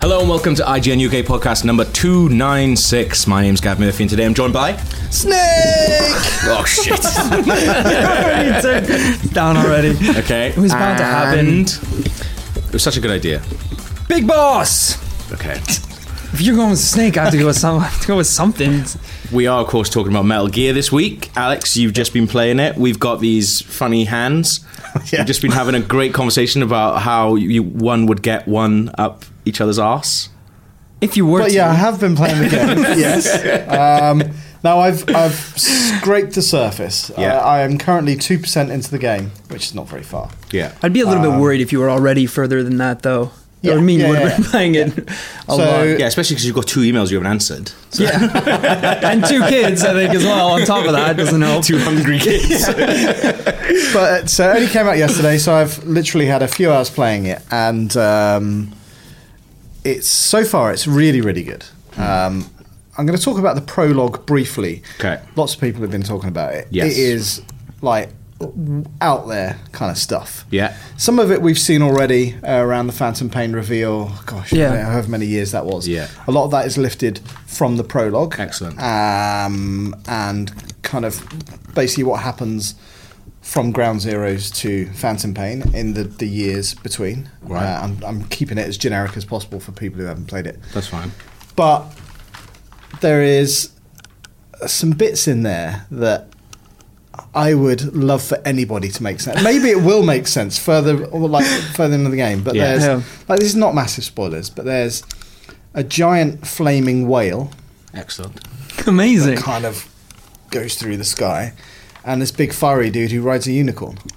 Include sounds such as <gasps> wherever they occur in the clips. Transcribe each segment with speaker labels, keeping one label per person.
Speaker 1: Hello and welcome to IGN UK podcast number 296. My name's Gav Murphy and today I'm joined by Snake! oh shit.
Speaker 2: down already.
Speaker 1: <laughs> Okay. It
Speaker 2: was bound to happen.
Speaker 1: It was such a good idea.
Speaker 2: Big boss.
Speaker 1: Okay.
Speaker 2: If you're going with Snake, I have to go with some. I have to go with something.
Speaker 1: We are, of course, talking about Metal Gear this week. Alex, you've just been playing it. We've got these funny <laughs> hands. We've just been having a great conversation about how you, one would get one up each other's arse.
Speaker 2: If you were,
Speaker 3: But
Speaker 2: to,
Speaker 3: yeah, I have been playing the game. yes. Um, now I've I've scraped the surface. Uh,
Speaker 1: Yeah.
Speaker 3: I, I am currently two percent into the game, which is not very far.
Speaker 1: Yeah.
Speaker 2: I'd be a little
Speaker 1: Um,
Speaker 2: bit worried if you were already further than that, though. That
Speaker 3: Yeah,
Speaker 2: would mean
Speaker 3: yeah,
Speaker 2: you would have
Speaker 3: yeah,
Speaker 2: been playing it a
Speaker 3: So-
Speaker 1: Yeah, especially because you've got two emails you haven't answered.
Speaker 2: lot, <laughs> and two kids, I think, as well. On top of that, doesn't help.
Speaker 1: Two <laughs> hungry kids.
Speaker 3: But uh, so it only came out yesterday, so I've literally had a few hours playing it, and um, it's so far it's really really good.
Speaker 1: Hmm.
Speaker 3: Um, I'm going to talk about the prologue briefly.
Speaker 1: Okay.
Speaker 3: Lots of people have been talking about it.
Speaker 1: Yes.
Speaker 3: It is like out there kind of stuff.
Speaker 1: Yeah.
Speaker 3: Some of it we've seen already uh, around the Phantom Pain reveal. Gosh,
Speaker 2: Yeah.
Speaker 3: yeah. however many years that was.
Speaker 1: Yeah.
Speaker 3: A lot of that is lifted from the prologue.
Speaker 1: Excellent.
Speaker 3: Um, and kind of basically what happens from Ground Zeroes to Phantom Pain in the, the years between.
Speaker 1: Right.
Speaker 3: Uh, I'm, I'm keeping it as generic as possible for people who haven't played it.
Speaker 1: That's fine.
Speaker 3: But there is some bits in there that I would love for anybody to make sense. Maybe it will make sense further, or like further into the game. But
Speaker 1: Yeah.
Speaker 3: there's
Speaker 2: Yeah.
Speaker 3: like this is not massive spoilers, but there's a giant flaming whale
Speaker 1: Excellent.
Speaker 2: Amazing.
Speaker 3: that kind of goes through the sky, and this big fiery dude who rides a unicorn. <laughs>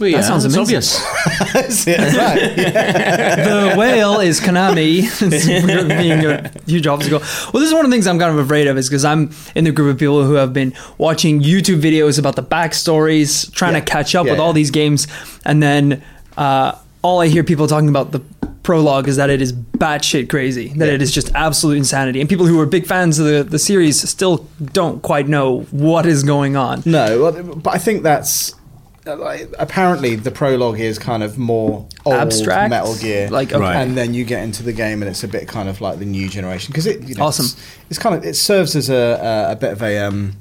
Speaker 1: Well,
Speaker 2: yeah, sounds
Speaker 1: it's
Speaker 2: amazing.
Speaker 1: obvious.
Speaker 3: That's it, right?
Speaker 2: the whale is
Speaker 3: <laughs>
Speaker 2: Konami. It's being a huge obstacle. Well, this is one of the things I'm kind of afraid of is because I'm in the group of people who have been watching YouTube videos about the backstories, trying
Speaker 3: Yeah.
Speaker 2: to catch up
Speaker 3: Yeah,
Speaker 2: with
Speaker 3: yeah.
Speaker 2: all these games, and then uh, all I hear people talking about the prologue is that it is batshit crazy, that it is just absolute insanity, and people who are big fans of the, the series still don't quite know what is going on.
Speaker 3: No, well, but I think that's like, apparently the prologue is kind of more old
Speaker 2: Abstract?
Speaker 3: Metal Gear,
Speaker 2: Like, okay.
Speaker 1: Right.
Speaker 3: and then you get into the game and it's a bit kind of like the new generation because it you know,
Speaker 2: Awesome.
Speaker 3: It's, it's kind of it serves as a a, a bit of a, um,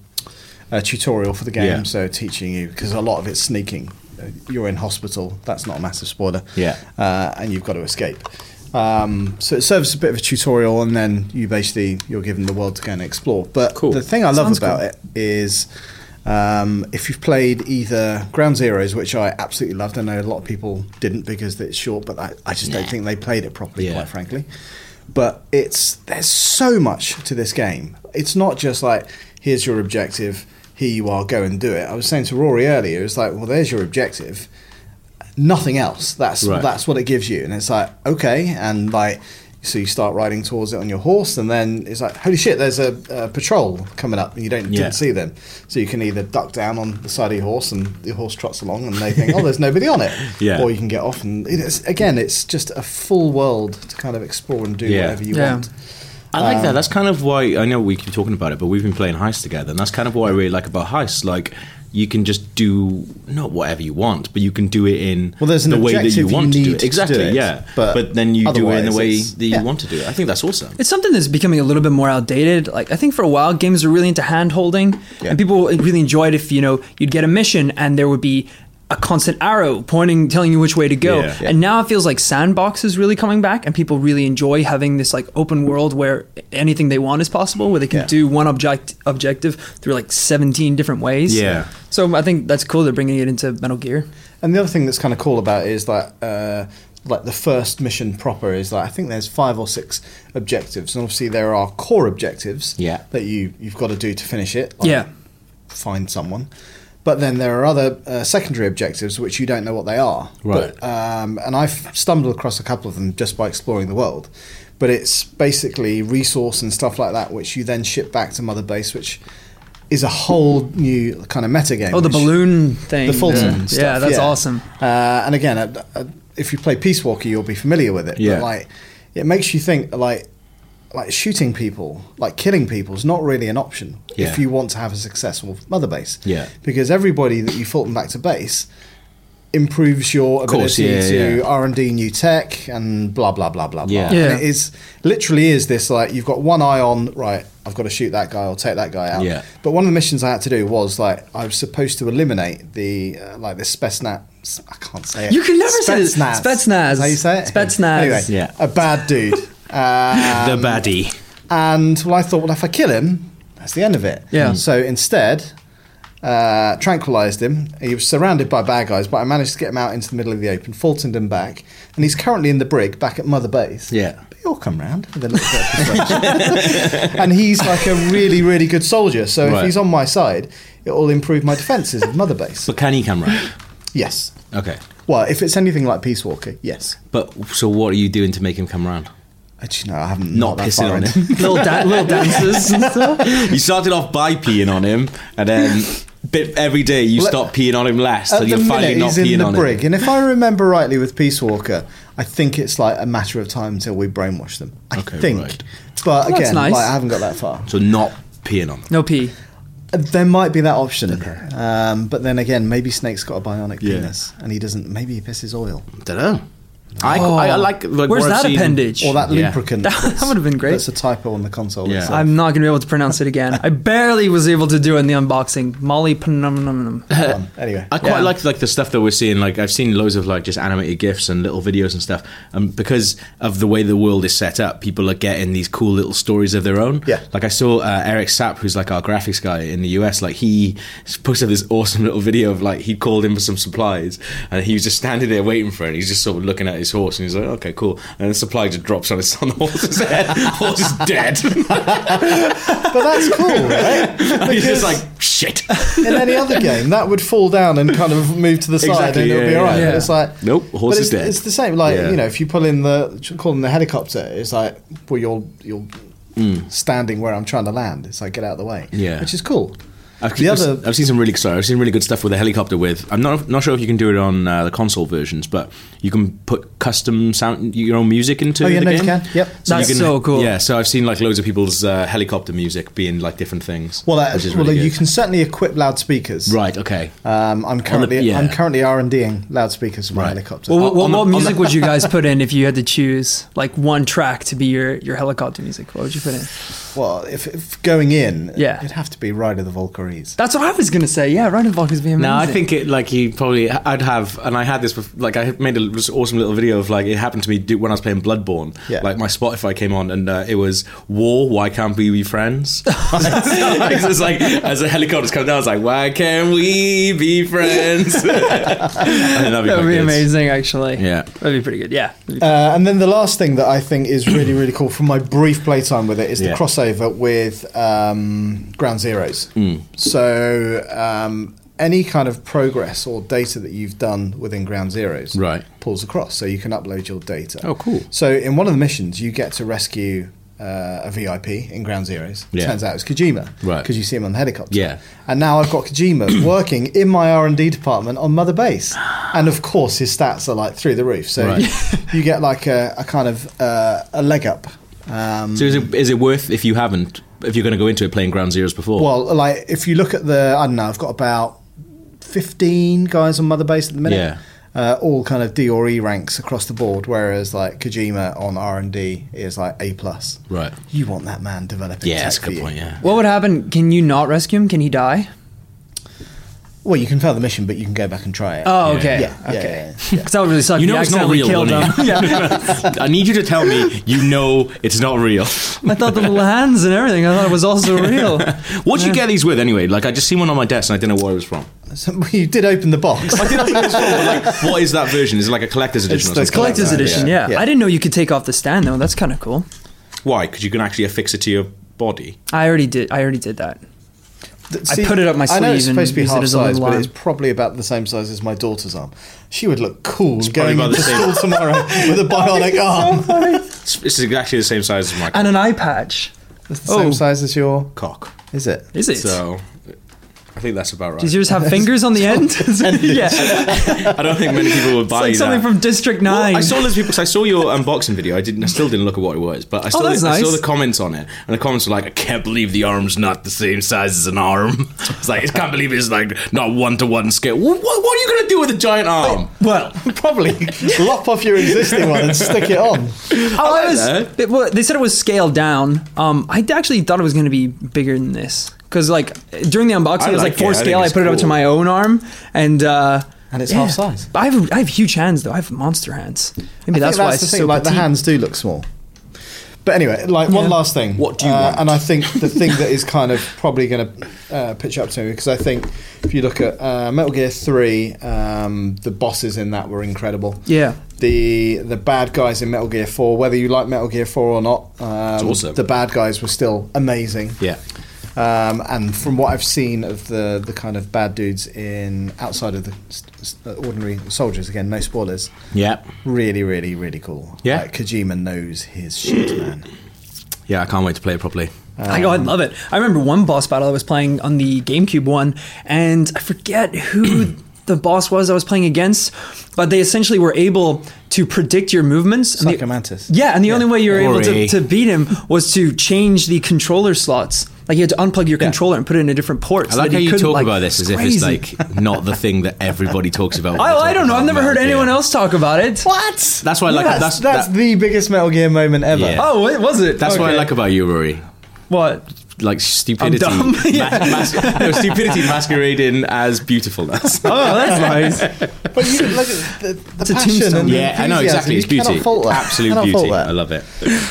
Speaker 3: a tutorial for the game,
Speaker 1: Yeah.
Speaker 3: so teaching you because a lot of it's sneaking. Uh, You're in hospital. That's not a massive spoiler.
Speaker 1: Yeah.
Speaker 3: uh, and you've got to escape. Um, so it serves as a bit of a tutorial, and then you basically you're given the world to go and explore. But
Speaker 1: Cool.
Speaker 3: the thing I love
Speaker 2: Sounds
Speaker 3: about
Speaker 2: cool.
Speaker 3: it is um, if you've played either Ground Zeroes, which I absolutely loved. I know a lot of people didn't because it's short, but I, I just don't think they played it properly,
Speaker 1: Yeah.
Speaker 3: quite frankly. But it's there's so much to this game. It's not just like here's your objective, here you are, go and do it. I was saying to Rory earlier, it's like well, there's your objective, nothing else. That's
Speaker 1: Right.
Speaker 3: that's what it gives you, and it's like okay, and like so you start riding towards it on your horse, and then it's like holy shit, there's a, a patrol coming up, and you don't
Speaker 1: Yeah.
Speaker 3: didn't see them, so you can either duck down on the side of your horse, and the horse trots along, and they think oh there's nobody on it,
Speaker 1: <laughs> Yeah.
Speaker 3: or you can get off, and it's, again it's just a full world to kind of explore and do
Speaker 1: Yeah.
Speaker 3: whatever you
Speaker 2: Yeah.
Speaker 3: want.
Speaker 1: I like that. That's kind of why I know we keep talking about it, but we've been playing Heist together, and that's kind of what I really like about Heist. Like, you can just do not whatever you want, but you can do it in
Speaker 3: Well, there's an
Speaker 1: the way that you
Speaker 3: objective you
Speaker 1: want to do
Speaker 3: need
Speaker 1: it.
Speaker 3: to do
Speaker 1: Exactly,
Speaker 3: it,
Speaker 1: yeah. But,
Speaker 3: but
Speaker 1: then you do it in the
Speaker 3: otherwise
Speaker 1: way
Speaker 3: it's-
Speaker 1: that you
Speaker 3: yeah.
Speaker 1: want to do it. I think that's awesome.
Speaker 2: It's something that's becoming a little bit more outdated. Like I think for a while games were really into hand holding
Speaker 1: Yeah.
Speaker 2: and people really enjoyed if, you know, you'd get a mission and there would be a constant arrow pointing telling you which way to go.
Speaker 1: Yeah. Yeah.
Speaker 2: And now it feels like sandbox is really coming back and people really enjoy having this like open world where anything they want is possible where they can
Speaker 3: Yeah.
Speaker 2: do one object objective through like 17 different ways.
Speaker 1: Yeah.
Speaker 2: So I think that's cool they're bringing it into Metal Gear.
Speaker 3: And the other thing that's kind of cool about it is that, uh, like the first mission proper is like I think there's five or six objectives, and obviously there are core objectives
Speaker 1: Yeah.
Speaker 3: that you you've got to do to finish it. like
Speaker 2: Yeah.
Speaker 3: find someone. But then there are other uh, secondary objectives which you don't know what they are.
Speaker 1: Right.
Speaker 3: But, um, and I've stumbled across a couple of them just by exploring the world. But it's basically resource and stuff like that, which you then ship back to Mother Base, which is a whole new kind of metagame.
Speaker 2: Oh, the
Speaker 3: which-
Speaker 2: balloon thing.
Speaker 3: the Fulton
Speaker 2: Yeah,
Speaker 3: stuff.
Speaker 2: that's awesome.
Speaker 3: Uh, and again, uh, uh, if you play Peace Walker, you'll be familiar with it.
Speaker 1: Yeah.
Speaker 3: But like, it makes you think like like shooting people, like killing people, is not really an option
Speaker 1: Yeah.
Speaker 3: if you want to have a successful mother base.
Speaker 1: Yeah.
Speaker 3: Because everybody that you Fulton back to base improves your ability
Speaker 1: course, yeah,
Speaker 3: to
Speaker 1: yeah.
Speaker 3: R&D new tech and blah blah blah blah
Speaker 1: Yeah.
Speaker 3: blah.
Speaker 2: Yeah.
Speaker 3: And it is literally is this like you've got one eye on right. I've got to shoot that guy or take that guy out.
Speaker 1: Yeah.
Speaker 3: But one of the missions I had to do was like I was supposed to eliminate the uh, like the Spetsnaz. I can't say it.
Speaker 2: You can never say this.
Speaker 3: Spetsnaz.
Speaker 2: Spetsnaz.
Speaker 3: Is that how you say it?
Speaker 2: Spetsnaz.
Speaker 3: Anyway,
Speaker 1: Yeah.
Speaker 3: a bad dude.
Speaker 2: <laughs>
Speaker 3: Um,
Speaker 1: the baddie.
Speaker 3: and well, I thought, well, if I kill him, that's the end of it.
Speaker 2: Yeah. Mm.
Speaker 3: So instead, uh, tranquilized him. He was surrounded by bad guys, but I managed to get him out into the middle of the open, faulted him back, and he's currently in the brig back at Mother Base.
Speaker 1: Yeah.
Speaker 3: But he'll come round with a little bit of persuasion. <laughs> and he's like a really, really good soldier. So
Speaker 1: Right.
Speaker 3: if he's on my side, it will improve my defences in Mother
Speaker 1: <laughs>
Speaker 3: Base.
Speaker 1: But can he come round?
Speaker 3: Yes.
Speaker 1: Okay.
Speaker 3: Well, if it's anything like Peace Walker, yes.
Speaker 1: But so what are you doing to make him come round?
Speaker 3: Actually, no, I haven't.
Speaker 1: Not
Speaker 3: that
Speaker 1: pissing
Speaker 3: far
Speaker 1: on
Speaker 3: in. <laughs>
Speaker 1: him.
Speaker 2: little, da-
Speaker 1: <laughs>
Speaker 2: little dances and stuff.
Speaker 1: you started off by peeing on him, and then bit every day you
Speaker 3: Well,
Speaker 1: stop peeing on him less,
Speaker 3: At
Speaker 1: so you're
Speaker 3: the
Speaker 1: finally
Speaker 3: minute,
Speaker 1: not
Speaker 3: he's in
Speaker 1: peeing
Speaker 3: the
Speaker 1: on
Speaker 3: brig,
Speaker 1: him.
Speaker 3: and if I remember rightly, with Peace Walker, I think it's like a matter of time until we brainwash them. I
Speaker 1: Okay,
Speaker 3: think,
Speaker 1: right.
Speaker 3: but
Speaker 2: that's
Speaker 3: again,
Speaker 2: nice.
Speaker 3: like, I haven't got that far.
Speaker 1: So not peeing on him.
Speaker 2: No pee.
Speaker 3: There might be that option, um, but then again, maybe Snake's got a bionic
Speaker 1: Yeah.
Speaker 3: penis, and he doesn't. Maybe he pisses oil
Speaker 1: Dunno. I,
Speaker 2: Oh.
Speaker 1: I, I like. like
Speaker 2: Where's
Speaker 1: what I've
Speaker 2: that
Speaker 1: seen-
Speaker 2: appendage?
Speaker 3: or that
Speaker 1: Yeah.
Speaker 2: <laughs>
Speaker 3: lubricant.
Speaker 2: That-
Speaker 3: that's-
Speaker 2: that would've been great.
Speaker 3: That's a typo on the console.
Speaker 1: Yeah.
Speaker 3: itself.
Speaker 2: I'm not going to be able to pronounce it again. I barely was able to do it in the unboxing.
Speaker 1: <laughs>
Speaker 2: Molly. Pnum.
Speaker 3: Um, anyway,
Speaker 1: I quite
Speaker 2: Yeah.
Speaker 1: like like the stuff that we're seeing. Like I've seen loads of like just animated gifs and little videos and stuff. And because of the way the world is set up, people are getting these cool little stories of their own.
Speaker 3: Yeah.
Speaker 1: Like I saw uh, Eric Sapp, who's like our graphics guy in the US. Like he posted this awesome little video of like he called in for some supplies and he was just standing there waiting for it. He's just sort of looking at his horse and he's like, okay, cool. And the supply just drops on his on the horse's head. <laughs> horse is dead. <laughs>
Speaker 3: but that's cool, right?
Speaker 1: and he's
Speaker 3: Because
Speaker 1: just like shit. <laughs>
Speaker 3: in any other game, that would fall down and kind of move to the side,
Speaker 1: Exactly,
Speaker 3: and it'll
Speaker 1: yeah,
Speaker 3: be all
Speaker 1: yeah.
Speaker 3: right.
Speaker 2: Yeah.
Speaker 3: It's like
Speaker 1: Nope, horse is
Speaker 3: but it's,
Speaker 1: dead.
Speaker 3: It's the same. Like
Speaker 1: Yeah.
Speaker 3: you know, if you pull in the call in the helicopter, it's like well, you're you're standing where I'm trying to land. It's like get out of the way.
Speaker 1: Mm. Yeah.
Speaker 3: which is cool.
Speaker 1: I've,
Speaker 3: The
Speaker 1: I've-
Speaker 3: other-
Speaker 1: I've seen some really sorry. I've seen really good stuff with a helicopter. With I'm not not sure if you can do it on uh, the console versions, but you can put custom sound your own music into.
Speaker 3: Oh, yeah,
Speaker 1: the
Speaker 3: no, you
Speaker 1: game.
Speaker 3: can. Yep.
Speaker 2: That's so cool.
Speaker 1: Yeah, so I've seen like loads of people's uh, helicopter music being like different things.
Speaker 3: Well, that,
Speaker 1: which is
Speaker 3: well,
Speaker 1: really
Speaker 3: you
Speaker 1: good.
Speaker 3: can certainly equip loudspeakers.
Speaker 1: Right. Okay.
Speaker 3: Um, I'm currently
Speaker 1: yeah.
Speaker 3: I'm currently R and Ding loudspeakers for my
Speaker 1: Right.
Speaker 3: helicopter.
Speaker 1: on
Speaker 2: Well, what, what,
Speaker 1: the-
Speaker 2: what
Speaker 1: on the-
Speaker 2: music would you
Speaker 1: <laughs>
Speaker 2: guys put in if you had to choose like one track to be your, your helicopter music? What would you put in?
Speaker 3: well, if, if going in,
Speaker 2: Yeah.
Speaker 3: it'd have to be Ride of the Valkyries.
Speaker 2: That's what I was going to say. Yeah, Ryan Volk is being amazing.
Speaker 1: No, I think it like you probably I'd have, and I had this bef- like I had made a this awesome little video of like it happened to me do, when I was playing Bloodborne.
Speaker 3: Yeah.
Speaker 1: Like my Spotify came on and uh, it was War. Why can't we be friends? it's just like as the helicopters come down, I was like, why can't we be friends? <laughs> I think that'd be,
Speaker 2: that
Speaker 1: quite
Speaker 2: would be
Speaker 1: good.
Speaker 2: amazing, actually.
Speaker 1: Yeah.
Speaker 2: That'd be pretty good. Yeah.
Speaker 3: Uh, and then the last thing that I think is really, really cool from my brief playtime with it is the
Speaker 1: Yeah.
Speaker 3: crossover with um, Ground Zeroes.
Speaker 1: Hmm.
Speaker 3: So um, any kind of progress or data that you've done within Ground Zeroes
Speaker 1: Right.
Speaker 3: pulls across, so you can upload your data.
Speaker 1: Oh, cool.
Speaker 3: So in one of the missions, you get to rescue. Uh, a VIP in Ground Zeroes.
Speaker 1: Yeah.
Speaker 3: Turns out it's Kojima,
Speaker 1: Right.
Speaker 3: Because you see him on the helicopter.
Speaker 1: Yeah.
Speaker 3: And now I've
Speaker 1: <clears throat>
Speaker 3: got Kojima working in my R and D department on Mother Base, and of course his stats are like through the roof. So
Speaker 1: Right.
Speaker 3: you get like a, a kind of uh, a leg up. Um,
Speaker 1: So is it, is it worth if you haven't if you're going to go into it playing Ground Zeroes before?
Speaker 3: well, like if you look at the, I don't know, I've got about fifteen guys on Mother Base at the minute.
Speaker 1: Yeah.
Speaker 3: Uh, all kind of D or E ranks across the board, whereas like Kojima on R and D is like A plus.
Speaker 1: Right.
Speaker 3: You want that man developing.
Speaker 1: yeah,
Speaker 3: tech
Speaker 1: that's a
Speaker 3: for
Speaker 1: good
Speaker 3: you.
Speaker 1: point. Yeah. <laughs>
Speaker 2: What would happen? Can you not rescue him? Can he die?
Speaker 3: Well, you can fail the mission, but you can go back and try it.
Speaker 2: Oh,
Speaker 1: Yeah.
Speaker 2: okay.
Speaker 3: yeah, yeah,
Speaker 2: okay.
Speaker 3: yeah, yeah.
Speaker 2: <laughs> Because that would really suck.
Speaker 1: You
Speaker 2: if
Speaker 1: know it's not
Speaker 2: accidentally
Speaker 1: real,
Speaker 2: killed
Speaker 1: don't <laughs>
Speaker 2: him. yeah.
Speaker 1: I need you to tell me you know it's not real.
Speaker 2: I thought the little hands and everything. I thought it was also
Speaker 1: <laughs>
Speaker 2: real.
Speaker 1: What do you get these with anyway? Like I just seen one on my desk and I didn't know where it was
Speaker 2: <laughs>
Speaker 1: from.
Speaker 3: <laughs> So, you did open the box.
Speaker 1: <laughs> what is that version? Is it like a collector's edition?
Speaker 3: the
Speaker 1: or something?
Speaker 2: Collector's
Speaker 3: Yeah.
Speaker 2: edition. Yeah.
Speaker 3: Yeah.
Speaker 2: I didn't know you could take off the stand though. That's kind of cool.
Speaker 1: Why? Because you can actually affix it to your body.
Speaker 2: I already did. I already did that.
Speaker 3: Th-
Speaker 2: I put it up my
Speaker 3: I know
Speaker 2: sleeve
Speaker 3: it's supposed to be
Speaker 2: and used it
Speaker 3: half
Speaker 2: as a
Speaker 3: size,
Speaker 2: little
Speaker 3: but
Speaker 2: arm.
Speaker 3: it's probably about the same size as my daughter's arm. She would look cool
Speaker 1: probably
Speaker 3: going
Speaker 1: about
Speaker 3: into
Speaker 1: the same.
Speaker 3: school tomorrow
Speaker 1: <laughs>
Speaker 3: with a bionic
Speaker 2: Oh. <laughs>
Speaker 3: arm.
Speaker 1: It's, it's exactly the same size as my
Speaker 2: And an eye patch.
Speaker 3: It's the same size as your.
Speaker 1: cock.
Speaker 3: Is it?
Speaker 2: Is it?
Speaker 1: So I think that's about right.
Speaker 2: Does yours <laughs> have fingers on the end? <laughs> yeah,
Speaker 1: I don't think many people would buy
Speaker 2: <laughs> it's like
Speaker 1: that.
Speaker 2: something from District
Speaker 1: Well,
Speaker 2: Nine.
Speaker 1: I saw those people. 'cause I saw your unboxing video. I didn't. I still didn't look at what it was, but I saw,
Speaker 2: Oh, that's
Speaker 1: the, I saw
Speaker 2: nice.
Speaker 1: the comments on it, and the comments were like, "I can't believe the arm's not the same size as an arm." <laughs> It's like I can't believe it's like not one to one scale. What, what, what are you gonna do with a giant arm?
Speaker 2: well,
Speaker 3: <laughs>
Speaker 2: <laughs>
Speaker 3: Probably lop off your existing one and stick it on.
Speaker 2: oh, I was,
Speaker 1: that.
Speaker 2: it wa- they said it was scaled down. Um, I actually thought it was going to be bigger than this because, like, during the unboxing,
Speaker 1: I
Speaker 2: it was
Speaker 1: like
Speaker 2: like
Speaker 1: it.
Speaker 2: four
Speaker 1: I think
Speaker 2: scale. I
Speaker 1: it's
Speaker 2: put it up to
Speaker 1: cool.
Speaker 2: my own arm, and uh,
Speaker 3: And it's half size.
Speaker 2: I have I have huge hands though. I have monster hands. Maybe that's,
Speaker 3: I
Speaker 2: why
Speaker 3: think
Speaker 2: it's
Speaker 3: the thing.
Speaker 2: so
Speaker 3: like the
Speaker 2: petite.
Speaker 3: hands do look small. But anyway, like one
Speaker 2: Yeah.
Speaker 3: last thing.
Speaker 1: What do you
Speaker 3: Uh,
Speaker 1: want?
Speaker 3: And I think the thing
Speaker 2: <laughs>
Speaker 3: that is kind of probably going to uh, pitch up to me because I think if you look at uh, Metal Gear Three, um, the bosses in that were incredible.
Speaker 2: Yeah.
Speaker 3: The the bad guys in Metal Gear Four, whether you like Metal Gear Four or not, um,
Speaker 1: awesome.
Speaker 3: the bad guys were still amazing.
Speaker 1: Yeah.
Speaker 3: Um, and from what I've seen of the, the kind of bad dudes in outside of the s- s- ordinary soldiers, again, no spoilers,
Speaker 1: Yeah.
Speaker 3: really, really, really cool.
Speaker 1: Yeah.
Speaker 3: Like, Kojima knows his shit, man.
Speaker 1: Yeah. I can't wait to play it properly.
Speaker 2: I
Speaker 1: Um,
Speaker 2: go, I love it. I remember one boss battle I was playing on the GameCube one, and I forget
Speaker 1: <clears throat>
Speaker 2: who the boss was I was playing against, but they essentially were able to predict your movements. And the-
Speaker 3: Psychomantis.
Speaker 2: yeah, and the only way you were able
Speaker 1: Glory.
Speaker 2: to, to beat him was to change the controller slots. Like you had to unplug your controller and put it in a different port.
Speaker 1: I
Speaker 2: so
Speaker 1: like
Speaker 2: that
Speaker 1: how
Speaker 2: he
Speaker 1: you
Speaker 2: couldn't,
Speaker 1: talk
Speaker 2: like-
Speaker 1: about this as if it's like not the thing that everybody talks
Speaker 2: <laughs>
Speaker 1: about. when
Speaker 2: I,
Speaker 1: they
Speaker 2: I
Speaker 1: talk
Speaker 2: don't know. I've
Speaker 1: about
Speaker 2: never heard
Speaker 1: Metal Gear.
Speaker 2: anyone else talk about it.
Speaker 3: What?
Speaker 1: That's why I like
Speaker 2: Yes,
Speaker 1: that's
Speaker 3: That's
Speaker 1: that-
Speaker 3: the biggest Metal Gear moment ever.
Speaker 1: Yeah.
Speaker 2: Oh, wait, was it?
Speaker 1: that's what I
Speaker 2: Okay.
Speaker 1: like about you, Rory. <laughs>
Speaker 2: What?
Speaker 1: Like stupidity,
Speaker 2: dumb. <laughs>
Speaker 1: mas-
Speaker 2: Yeah.
Speaker 1: mas- no, stupidity masquerading as <laughs> beautifulness.
Speaker 2: Oh, that's nice.
Speaker 3: But you look at the,
Speaker 2: a
Speaker 3: the passion
Speaker 2: tombstone.
Speaker 3: and the
Speaker 1: Yeah, I know
Speaker 3: enthusiasm.
Speaker 1: exactly. It's
Speaker 3: You
Speaker 1: beauty,
Speaker 3: cannot fault that.
Speaker 1: absolute
Speaker 3: Cannot fault
Speaker 1: beauty.
Speaker 3: that.
Speaker 1: I love it.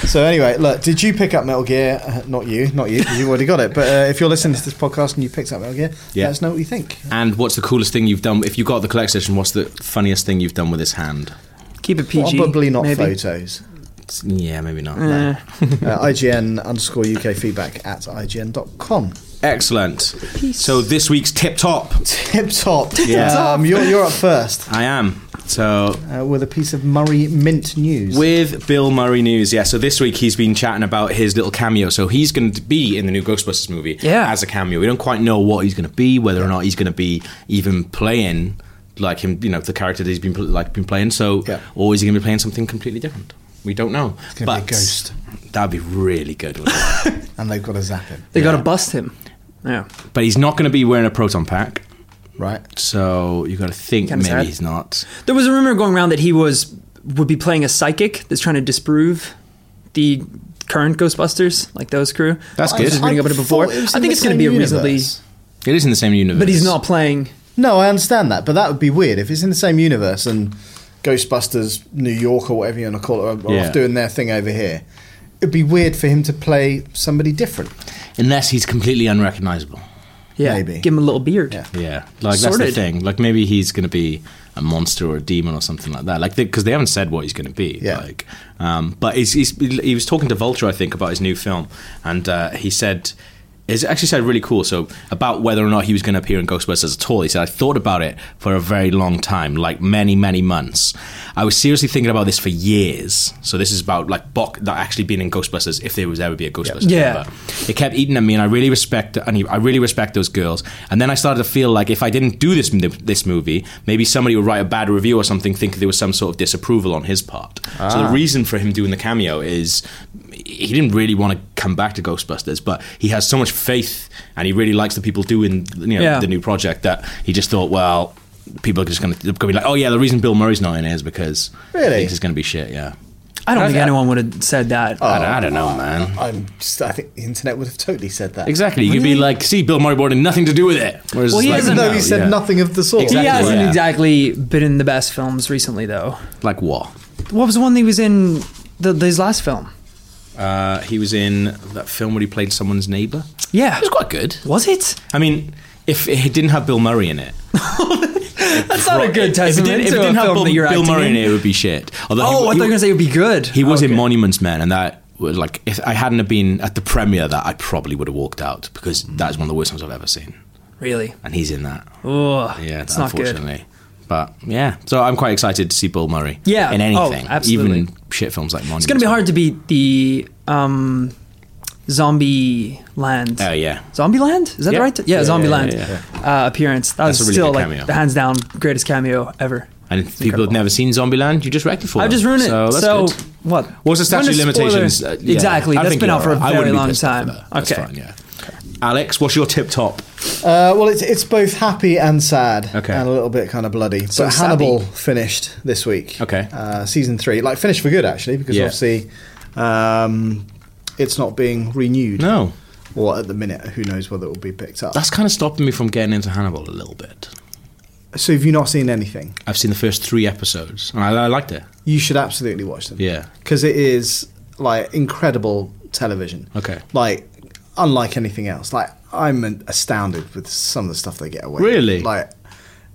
Speaker 3: So anyway, look, did you pick up Metal Gear? Uh, not you, not you. 'cause You already got it. But uh, if you're listening to this podcast and you picked up Metal Gear,
Speaker 1: Yeah.
Speaker 3: let us know what you think.
Speaker 1: And what's the coolest thing you've done? If you got the collector's edition, what's the funniest thing you've done with this hand?
Speaker 2: Keep it PG.
Speaker 3: Probably not
Speaker 2: maybe.
Speaker 3: photos.
Speaker 1: It's- Yeah, maybe not.
Speaker 2: Eh.
Speaker 3: <laughs> uh, IGN underscore UK feedback at IGN.com.
Speaker 1: Excellent. So this week's tip top,
Speaker 3: Tip top.
Speaker 1: Yeah.
Speaker 3: Um, you're, you're up first
Speaker 1: I am. So
Speaker 3: uh, with a piece of Murray Mint news.
Speaker 1: with Bill Murray news, yeah. So this week he's been chatting about his little cameo. So he's going to be in the new Ghostbusters movie
Speaker 2: Yeah.
Speaker 1: as a cameo. We don't quite know what he's going to be, whether or not he's going to be even playing like him, you know, the character that he's been pl- like been playing. So,
Speaker 3: Yeah.
Speaker 1: or is he going to be playing something completely different? We don't know.
Speaker 3: gonna be a ghost.
Speaker 1: That'd be really good. wouldn't it?
Speaker 3: and they've got to zap him,
Speaker 2: They got to bust him. Yeah.
Speaker 1: but he's not going to be wearing a proton pack.
Speaker 3: right?
Speaker 1: So you got to think
Speaker 2: Kinda
Speaker 1: maybe
Speaker 2: sad.
Speaker 1: he's not.
Speaker 2: There was a rumor going around that he was would be playing a psychic that's trying to disprove the current Ghostbusters, like those crew.
Speaker 1: That's
Speaker 2: I was
Speaker 1: good.
Speaker 2: just reading about it before.
Speaker 3: thought was
Speaker 2: I
Speaker 3: in
Speaker 2: think
Speaker 3: the
Speaker 2: it's going to
Speaker 3: same
Speaker 2: be a
Speaker 3: universe.
Speaker 2: reasonably,
Speaker 1: It is in the same universe,
Speaker 2: but he's not playing.
Speaker 3: No, I understand that, but that would be weird if it's in the same universe and Ghostbusters New York or whatever you want to call it are, are
Speaker 1: Yeah.
Speaker 3: off doing their thing over here. It'd be weird for him to play somebody different.
Speaker 1: unless he's completely unrecognizable.
Speaker 2: Yeah,
Speaker 3: Maybe.
Speaker 2: give him a little beard.
Speaker 3: Yeah.
Speaker 1: Yeah, like that's
Speaker 2: Sorted.
Speaker 1: the thing. Like maybe he's going to be a monster or a demon or something like that. Like because they haven't said what he's going to be.
Speaker 3: Yeah.
Speaker 1: Like, um, but he's, he's, he was talking to Vulture, I think, about his new film, and uh, he said. It actually said really cool. So about whether or not he was going to appear in Ghostbusters at all, he said, "I thought about it for a very long time, like many, many months. I was seriously thinking about this for years. So this is about like Bok that actually being in Ghostbusters, if there was ever be a Ghostbusters.
Speaker 2: Yeah.
Speaker 1: member. It kept eating at me, and I really respect. And I really respect those girls. And then I started to feel like if I didn't do this this movie, maybe somebody would write a bad review or something, think there was some sort of disapproval on his part. So the reason for him doing the cameo is he didn't really want to come back to Ghostbusters, but he has so much faith, and he really likes the people doing you know
Speaker 2: Yeah.
Speaker 1: the new project that he just thought, well. People are just going to be like, oh yeah, the reason Bill Murray's not in it is because
Speaker 3: Really?
Speaker 1: he thinks it's going to be shit. Yeah,
Speaker 2: I don't
Speaker 1: Okay.
Speaker 2: think anyone would have said that.
Speaker 1: I, don't, I don't know, man.
Speaker 3: I'm just, I think the internet would have totally said that.
Speaker 1: Exactly. You could be like, see, Bill Murray wanted nothing to do with it. Whereas
Speaker 2: Well,
Speaker 1: it's
Speaker 2: he
Speaker 1: like,
Speaker 2: doesn't
Speaker 3: Even though
Speaker 2: No,
Speaker 3: he said
Speaker 1: yeah.
Speaker 3: nothing of the sort.
Speaker 2: he
Speaker 1: Exactly.
Speaker 2: hasn't
Speaker 1: Yeah.
Speaker 2: exactly been in the best films recently, though.
Speaker 1: Like what?
Speaker 2: What was the one that he was in? The, his last film.
Speaker 1: Uh, he was in that film where he played someone's neighbour.
Speaker 2: Yeah.
Speaker 1: It was quite good.
Speaker 2: Was it?
Speaker 1: I mean, if it didn't have Bill Murray in it,
Speaker 2: That's not a
Speaker 1: if
Speaker 2: good
Speaker 1: it
Speaker 2: testament
Speaker 1: didn't, if it
Speaker 2: to
Speaker 1: didn't
Speaker 2: a
Speaker 1: have
Speaker 2: film
Speaker 1: Bill,
Speaker 2: that you're
Speaker 1: Bill
Speaker 2: acting
Speaker 1: Murray in
Speaker 2: in.
Speaker 1: it, it would be shit. Although
Speaker 2: Oh, I thought you were going to say it would be good.
Speaker 1: He was in
Speaker 3: Okay.
Speaker 1: Monuments Men, and that was like, if I hadn't have been at the premiere, of that I probably would have walked out because that is one of the worst ones I've ever seen,
Speaker 2: really.
Speaker 1: and he's in that.
Speaker 2: Oh,
Speaker 1: Yeah,
Speaker 2: it's not good.
Speaker 1: unfortunately. But yeah, so I'm quite excited to see Bill Murray.
Speaker 2: Yeah.
Speaker 1: in
Speaker 2: Oh,
Speaker 1: anything,
Speaker 2: absolutely.
Speaker 1: even shit films like Monuments.
Speaker 2: It's going to be
Speaker 1: Men.
Speaker 2: hard to beat the um, Zombie Land.
Speaker 1: Oh yeah,
Speaker 2: Zombie Land? Is that
Speaker 1: Yeah.
Speaker 2: right? Yeah,
Speaker 1: Yeah,
Speaker 2: Zombie
Speaker 1: yeah,
Speaker 2: Land
Speaker 1: yeah,
Speaker 2: Uh, appearance. That
Speaker 1: That's
Speaker 2: was
Speaker 1: a really
Speaker 2: still
Speaker 1: good
Speaker 2: like
Speaker 1: cameo.
Speaker 2: the hands down greatest cameo ever.
Speaker 1: and if people have
Speaker 2: incredible.
Speaker 1: never seen Zombieland. You just wrecked it for
Speaker 2: I've
Speaker 1: them.
Speaker 2: just ruined it.
Speaker 1: So, that's
Speaker 2: So,
Speaker 1: good.
Speaker 2: what?
Speaker 1: What's the statute
Speaker 2: When
Speaker 1: of
Speaker 2: a spoiler-
Speaker 1: limitations? Uh, yeah.
Speaker 2: Exactly.
Speaker 1: I
Speaker 2: That's
Speaker 1: think
Speaker 2: been
Speaker 1: you're
Speaker 2: out for a
Speaker 1: right. I
Speaker 2: very
Speaker 1: wouldn't be
Speaker 2: long
Speaker 1: pissed off
Speaker 2: time.
Speaker 1: for that. That's
Speaker 2: okay.
Speaker 1: fine, yeah. Alex, what's your tip top?
Speaker 3: Uh, well, it's it's both happy and sad,
Speaker 1: Okay.
Speaker 3: and a little bit kind of bloody.
Speaker 2: So
Speaker 3: but
Speaker 2: sappy.
Speaker 3: Hannibal finished this week.
Speaker 1: Okay.
Speaker 3: uh, season three, like finished for good actually, because
Speaker 1: Yeah.
Speaker 3: obviously um, it's not being renewed.
Speaker 1: No,
Speaker 3: Well, at the minute, who knows whether it will be picked up.
Speaker 1: that's kind of stopping me from getting into Hannibal a little bit.
Speaker 3: so, have you not seen anything?
Speaker 1: I've seen the first three episodes, and I, I liked it.
Speaker 3: You should absolutely watch them.
Speaker 1: Yeah.
Speaker 3: because it is like incredible television.
Speaker 1: Okay.
Speaker 3: like unlike anything else. Like I'm an- astounded with some of the stuff they get away. with.
Speaker 1: Really?
Speaker 3: like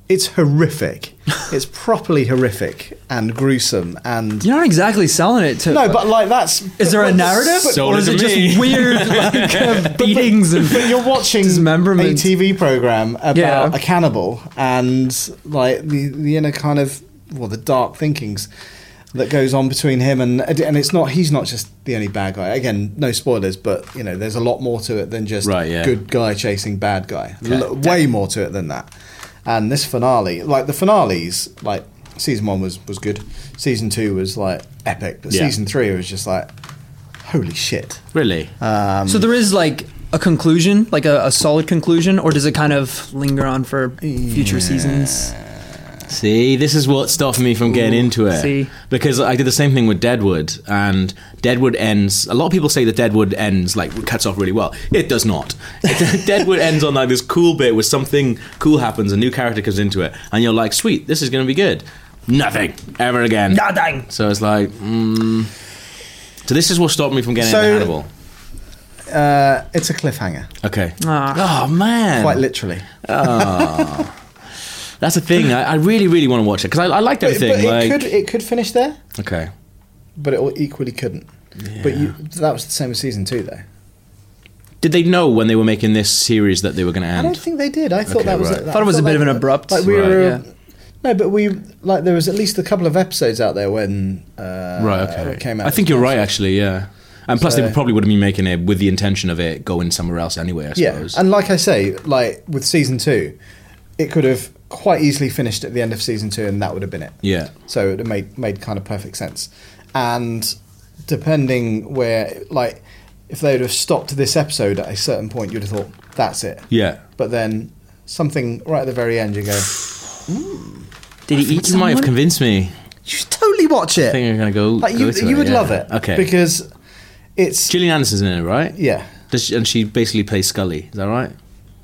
Speaker 3: it's
Speaker 1: <laughs>
Speaker 3: horrific. it's properly horrific and gruesome and.
Speaker 2: You're not exactly selling it to.
Speaker 3: No, but like that's.
Speaker 2: is there a
Speaker 3: but-
Speaker 2: narrative,
Speaker 3: but-
Speaker 1: So
Speaker 2: or
Speaker 1: does
Speaker 2: is it
Speaker 1: it
Speaker 2: just
Speaker 1: me. <laughs>
Speaker 2: weird like, uh, beatings and?
Speaker 3: But you're watching a
Speaker 2: Dismemberment.
Speaker 3: TV program about
Speaker 2: Yeah.
Speaker 3: a cannibal and like the the inner kind of well the dark thinkings that goes on between him and and it's not he's not just the only bad guy. Again, no spoilers, but you know there's a lot more to it than just
Speaker 1: Right, yeah.
Speaker 3: good guy chasing bad guy.
Speaker 1: Okay.
Speaker 3: L- way more to it than that. And this finale, like the finales, like season one was was good. Season two was like epic, but
Speaker 1: Yeah.
Speaker 3: season three was just like holy shit.
Speaker 1: Really?
Speaker 2: so
Speaker 3: Mm.
Speaker 2: there is like a conclusion, like a, a solid conclusion, or does it kind of linger on for future seasons?
Speaker 1: See, this is what stopped me from getting into it.
Speaker 2: see.
Speaker 1: Because I did the same thing with Deadwood, and Deadwood ends. A lot of people say that Deadwood ends like cuts off really well. It does not. <laughs> Deadwood ends on like this cool bit where something cool happens, a new character comes into it, and you're like, sweet, this is going to be good. Nothing ever again.
Speaker 2: Nothing.
Speaker 1: So it's like, mm. so this is what stopped me from getting
Speaker 3: So-
Speaker 1: into Hannibal.
Speaker 3: Uh, it's a cliffhanger,
Speaker 1: Okay.
Speaker 2: Ah.
Speaker 1: oh man,
Speaker 3: quite literally.
Speaker 1: that's the thing. I, I really, really want to watch it because I, I liked
Speaker 3: But-
Speaker 1: everything.
Speaker 3: But,
Speaker 1: like,
Speaker 3: it could it could finish there,
Speaker 1: okay,
Speaker 3: but it equally couldn't. But you, that was the same with season two, though.
Speaker 1: Did they know when they were making this series that they were going to
Speaker 3: I
Speaker 1: end?
Speaker 3: don't think they did. I thought
Speaker 1: Okay,
Speaker 3: that was.
Speaker 1: right.
Speaker 3: I
Speaker 2: Thought it was a bit
Speaker 3: like-
Speaker 2: of an abrupt-
Speaker 3: Like we
Speaker 1: Right.
Speaker 3: were.
Speaker 2: Yeah.
Speaker 3: No, but we like there was at least a couple of episodes out there when uh,
Speaker 1: right, okay.
Speaker 3: it came out.
Speaker 1: I think you're right, actually. Yeah, and plus
Speaker 3: So-
Speaker 1: they probably would have been making it with the intention of it going somewhere else anyway. I
Speaker 3: Yeah,
Speaker 1: suppose.
Speaker 3: and like I say, like with season two, it could have quite easily finished at the end of season two, and that would have been it.
Speaker 1: yeah.
Speaker 3: So it made made kind of perfect sense. And depending where, like, if they would have stopped this episode at a certain point, you'd have thought that's it.
Speaker 1: Yeah.
Speaker 3: But then something right at the very end, you go,
Speaker 2: Did he
Speaker 1: You
Speaker 2: eat
Speaker 1: might have
Speaker 2: someone?
Speaker 1: convinced me.
Speaker 3: you should totally watch
Speaker 1: I think
Speaker 3: it.
Speaker 1: I'm going to go.
Speaker 3: Like
Speaker 1: go
Speaker 3: you,
Speaker 1: to
Speaker 3: you
Speaker 1: it,
Speaker 3: would
Speaker 1: yeah.
Speaker 3: love it.
Speaker 1: Okay.
Speaker 3: Because it's
Speaker 1: Gillian Anderson's in it, right?
Speaker 3: yeah.
Speaker 1: Does she, and she basically plays Scully. Is that right?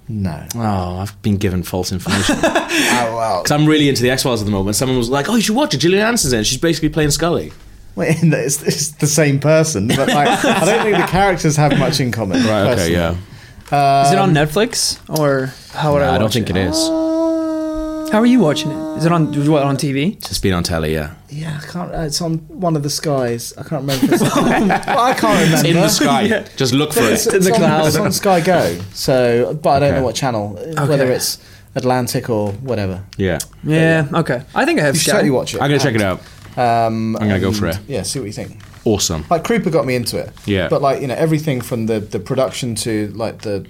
Speaker 3: No.
Speaker 1: Oh, I've been given false <laughs> information.
Speaker 3: Oh
Speaker 1: <laughs>
Speaker 3: wow.
Speaker 1: Because I'm really into the X Files at the moment. Someone was like, "Oh, you should watch it." Gillian Anderson's in it. She's basically playing Scully.
Speaker 3: Wait, and it's, it's the same person, but like, I don't think the characters have much in
Speaker 1: <laughs>
Speaker 3: common. personally. Uh,
Speaker 2: Is
Speaker 3: Um,
Speaker 2: it on Netflix or how would
Speaker 1: Nah,
Speaker 2: I?
Speaker 1: I, don't
Speaker 2: Watch
Speaker 1: think it is.
Speaker 2: How are you watching it? Is it on what on TV?
Speaker 1: It's just been on telly. Yeah.
Speaker 3: Yeah, I can't. uh, It's on one of the skies. I
Speaker 1: <laughs>
Speaker 3: can't remember. if it's- well, I can't remember.
Speaker 1: In the
Speaker 3: <laughs>
Speaker 1: sky. Just look for it.
Speaker 3: It's, it's
Speaker 2: the
Speaker 3: on,
Speaker 2: cloud.
Speaker 3: it's on Sky Go. So, but I don't
Speaker 1: Okay.
Speaker 3: know what channel. Whether it's Atlantic or whatever.
Speaker 1: Yeah.
Speaker 2: Yeah. Okay. I think I have.
Speaker 3: You should
Speaker 2: Sky.
Speaker 3: totally watch it.
Speaker 1: I'm gonna check it out.
Speaker 3: Um,
Speaker 1: I'm gonna go
Speaker 3: and,
Speaker 1: for it.
Speaker 3: Yeah, see what you think.
Speaker 1: Awesome.
Speaker 3: Like Krupa got me into it.
Speaker 1: Yeah.
Speaker 3: But like you know everything from the the production to like the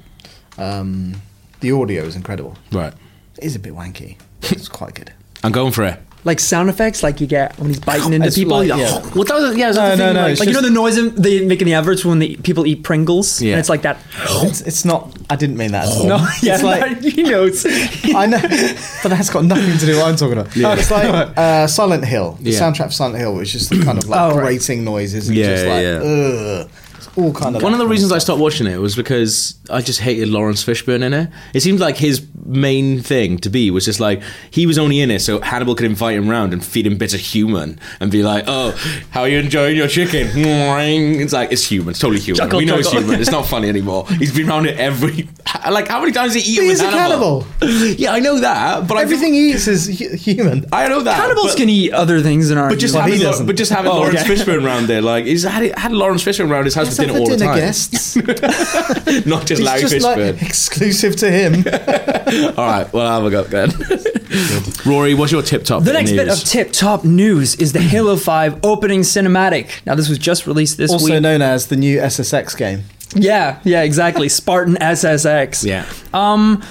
Speaker 3: um, the audio is incredible.
Speaker 1: Right.
Speaker 3: It is a bit wanky. but It's
Speaker 1: <laughs>
Speaker 3: quite good.
Speaker 1: I'm going for it.
Speaker 2: Like sound effects, like you get when he's biting into
Speaker 3: It's
Speaker 2: people.
Speaker 3: like-
Speaker 2: you're
Speaker 3: yeah.
Speaker 2: like,
Speaker 1: Well, that was, yeah,
Speaker 3: No, no, no, it's
Speaker 2: Like you know
Speaker 3: just-
Speaker 2: the noise in- they make in the adverts when the people eat Pringles,
Speaker 1: Yeah.
Speaker 2: and it's like that.
Speaker 3: It's, it's not. I didn't mean that. At all.
Speaker 2: No, <laughs> yeah,
Speaker 3: It's like
Speaker 2: he knows.
Speaker 3: I know, but that's got nothing to do with what I'm talking about.
Speaker 1: Yeah.
Speaker 3: <laughs> It's like uh, Silent Hill. The
Speaker 1: Yeah.
Speaker 3: soundtrack for Silent Hill was just the kind of like
Speaker 2: Oh, right.
Speaker 3: grating noises and
Speaker 1: Yeah,
Speaker 3: just like
Speaker 1: yeah.
Speaker 3: ugh. It's all kind of.
Speaker 1: One
Speaker 3: that
Speaker 1: of the
Speaker 3: kind
Speaker 1: reasons I
Speaker 3: stuff.
Speaker 1: stopped watching it was because I just hated Lawrence Fishburne in it. It seemed like his main thing to be was just like he was only in it so Hannibal could invite him round and feed him bits of human and be like, "Oh, how are you enjoying your chicken?" It's like it's human, it's totally human.
Speaker 2: Chuckle,
Speaker 1: we know
Speaker 2: chuckle.
Speaker 1: it's human. It's not funny anymore. He's been round it every <laughs> like how many times has he eaten
Speaker 3: He's
Speaker 1: with
Speaker 3: a
Speaker 1: Hannibal? <laughs> yeah, I know that, but
Speaker 3: Everything he eats is hu- human.
Speaker 1: I, I know that.
Speaker 2: Cannibals
Speaker 1: but-
Speaker 2: can eat other things than our.
Speaker 1: But just
Speaker 2: human-
Speaker 1: having,
Speaker 3: he
Speaker 1: Lau-
Speaker 3: doesn't.
Speaker 1: but just having
Speaker 2: Oh,
Speaker 1: Lawrence
Speaker 2: okay.
Speaker 1: Fishburne round there, like he's had had Lawrence Fishburne round his house for
Speaker 3: Except
Speaker 1: dinner
Speaker 3: for
Speaker 1: all the
Speaker 3: dinner
Speaker 1: time,
Speaker 2: <laughs>
Speaker 3: guests.
Speaker 1: <laughs> not just
Speaker 3: It's
Speaker 1: Larry
Speaker 3: just
Speaker 1: Fishburne. <laughs>
Speaker 3: like exclusive to
Speaker 2: <laughs>
Speaker 3: him.
Speaker 1: all right, well I'll have a go
Speaker 3: <laughs>
Speaker 1: then. Rory, what's your tip top?
Speaker 2: the next bit of tip top news is the Halo Five opening cinematic. Now this was just released this
Speaker 3: also
Speaker 2: week.
Speaker 3: known as the new SSX game.
Speaker 2: Yeah, yeah, exactly. Spartan SSX.
Speaker 1: Yeah.
Speaker 2: Um,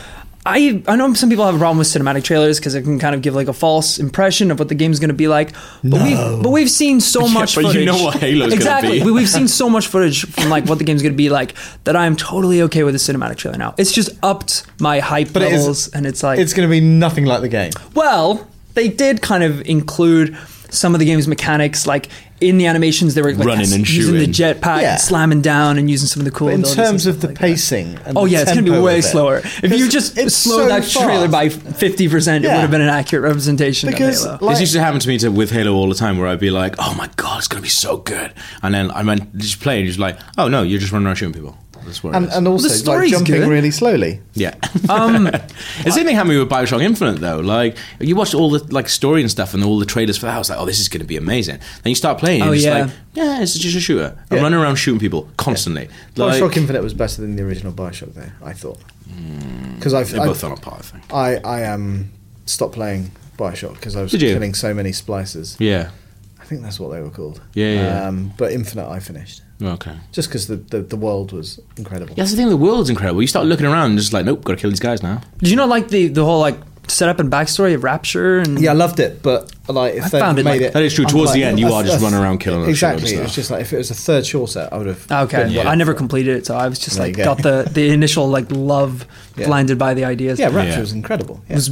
Speaker 2: I I know some people have a problem with cinematic trailers because it can kind of give like a false impression of what the game's going to be like. But we've but we've
Speaker 1: <laughs>
Speaker 2: seen so much.
Speaker 1: but you
Speaker 2: footage.
Speaker 1: know what Halo's gonna
Speaker 2: exactly.
Speaker 1: be.
Speaker 2: We- we've seen so much footage from like what the game's going to be like that I'm totally okay with a cinematic trailer now. It's just upped my hype
Speaker 4: it is-
Speaker 2: levels, and it's like
Speaker 4: It's going to be nothing like the game.
Speaker 2: well, they did kind of include some of the game's mechanics, like in the animations they were like,
Speaker 1: Running and
Speaker 2: using the
Speaker 1: shooting.
Speaker 2: jetpack,
Speaker 4: Yeah.
Speaker 2: and slamming down, and using some of the cool.
Speaker 4: But in
Speaker 2: abilities and
Speaker 4: terms of
Speaker 2: stuff
Speaker 4: the
Speaker 2: like that.
Speaker 4: pacing, and
Speaker 2: Oh
Speaker 4: the
Speaker 2: yeah, it's going to be
Speaker 4: tempo
Speaker 2: way
Speaker 4: of it,
Speaker 2: slower. If you
Speaker 4: 'cause
Speaker 2: just
Speaker 4: it's
Speaker 2: slow
Speaker 4: so
Speaker 2: that trailer
Speaker 4: fast.
Speaker 2: by fifty percent, it
Speaker 4: Yeah.
Speaker 2: would have been an accurate representation
Speaker 4: because
Speaker 2: of Halo.
Speaker 1: this
Speaker 4: like,
Speaker 1: used to happen to me to, with Halo all the time, where I'd be like, "Oh my god, it's gonna be so good," and then I meant just play, and you're just like, "Oh no, you're just running around shooting people." That's
Speaker 3: Um,
Speaker 1: what
Speaker 4: and,
Speaker 1: it is.
Speaker 4: and also like
Speaker 2: story's
Speaker 4: jumping
Speaker 2: good.
Speaker 4: really slowly.
Speaker 1: yeah. <laughs> Um, the same thing happened to me with Bioshock Infinite, though. Like, you watched all the like story and stuff, and all the trailers for that. I was like, "Oh, this is gonna be amazing." Then you start playing, and
Speaker 2: Oh,
Speaker 1: it's
Speaker 2: yeah.
Speaker 1: like, "Yeah, it's just a shooter. I'm
Speaker 4: Yeah.
Speaker 1: running around shooting people constantly." Like,
Speaker 4: Bioshock
Speaker 3: Bioshock Infinite was better than the original Bioshock, though. I thought because I've,
Speaker 1: Hmm. they both
Speaker 3: I've
Speaker 1: fell apart. I think.
Speaker 3: I I um stopped playing Bioshock because I was
Speaker 1: Did you?
Speaker 3: killing so many splices.
Speaker 1: Yeah.
Speaker 3: I think that's what they were called.
Speaker 1: Yeah, yeah, yeah.
Speaker 3: Um, but Infinite, I finished
Speaker 1: Okay.
Speaker 3: just because the, the the world was incredible.
Speaker 1: Yeah, that's the thing. The world's incredible. You start looking around and just like, nope, gotta kill these guys now.
Speaker 2: Did you not like the the whole like setup and backstory of Rapture? And
Speaker 3: Yeah, I loved it, but like if
Speaker 2: I
Speaker 3: they
Speaker 2: found it
Speaker 3: made
Speaker 2: like-
Speaker 3: it,
Speaker 1: That is true.
Speaker 3: I'm
Speaker 1: Towards the end, you
Speaker 3: that's-
Speaker 1: are just
Speaker 3: that's-
Speaker 1: running around killing a shitload of
Speaker 3: Exactly, it was
Speaker 1: stuff.
Speaker 3: just like if it was a third shorter, I would have.
Speaker 2: Ah, Okay,
Speaker 3: been
Speaker 2: well,
Speaker 3: there.
Speaker 2: I never completed it, so I was just
Speaker 3: There
Speaker 2: like
Speaker 3: you go.
Speaker 2: got the the initial like love
Speaker 3: Yeah.
Speaker 2: blinded by the ideas.
Speaker 3: Yeah, Rapture
Speaker 1: Yeah.
Speaker 3: was incredible. Yeah.
Speaker 2: It was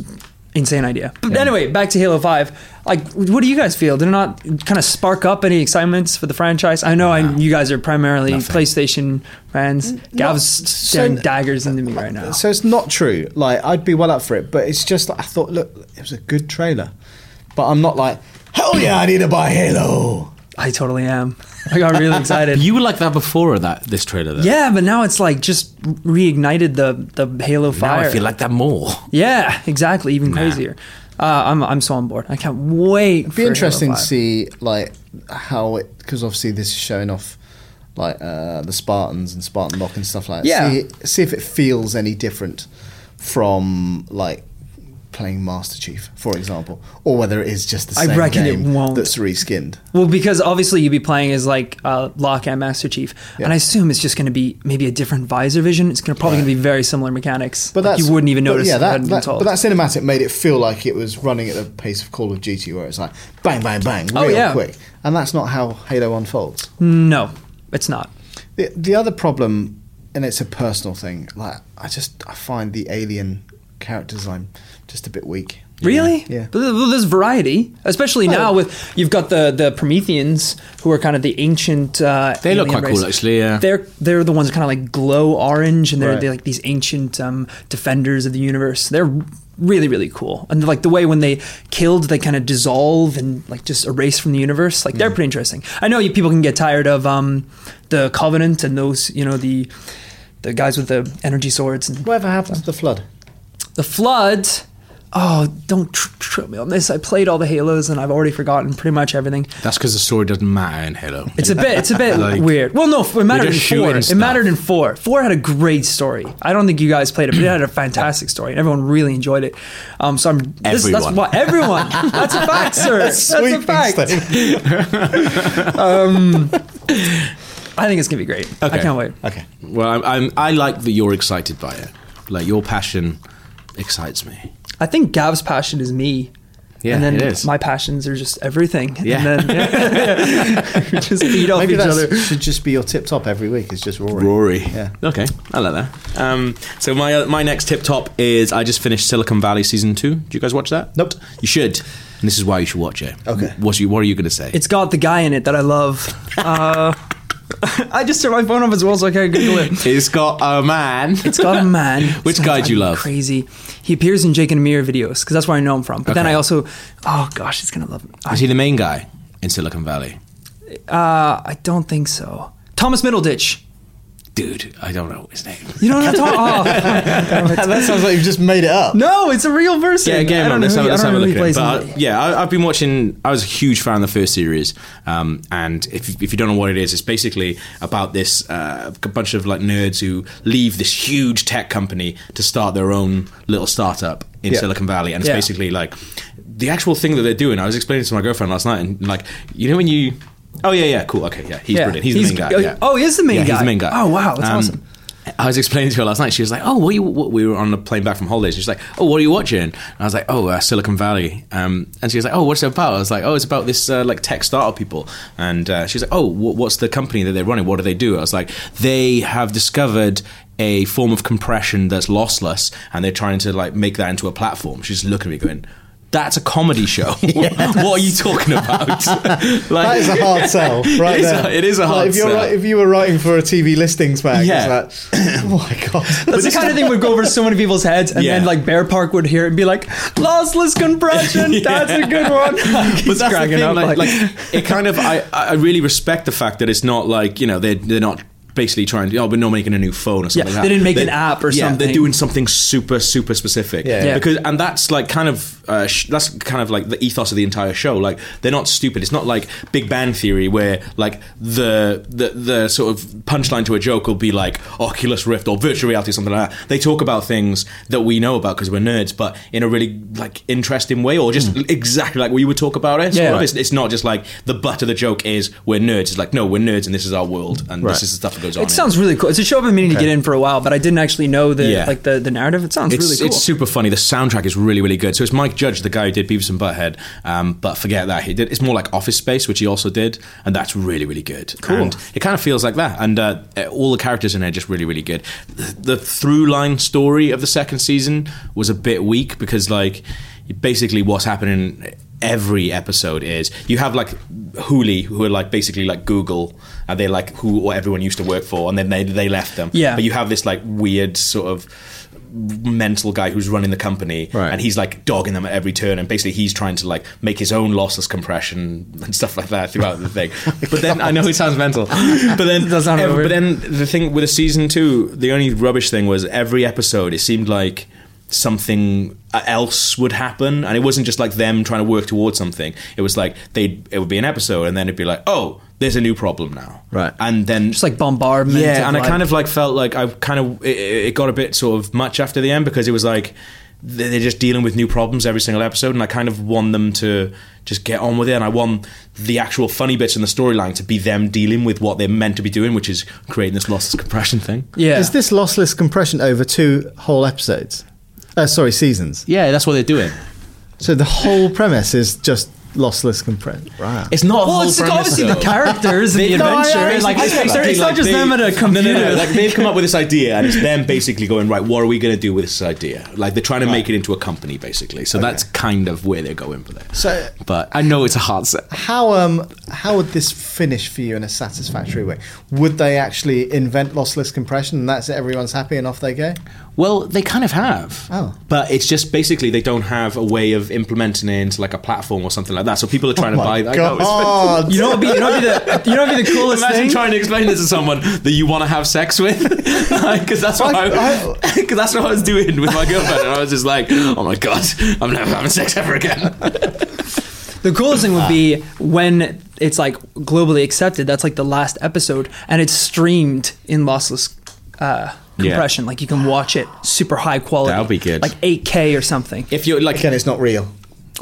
Speaker 2: insane idea. But anyway, back to Halo Five. Like, what do you guys feel? Did it not kind of spark up any excitements for the franchise? I know I, you guys are primarily
Speaker 1: Nothing.
Speaker 2: PlayStation fans. Gav's staring daggers into me
Speaker 1: uh,
Speaker 2: right now.
Speaker 3: So it's not true. Like I'd be well up for it, but it's just like, I thought. Look, it was a good trailer, but I'm not like hell yeah, I need to buy Halo.
Speaker 2: I totally am. I got really excited.
Speaker 1: <laughs> You were like that before that this trailer, though.
Speaker 2: yeah, but now it's like just reignited the the Halo
Speaker 1: Now
Speaker 2: fire.
Speaker 1: I feel like that more.
Speaker 2: yeah, exactly. Even crazier. Uh, I'm I'm so on board. I can't wait.
Speaker 3: It'd be interesting to see like how it because obviously this is showing off like uh, the Spartans and Spartan Lock and stuff like that.
Speaker 2: Yeah.
Speaker 3: See, see if it feels any different from like playing Master Chief, for example, or whether it is just the
Speaker 2: I
Speaker 3: same
Speaker 2: reckon it
Speaker 3: game
Speaker 2: won't.
Speaker 3: that's reskinned.
Speaker 2: Well, because obviously you'd be playing as like uh, Locke and Master Chief, and I assume it's just going to be maybe a different visor vision. It's gonna probably going to be very similar mechanics, but you wouldn't even
Speaker 3: but
Speaker 2: notice.
Speaker 3: Yeah,
Speaker 2: if it
Speaker 3: that,
Speaker 2: hadn't been
Speaker 3: that-
Speaker 2: told.
Speaker 3: but that cinematic made it feel like it was running at the pace of Call of Duty, where it's like bang, bang, bang, real
Speaker 2: Oh, yeah.
Speaker 3: quick, and that's not how Halo unfolds.
Speaker 2: no, it's not.
Speaker 3: The, the other problem, and it's a personal thing, like I just I find the alien character design just a bit weak.
Speaker 2: Really?
Speaker 3: Yeah.
Speaker 2: But there- well, there's variety, especially now with you've got the the Prometheans who are kind of the ancient. Uh,
Speaker 1: They look
Speaker 2: alien
Speaker 1: quite cool,
Speaker 2: race.
Speaker 1: actually, yeah.
Speaker 2: They're they're the ones kind of like glow orange, and they're,
Speaker 3: Right.
Speaker 2: they're like these ancient um, defenders of the universe. They're really really cool, and like the way when they killed, they kind of dissolve and like just erase from the universe. Like they're
Speaker 1: Mm.
Speaker 2: pretty interesting. I know you people can get tired of um, the Covenant and those you know the the guys with the energy swords and
Speaker 3: Whatever happened to the flood?
Speaker 2: the flood. Oh, don't tr- trip me on this. I played all the Halos and I've already forgotten pretty much everything.
Speaker 1: That's because the story doesn't matter in Halo.
Speaker 2: It's a bit, it's a bit
Speaker 1: Like,
Speaker 2: weird. Well, no, it mattered in
Speaker 1: just shooting
Speaker 2: four. It
Speaker 1: stuff.
Speaker 2: mattered in four. Four had a great story. I don't think you guys played it, but it had a fantastic story, and everyone really enjoyed it. Um, so I'm this, that's
Speaker 1: Everyone.
Speaker 2: why
Speaker 1: <laughs>
Speaker 2: everyone. That's a fact, sir. That's, a fact. I think it's gonna be great. I
Speaker 1: Okay.
Speaker 2: can't wait.
Speaker 3: Okay.
Speaker 1: Well, I'm, I'm, I like that you're excited by it. Like your passion excites me.
Speaker 2: I think Gav's passion is me.
Speaker 1: Yeah,
Speaker 2: and then
Speaker 1: it is.
Speaker 2: my passions are just everything.
Speaker 1: Yeah. <laughs>
Speaker 2: And then <laughs> we just feed off
Speaker 3: Maybe
Speaker 2: each other.
Speaker 3: that should just be your tip top every week. It's just Rory.
Speaker 1: Rory.
Speaker 3: Yeah.
Speaker 1: Okay, I like that. Um, so my uh, my next tip top is I just finished Silicon Valley season two. Do you guys watch that?
Speaker 3: Nope.
Speaker 1: You should. And this is why you should watch it.
Speaker 3: Okay.
Speaker 1: What's you, what are you going to say?
Speaker 2: It's got the guy in it that I love. Uh, <laughs> I just turned my phone off as well, so I can't Google it.
Speaker 1: it's got a
Speaker 3: <laughs>
Speaker 1: man.
Speaker 2: It's got a man.
Speaker 1: <laughs> Which guy do you love?
Speaker 2: Crazy. He appears in Jake and Amir videos because that's where I know him from. But then
Speaker 1: Okay.
Speaker 2: I also, oh gosh, he's gonna love him. I,
Speaker 1: Is he the main guy in Silicon Valley?
Speaker 2: uh, I don't think so. Thomas Middleditch.
Speaker 1: Dude, I don't know his name.
Speaker 2: You don't have Tom.
Speaker 1: <laughs>
Speaker 2: Oh, <laughs>
Speaker 3: that sounds like you've just made it up.
Speaker 2: no, it's a real person.
Speaker 1: Yeah, again,
Speaker 2: I
Speaker 1: on
Speaker 2: don't know
Speaker 1: this
Speaker 2: who,
Speaker 1: have,
Speaker 2: he- I
Speaker 1: let's
Speaker 2: don't
Speaker 1: have a
Speaker 2: know who
Speaker 1: look
Speaker 2: he
Speaker 1: at it.
Speaker 2: plays. in
Speaker 1: But
Speaker 2: the-
Speaker 1: uh, yeah, I, I've been watching. I was a huge fan of the first series, um, and if, if you don't know what it is, it's basically about this uh, a bunch of like nerds who leave this huge tech company to start their own little startup in
Speaker 3: Yeah.
Speaker 1: Silicon Valley, and it's
Speaker 2: Yeah.
Speaker 1: basically like the actual thing that they're doing. I was explaining to my girlfriend last night, and like you know when you Oh yeah, yeah, cool. Okay, yeah, he's
Speaker 2: Yeah.
Speaker 1: brilliant. He's, the main guy.
Speaker 2: oh,
Speaker 1: yeah.
Speaker 2: Oh, he is the main
Speaker 1: yeah,
Speaker 2: guy.
Speaker 1: He's the main guy.
Speaker 2: Oh, wow, that's
Speaker 1: Um,
Speaker 2: awesome.
Speaker 1: I was explaining to her last night. She was like, "Oh, what you? What, we were on the plane back from holidays." She's like, "Oh, what are you watching?" And I was like, "Oh, uh, Silicon Valley." Um, and she was like, "Oh, what's it about?" I was like, "Oh, it's about this uh, like tech startup people." And uh, she's like, "Oh, wh- what's the company that they're running? What do they do?" I was like, "They have discovered." A form of compression that's lossless, and they're trying to like make that into a platform. She's just looking at me, going, "That's a comedy show. <laughs> what are you talking about?" <laughs> like,
Speaker 3: That is a hard sell,
Speaker 1: <laughs>
Speaker 3: right
Speaker 1: It is a-
Speaker 3: there.
Speaker 1: it is a
Speaker 3: Like,
Speaker 1: hard
Speaker 3: if you're
Speaker 1: sell.
Speaker 3: wri- if you were writing for a TV listings bag,
Speaker 1: Yeah.
Speaker 3: it's like, <clears throat> oh my god,
Speaker 2: That's the kind of thing would go over so many people's heads, and
Speaker 1: Yeah.
Speaker 2: then like Bear Park would hear it and be like, "Lossless
Speaker 1: <laughs>
Speaker 2: compression, that's a good one."
Speaker 1: but <laughs> that's the
Speaker 2: cracking
Speaker 1: thing.
Speaker 2: up,
Speaker 1: like,
Speaker 2: like-
Speaker 1: like, it kind of. I, I really respect the fact that it's not like you know they're they're not basically trying to. Oh, we're not making a new phone or something.
Speaker 2: Yeah,
Speaker 1: like that.
Speaker 2: they didn't make an app or
Speaker 1: yeah,
Speaker 2: something.
Speaker 1: They're doing something super super specific.
Speaker 3: Yeah. Yeah.
Speaker 1: Because and that's like kind of uh, sh- that's kind of like the ethos of the entire show. Like they're not stupid. It's not like Big Bang Theory where like the the the sort of punchline to a joke will be like Oculus Rift or virtual reality or something like that. They talk about things that we know about because we're nerds, but in a really like interesting way or just exactly like we would talk about it. So
Speaker 2: Hmm. Yeah.
Speaker 1: it's- it's, not just like the butt of the joke is we're nerds. It's like no, we're nerds and this is our world and this is the stuff that goes on.
Speaker 2: It sounds really cool. It's a show I've been meaning to get in for a while, but I didn't actually know the
Speaker 1: Yeah.
Speaker 2: like the, the narrative. It sounds
Speaker 1: it's,
Speaker 2: really cool.
Speaker 1: it's super funny. The soundtrack is really, really good. So it's Mike Judge, the guy who did Beavis and Butthead, um, but forget that. He did. It's more like Office Space, which he also did, and that's really, really good. Cool. And it kind of feels like that, and uh, all the characters in there are just really, really good. The, the through line story of the second season was a bit weak because, like, basically what's happening every episode is you have like Hooli who are like basically like Google and they're like who what everyone used to work for and then they, they left them
Speaker 2: Yeah.
Speaker 1: but you have this like weird sort of mental guy who's running the company
Speaker 4: Right.
Speaker 1: and he's like dogging them at every turn and basically he's trying to like make his own lossless compression and stuff like that throughout the thing but then I know it sounds mental <laughs> but then
Speaker 2: Does sound
Speaker 1: ev-
Speaker 2: weird.
Speaker 1: but then the thing with a season 2 the only rubbish thing was every episode it seemed like something else would happen and it wasn't just like them trying to work towards something it was like they it would be an episode and then it'd be like oh there's a new problem now
Speaker 4: Right.
Speaker 1: and then
Speaker 2: just like bombardment.
Speaker 1: yeah, and
Speaker 2: like,
Speaker 1: I kind of like felt like I kind of it, it got a bit sort of much after the end because it was like they- they're just dealing with new problems every single episode, and I kind of want them to just get on with it, and I want the actual funny bits in the storyline to be them dealing with what they're meant to be doing, which is creating this lossless compression thing.
Speaker 2: yeah.
Speaker 4: Is this lossless compression over two whole episodes? Uh, sorry, seasons.
Speaker 1: Yeah, that's what they're doing.
Speaker 4: So the whole premise is just lossless compression. Right.
Speaker 1: It's not. A
Speaker 2: well,
Speaker 1: whole
Speaker 2: it's like,
Speaker 1: premise,
Speaker 2: obviously
Speaker 1: though.
Speaker 2: the characters and the
Speaker 1: No, I- I-
Speaker 2: adventure.
Speaker 1: I-
Speaker 2: and, like,
Speaker 1: I-
Speaker 2: it's,
Speaker 1: I-
Speaker 2: they're- it's
Speaker 1: like
Speaker 2: not just
Speaker 1: they-
Speaker 2: them at a computer.
Speaker 1: No, no, no, like they've come up with this idea, and it's
Speaker 2: <laughs>
Speaker 1: them basically going right. What are we going to do with this idea? Like they're trying to make it into a company, basically. So that's kind of where they're going for that.
Speaker 4: So-
Speaker 1: but I know it's a hard set.
Speaker 4: How um how would this finish for you in a satisfactory way? Would they actually invent lossless compression and that's it? Everyone's happy and off they go.
Speaker 1: Well, they kind of have.
Speaker 4: Oh.
Speaker 1: But it's just basically they don't have a way of implementing it into like a platform or something like that. So people are trying to buy that. I know, it's-
Speaker 4: Oh
Speaker 3: oh, <laughs>
Speaker 4: God.
Speaker 2: you know, what would be, you know, what would be the you know, what would be the coolest
Speaker 1: <laughs> Imagine
Speaker 2: thing.
Speaker 1: trying to explain this to someone that you want to have sex with, <laughs> because that's what I, <laughs> cause that's what I was doing with my girlfriend, and I was just like, "Oh my god, I'm never having sex ever again."
Speaker 2: The coolest thing
Speaker 1: Ah.
Speaker 2: would be when it's like globally accepted. That's like the last episode, and it's streamed in lossless uh,
Speaker 1: Yeah.
Speaker 2: compression. Like you can watch it super high quality.
Speaker 1: That'd be good.
Speaker 2: Like 8K or something.
Speaker 1: If you're like,
Speaker 4: Again, it's not real.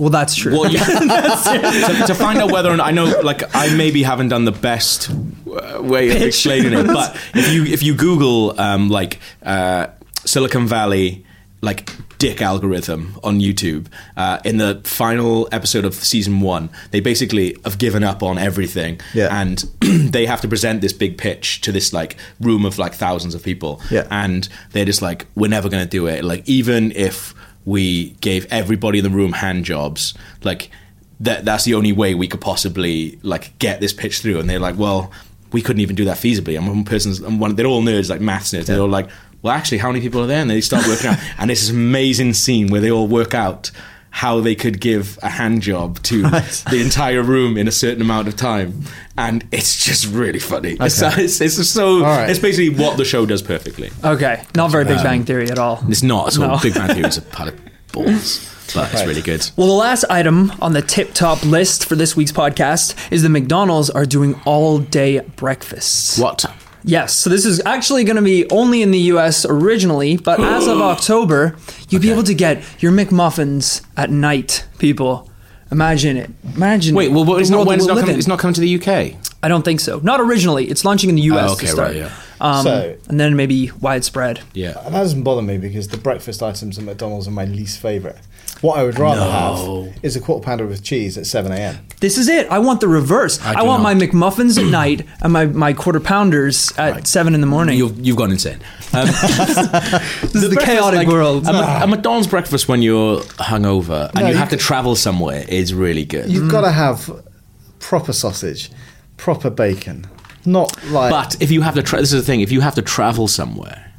Speaker 2: Well, that's true.
Speaker 4: <laughs>
Speaker 1: Well, yeah. <laughs> to, to find out whether or not I know, like I maybe haven't done the best uh, way of
Speaker 2: Pitch.
Speaker 1: explaining it, but if you if you Google um, like uh, Silicon Valley like dick algorithm on YouTube, uh, in the final episode of season one, they basically have given up on everything,
Speaker 4: Yeah.
Speaker 1: and <clears throat> they have to present this big pitch to this like room of like thousands of people,
Speaker 4: Yeah.
Speaker 1: and they're just like, we're never going to do it. Like, even if we gave everybody in the room hand jobs, like that, that's the only way we could possibly like get this pitch through. And they're like, well, we couldn't even do that feasibly. And one person's, and one, they're all nerds, like maths nerds. They're all like, well, actually, how many people are there? And they start working out. And it's this amazing scene where they all work out how they could give a hand job to the entire room in a certain amount of time. And it's just really funny. It's, it's, it's so,
Speaker 4: right.
Speaker 1: it's basically what the show does perfectly.
Speaker 2: okay, not very Big Bang Theory at all.
Speaker 1: Um, It's not at all.
Speaker 2: No.
Speaker 1: Big Bang Theory is a pile of balls, but it's really good.
Speaker 2: <laughs> Well, the last item on the tip top list for this week's podcast is the McDonald's are doing all day breakfasts.
Speaker 1: What?
Speaker 2: Yes, so this is actually going to be only in the US originally, but
Speaker 1: <gasps>
Speaker 2: as of October, you'll be able to get your McMuffins at night, people. Imagine it. Imagine
Speaker 1: Wait,
Speaker 2: it.
Speaker 1: well, what,
Speaker 2: The
Speaker 1: it's not
Speaker 2: world
Speaker 1: when
Speaker 2: that
Speaker 1: it's not,
Speaker 2: we'll live
Speaker 1: coming,
Speaker 2: in.
Speaker 1: it's not coming to the UK.
Speaker 2: I don't think so. Not originally. It's launching in the US
Speaker 1: Oh, okay,
Speaker 2: to start.
Speaker 1: right, yeah.
Speaker 2: um,
Speaker 4: So-
Speaker 2: and then maybe widespread.
Speaker 1: Yeah.
Speaker 4: That doesn't bother me because the breakfast items at McDonald's are my least favourite. What I would rather
Speaker 1: No.
Speaker 4: have is a quarter pounder with cheese at 7 a.m.
Speaker 2: This is it. I want the reverse.
Speaker 1: I
Speaker 2: I,
Speaker 1: do
Speaker 2: want
Speaker 1: not.
Speaker 2: my McMuffins at night and my, my quarter pounders at seven in the morning.
Speaker 1: You've, you've gone insane. Um,
Speaker 2: this is the
Speaker 1: breakfast,
Speaker 2: chaotic
Speaker 1: like,
Speaker 2: world.
Speaker 1: A, Ma- a McDonald's breakfast when you're hungover and you, have to travel somewhere is really good.
Speaker 4: You've got to have proper sausage, proper bacon, not like.
Speaker 1: but if you have to, tra- this is the thing. If you have to travel somewhere,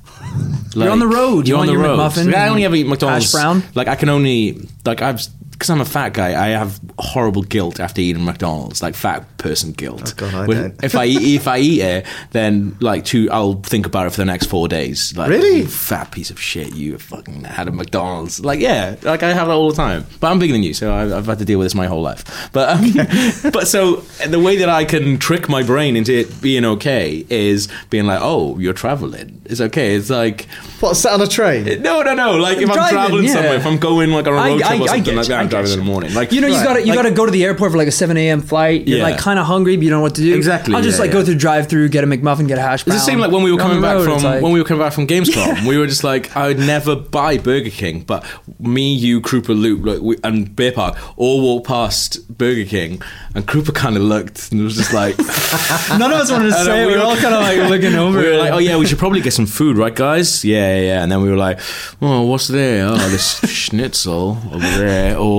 Speaker 1: like,
Speaker 2: on the road, you
Speaker 1: You're on
Speaker 2: want
Speaker 1: the
Speaker 2: your
Speaker 1: road.
Speaker 2: McMuffin
Speaker 1: Yeah, I
Speaker 2: and
Speaker 1: only ever eat McDonald's.
Speaker 2: hash brown.
Speaker 1: Like I can only like I've because I'm a fat guy. I have horrible guilt after eating McDonald's, like fat person guilt.
Speaker 2: Oh,
Speaker 4: God, I
Speaker 1: When-
Speaker 4: don't.
Speaker 1: If I eat, if I eat it, then like two, I'll think about it for the next four days. Like,
Speaker 4: Really?
Speaker 1: you fat piece of shit. You fucking had a McDonald's. Like yeah, like I have that all the time. But I'm bigger than you, so I've, I've had to deal with this my whole life. But um, <laughs> but so the way that I can trick my brain into it being okay is being like, oh, you're traveling. It's okay. It's like.
Speaker 4: What, sat on a train?
Speaker 1: No, no, no. Like if I'm
Speaker 2: Driving,
Speaker 1: traveling
Speaker 2: yeah.
Speaker 1: somewhere, if I'm going like on a
Speaker 2: I-
Speaker 1: road trip
Speaker 2: I-
Speaker 1: or
Speaker 2: I
Speaker 1: something
Speaker 2: get
Speaker 1: like
Speaker 2: you,
Speaker 1: that, I'm
Speaker 2: I get
Speaker 1: driving
Speaker 2: you.
Speaker 1: in the morning. Like
Speaker 2: you know, you got to you
Speaker 1: Like,
Speaker 2: got to go to the airport for like a seven a.m. flight. You're
Speaker 1: Yeah.
Speaker 2: like kind of hungry, but you don't know what to do.
Speaker 1: Exactly,
Speaker 2: I'll just
Speaker 1: yeah,
Speaker 2: like
Speaker 1: yeah.
Speaker 2: go through drive through, get a McMuffin, get a hash brown.
Speaker 1: It's the same like when we were
Speaker 2: On
Speaker 1: coming
Speaker 2: the
Speaker 1: back
Speaker 2: road,
Speaker 1: from
Speaker 2: it's like-
Speaker 1: when we were coming back from Gamescom. We were just like, I would never buy Burger King, but me, you, Krupa, Luke, like, we, and Beer Park all walked past Burger King, and Krupa kind of looked and was just like,
Speaker 2: <laughs> None of us wanted to
Speaker 1: <laughs> And, uh,
Speaker 2: say. it.
Speaker 1: we
Speaker 2: We were
Speaker 1: were-
Speaker 2: all kind
Speaker 1: <laughs>
Speaker 2: of like looking over.
Speaker 1: we were
Speaker 2: it.
Speaker 1: like, oh yeah, we should probably get some food, right, guys? Yeah, yeah, yeah. And then we were like, oh, what's there? Oh,
Speaker 2: <laughs>
Speaker 1: this schnitzel over there, or.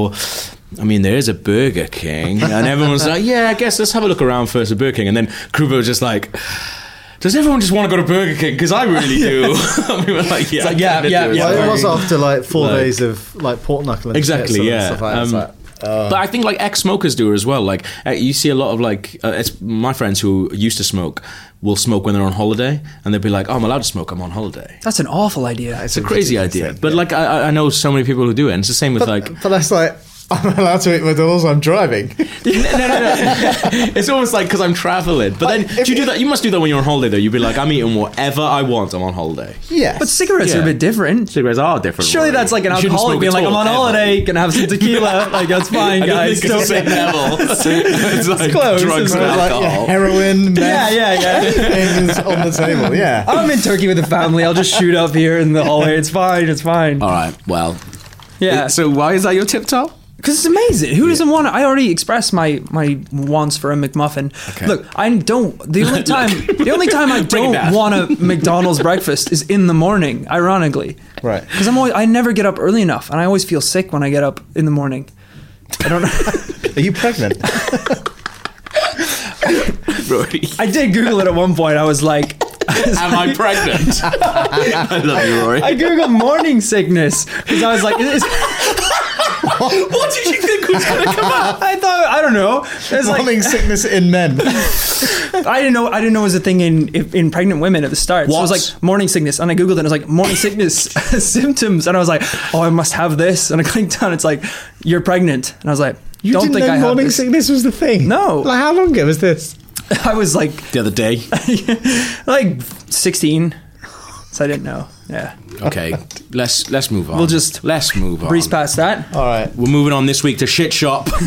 Speaker 1: I mean, there is a Burger King, and everyone was like, "Yeah, I guess let's have a look around first at Burger King." And then Krupa was just like, "Does everyone just want to go to Burger King? Because I really <laughs> do." we were like, "Yeah,
Speaker 2: like, yeah,
Speaker 1: kinda
Speaker 2: yeah,
Speaker 1: do as
Speaker 2: yeah.
Speaker 1: well."
Speaker 4: Well, it was after like four
Speaker 1: Like-
Speaker 4: days of like pork knuckle and
Speaker 1: Exactly,
Speaker 4: schnitzel
Speaker 1: yeah.
Speaker 4: and stuff like that. It's
Speaker 1: Um,
Speaker 4: like, uh,
Speaker 1: but I think like ex-smokers do as well. Like uh, you see a lot of like uh, it's my friends who used to smoke will smoke when they're on holiday, and they'll be like, "Oh, I'm allowed to smoke. I'm on holiday."
Speaker 2: That's an awful idea.
Speaker 1: It's a crazy
Speaker 4: ridiculous
Speaker 1: idea,
Speaker 4: thing,
Speaker 1: but
Speaker 4: yeah.
Speaker 1: like I, I- I know so many people who do it. And it's the same with <laughs> like
Speaker 4: but that's like <laughs> I'm allowed to eat McDonald's. I'm driving.
Speaker 1: no, no, no. <laughs> no. it's almost like because I'm traveling. But then
Speaker 4: But if-
Speaker 1: do you do that? You must do that when you're on holiday. Though you'd be like, I'm eating whatever I want. I'm on holiday.
Speaker 4: yes,
Speaker 2: But cigarettes
Speaker 1: Yeah.
Speaker 2: are a bit different.
Speaker 1: Cigarettes are different.
Speaker 2: Surely that's like an
Speaker 1: You shouldn't
Speaker 2: alcoholic
Speaker 1: smoke
Speaker 2: being
Speaker 1: at
Speaker 2: like,
Speaker 1: all,
Speaker 2: I'm on
Speaker 1: ever."
Speaker 2: holiday, gonna have
Speaker 1: <laughs>
Speaker 2: some tequila. Like that's fine,
Speaker 1: I don't
Speaker 2: guys.
Speaker 1: think it's the same <laughs> level. it's like
Speaker 2: close,
Speaker 1: drugs
Speaker 2: isn't
Speaker 1: and
Speaker 2: it?
Speaker 4: like
Speaker 1: alcohol.
Speaker 4: yeah, heroin,
Speaker 1: <laughs>
Speaker 2: yeah,
Speaker 4: meth,
Speaker 2: yeah, yeah.
Speaker 4: things on the table. Yeah.
Speaker 2: I'm in Turkey with the family. I'll just shoot up here in the hallway. It's fine. It's fine.
Speaker 1: All right. Well.
Speaker 2: yeah.
Speaker 1: So why is that your tip top?
Speaker 2: Because it's amazing. Who doesn't want it? I already expressed my my wants for a McMuffin. Look, I don't.
Speaker 1: <laughs>
Speaker 2: The only time the only time I
Speaker 1: it
Speaker 2: don't
Speaker 1: down.
Speaker 2: want a McDonald's breakfast is in the morning. Ironically,
Speaker 4: Right.
Speaker 2: Because I'm always I never get up early enough, and I always feel sick when I get up in the morning. I don't know.
Speaker 4: Are you
Speaker 1: <laughs>
Speaker 4: pregnant?
Speaker 1: Brody.
Speaker 2: I did Google it at one point. I was like,
Speaker 1: Am I <laughs> pregnant? I love you, Rory.
Speaker 2: I Googled morning sickness because I was like, is,
Speaker 1: <laughs>
Speaker 2: <laughs>
Speaker 1: what did you think was going to come up?
Speaker 2: I thought I don't know. It's <laughs> like
Speaker 4: Morning sickness in
Speaker 2: <laughs>
Speaker 4: men.
Speaker 2: I didn't know. I didn't know it was a thing in in pregnant women at the start. So it
Speaker 1: What?
Speaker 2: was like morning sickness, and I googled it. and It was like morning
Speaker 4: <laughs>
Speaker 2: sickness <laughs> symptoms, and I was like, oh, I must have this. And I clicked on. It's like you're pregnant, and I was like,
Speaker 4: You
Speaker 2: don't
Speaker 4: didn't
Speaker 2: think
Speaker 4: know
Speaker 2: I have
Speaker 4: morning
Speaker 2: this.
Speaker 4: sickness was the thing.
Speaker 2: No.
Speaker 4: Like how long ago was this?
Speaker 2: <laughs> I was like,
Speaker 1: The other <laughs> day.
Speaker 2: like 16, so I didn't know. Yeah,
Speaker 1: Okay, let's let's move on.
Speaker 2: We'll just
Speaker 1: let's move
Speaker 4: Um,
Speaker 1: on.
Speaker 2: breeze past that.
Speaker 4: All right.
Speaker 1: We're moving on this week to shit shop. <laughs>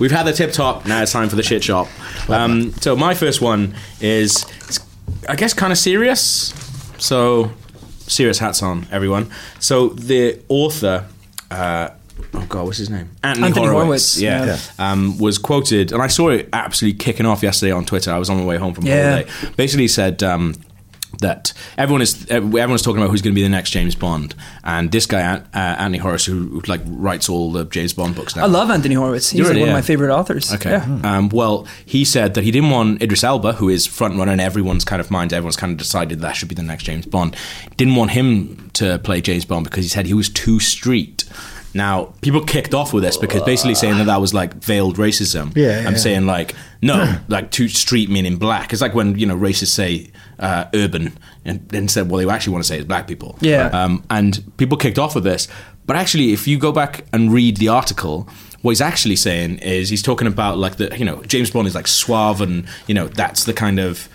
Speaker 1: We've had the tip top. Now it's time for the shit shop. Um, so my first one is, it's, I guess, kind of serious. So serious hats on, everyone. So the author. Uh, Oh god, what's his name? Anthony,
Speaker 2: Anthony
Speaker 1: Horowitz.
Speaker 2: Horowitz,
Speaker 1: Yeah,
Speaker 2: yeah.
Speaker 1: Um, was quoted, and I saw it absolutely kicking off yesterday on Twitter. I was on my way home from
Speaker 2: Yeah.
Speaker 1: holiday. Basically, said um, that everyone is everyone's talking about who's going to be the next James Bond, and this guy An- uh, Anthony Horace, who, who, like writes all the James Bond books now.
Speaker 2: I love Anthony Horowitz. He's
Speaker 1: You're
Speaker 2: like
Speaker 1: right,
Speaker 2: one of
Speaker 1: yeah.
Speaker 2: my favorite authors.
Speaker 1: Okay.
Speaker 2: Yeah.
Speaker 1: Um, well, he said that he didn't want Idris Elba, who is front runner in everyone's kind of mind. Everyone's kind of decided that should be the next James Bond. Didn't want him to play James Bond because he said he was too street. Now, people kicked off with this because basically saying that that was like veiled racism.
Speaker 4: Yeah, yeah,
Speaker 1: I'm
Speaker 4: yeah. Hmm.
Speaker 1: saying like no, like too street meaning black. It's like when you know racists say uh, urban and then said well they actually want to say it's black people.
Speaker 2: Yeah.
Speaker 1: Um, and people kicked off with this. But actually, if you go back and read the article, what he's actually saying is he's talking about like the you know James Bond is like suave and you know that's the kind of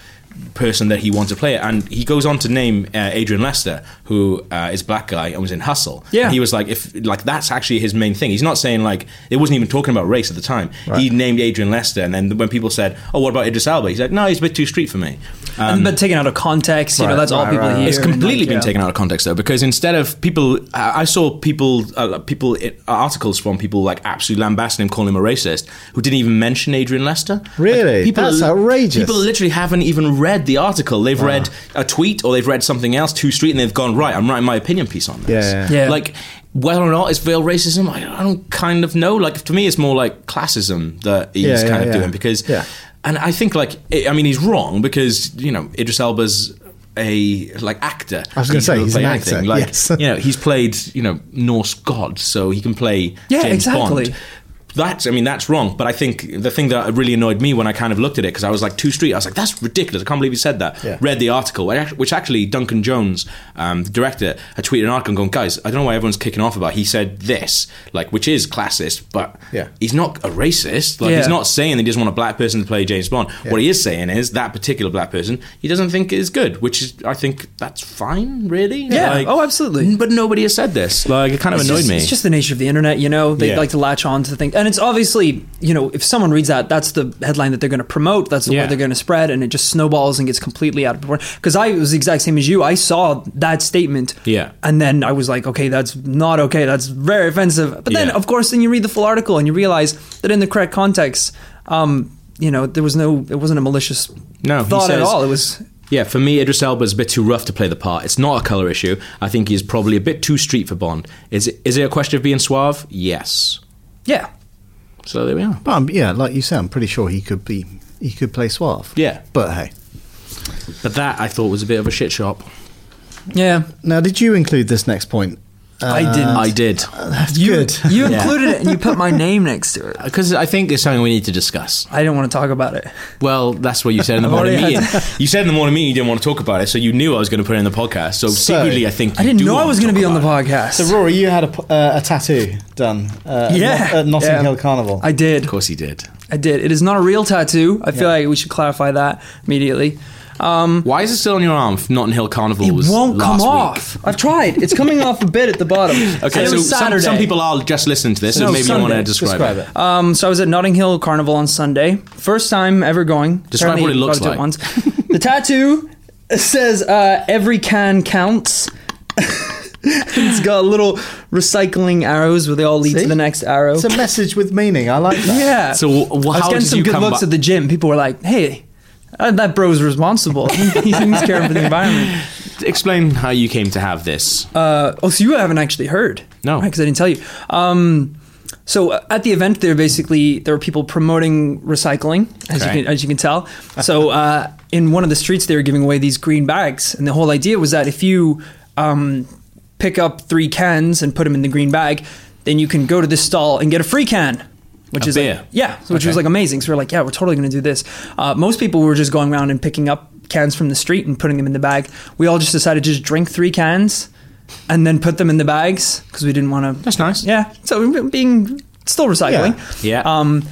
Speaker 1: person that he wants to play it. And he goes on to name uh, Adrian Lester, who uh, is a black guy and was in Hustle.
Speaker 2: Yeah.
Speaker 1: And he was like, if like that's actually his main thing. He's not saying like it wasn't even talking about race at the time. He named Adrian Lester, and then when people said, "Oh, what about Idris Elba?" He's like, "No, he's a bit too street for me."
Speaker 2: and but taken out of context, you know,
Speaker 4: Um, Right,
Speaker 2: that's all
Speaker 4: right,
Speaker 2: people
Speaker 4: right.
Speaker 2: hear.
Speaker 4: It's
Speaker 1: It's
Speaker 2: and, like,
Speaker 1: completely been
Speaker 2: yeah.
Speaker 1: taken out of context though, because instead of people, I I saw people, uh, people uh, articles from people like absolutely lambasting him, calling him a racist, who didn't even mention Adrian Lester.
Speaker 4: Really? That's outrageous.
Speaker 1: People literally haven't even read the article. They've read a tweet or they've read something else, two street, and they've gone right. I'm writing my opinion piece on this.
Speaker 4: Yeah,
Speaker 2: yeah. Yeah.
Speaker 1: Like whether or not it's veiled racism, I, I don't kind of know. Like to me, it's more like classism that he's
Speaker 4: Yeah, yeah,
Speaker 1: kind of
Speaker 4: yeah.
Speaker 1: doing because.
Speaker 4: Yeah.
Speaker 1: And I think, like, I I mean, he's wrong because you know Idris Elba's a like actor.
Speaker 4: I was gonna
Speaker 1: He
Speaker 4: say,
Speaker 1: can
Speaker 4: he's
Speaker 1: play
Speaker 4: an
Speaker 1: anything.
Speaker 4: actor,
Speaker 1: Like,
Speaker 4: yes.
Speaker 1: you know, he's played you know Norse gods, so he can play
Speaker 2: Yeah,
Speaker 1: James
Speaker 2: exactly.
Speaker 1: Bond. That's, I mean, that's wrong. But I think the thing that really annoyed me when I kind of looked at it, because I was like, too street. I was like, that's ridiculous. I can't believe he said that.
Speaker 4: Yeah.
Speaker 1: Read the article, which act- which actually Duncan Jones, um, the director, had tweeted an article going, guys, I don't know why everyone's kicking off about. He said this, like, which is classist, but
Speaker 4: Yeah.
Speaker 1: he's not a racist. Like,
Speaker 2: Yeah.
Speaker 1: he's not saying that he doesn't want a black person to play James Bond. What he is saying is that particular black person he doesn't think is good, which is I think that's fine, really.
Speaker 2: Yeah. Oh, absolutely.
Speaker 1: But nobody has said this. Like it kind of
Speaker 2: It's
Speaker 1: annoyed
Speaker 2: just,
Speaker 1: me.
Speaker 2: It's just the nature of the internet, you know. They
Speaker 1: Yeah.
Speaker 2: like to latch on to things, and it's obviously, you know, if someone reads that, that's the headline that they're going to promote. That's the
Speaker 1: Yeah.
Speaker 2: word they're going to spread, and it just snowballs and gets completely out of proportion. Because I was the exact same as you. I saw that statement,
Speaker 1: Yeah.
Speaker 2: and then I was like, okay, that's not okay. That's very offensive. But then,
Speaker 1: Yeah.
Speaker 2: of course, then you read the full article and you realize that in the correct context, um, you know, there was no, it wasn't a malicious
Speaker 1: No, he
Speaker 2: thought at
Speaker 1: says-
Speaker 2: all. It was
Speaker 1: Yeah, for me, Idris Elba's a bit too rough to play the part. It's not a colour issue. I think he's probably a bit too street for Bond. Is it, is it a question of being suave? Yes.
Speaker 2: yeah.
Speaker 1: So there we are.
Speaker 4: But um, yeah, like you said, I'm pretty sure he could be he could play suave.
Speaker 1: Yeah.
Speaker 4: But hey.
Speaker 1: But that, I thought, was a bit of a shit shop.
Speaker 2: Yeah,
Speaker 4: Now, did you include this next point?
Speaker 2: I didn't.
Speaker 1: Uh, I did.
Speaker 4: That's
Speaker 2: you,
Speaker 4: good.
Speaker 2: You
Speaker 1: Yeah.
Speaker 2: included it and you
Speaker 1: <laughs>
Speaker 2: put my name next to it.
Speaker 1: Because I think it's something we need to discuss.
Speaker 2: I didn't want to talk about it.
Speaker 1: Well, that's what you said in the morning
Speaker 2: already
Speaker 1: meeting. <laughs> You said in the morning meeting you didn't want to talk about it, so you knew I was going to put it in the podcast. So, secretly, I think
Speaker 2: I
Speaker 1: you
Speaker 2: didn't
Speaker 1: do
Speaker 2: know I
Speaker 1: want
Speaker 2: was going
Speaker 1: talk
Speaker 2: to be on the
Speaker 1: about it.
Speaker 2: podcast.
Speaker 4: <laughs> So,
Speaker 3: Rory, you had a, p- uh, a tattoo done uh,
Speaker 2: Yeah.
Speaker 3: at, Not- at Notting
Speaker 2: Yeah.
Speaker 3: Hill Carnival.
Speaker 2: I did.
Speaker 1: Of course, he did.
Speaker 2: I did. It is not a real tattoo. I feel like we should clarify that immediately.
Speaker 1: Why is it still on your arm? if Notting Hill Carnival
Speaker 2: It
Speaker 1: was
Speaker 2: won't come
Speaker 1: last week?
Speaker 2: off. I've tried. It's coming off a bit at the bottom.
Speaker 1: <laughs> Okay,
Speaker 2: it
Speaker 1: so,
Speaker 2: was
Speaker 1: some,
Speaker 2: Saturday.
Speaker 1: some people are just listening to this, so
Speaker 2: No,
Speaker 1: maybe you want
Speaker 2: Sunday.
Speaker 1: to describe,
Speaker 3: Describe
Speaker 1: it.
Speaker 3: it.
Speaker 2: Um, so I was at Notting Hill Carnival on Sunday. First time ever going.
Speaker 1: Describe
Speaker 2: Apparently
Speaker 1: what it looks
Speaker 2: got to do
Speaker 1: like.
Speaker 2: Once. the tattoo says uh, "Every can counts." <laughs> it's got little recycling arrows where they all lead
Speaker 4: See?
Speaker 2: to the next arrow.
Speaker 4: It's a message with meaning. I like that.
Speaker 2: yeah.
Speaker 1: So, wh-
Speaker 2: I was
Speaker 1: how
Speaker 2: getting
Speaker 1: did
Speaker 2: some
Speaker 1: you
Speaker 2: good
Speaker 1: come
Speaker 2: looks
Speaker 1: by-
Speaker 2: at the gym. People were like, "Hey, uh, that bro's responsible. <laughs> He's caring for the environment."
Speaker 1: Explain how you came to have this.
Speaker 2: Uh, oh, so you haven't actually heard?
Speaker 1: No.
Speaker 2: because I didn't tell you. Um, so uh, at the event, there basically there were people promoting recycling, as
Speaker 1: Okay.
Speaker 2: you can as you can tell. So uh, in one of the streets, they were giving away these green bags, and the whole idea was that if you um, pick up three cans and put them in the green bag, then you can go to this stall and get a free can. Which
Speaker 1: A
Speaker 2: is
Speaker 1: beer.
Speaker 2: like, yeah, so which
Speaker 1: Okay.
Speaker 2: was like amazing. So we're like, yeah, we're totally going to do this. Uh, most people were just going around and picking up cans from the street and putting them in the bag. We all just decided to just drink three cans and then put them in the bags because we didn't want to.
Speaker 1: That's nice.
Speaker 2: Yeah. So we were being still recycling.
Speaker 1: Yeah. Yeah.
Speaker 2: Um,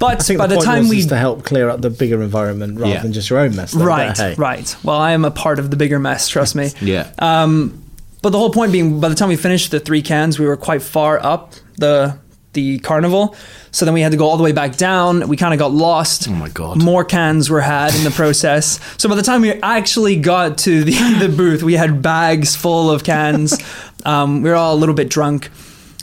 Speaker 2: but
Speaker 4: I think
Speaker 2: by
Speaker 4: the,
Speaker 2: the,
Speaker 4: point
Speaker 2: time
Speaker 4: was
Speaker 2: we
Speaker 4: is to help clear up the bigger environment rather
Speaker 1: Yeah.
Speaker 4: than just your own mess. though, but
Speaker 2: right,
Speaker 4: hey.
Speaker 2: right. Well, I am a part of the bigger mess. Trust me.
Speaker 1: <laughs> Yeah.
Speaker 2: Um, but the whole point being, by the time we finished the three cans, we were quite far up the the carnival. So then we had to go all the way back down. We kind of got lost. Oh
Speaker 1: my God.
Speaker 2: More cans were had in the process. so by the time we actually got to the, <laughs> the booth, we had bags full of
Speaker 1: <laughs>
Speaker 2: cans. um, we were all a little bit drunk.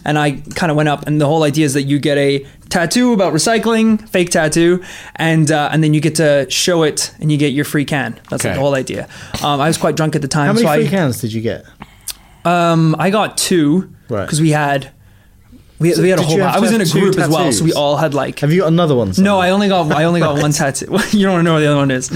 Speaker 2: And I kind of went up, and the whole idea is that you get a tattoo about recycling, fake tattoo, and uh, and then you get to show it, and you get your free can. That's like
Speaker 1: Okay.
Speaker 2: the whole idea. Um, I was quite drunk at the time,
Speaker 4: How many
Speaker 2: so
Speaker 4: free
Speaker 2: I,
Speaker 4: cans did you get?
Speaker 2: um, I got two
Speaker 4: Right.
Speaker 2: because we had we, we had a
Speaker 4: did
Speaker 2: whole.
Speaker 4: you
Speaker 2: lot.
Speaker 4: have
Speaker 2: I
Speaker 4: to
Speaker 2: was in a
Speaker 4: have two
Speaker 2: group as well, so we
Speaker 4: tattoos?
Speaker 2: all had like.
Speaker 4: Have you got another one?
Speaker 2: <laughs> no,
Speaker 4: somewhere?
Speaker 2: I only got I only got one tattoo. <laughs> you don't want to know where the other one is.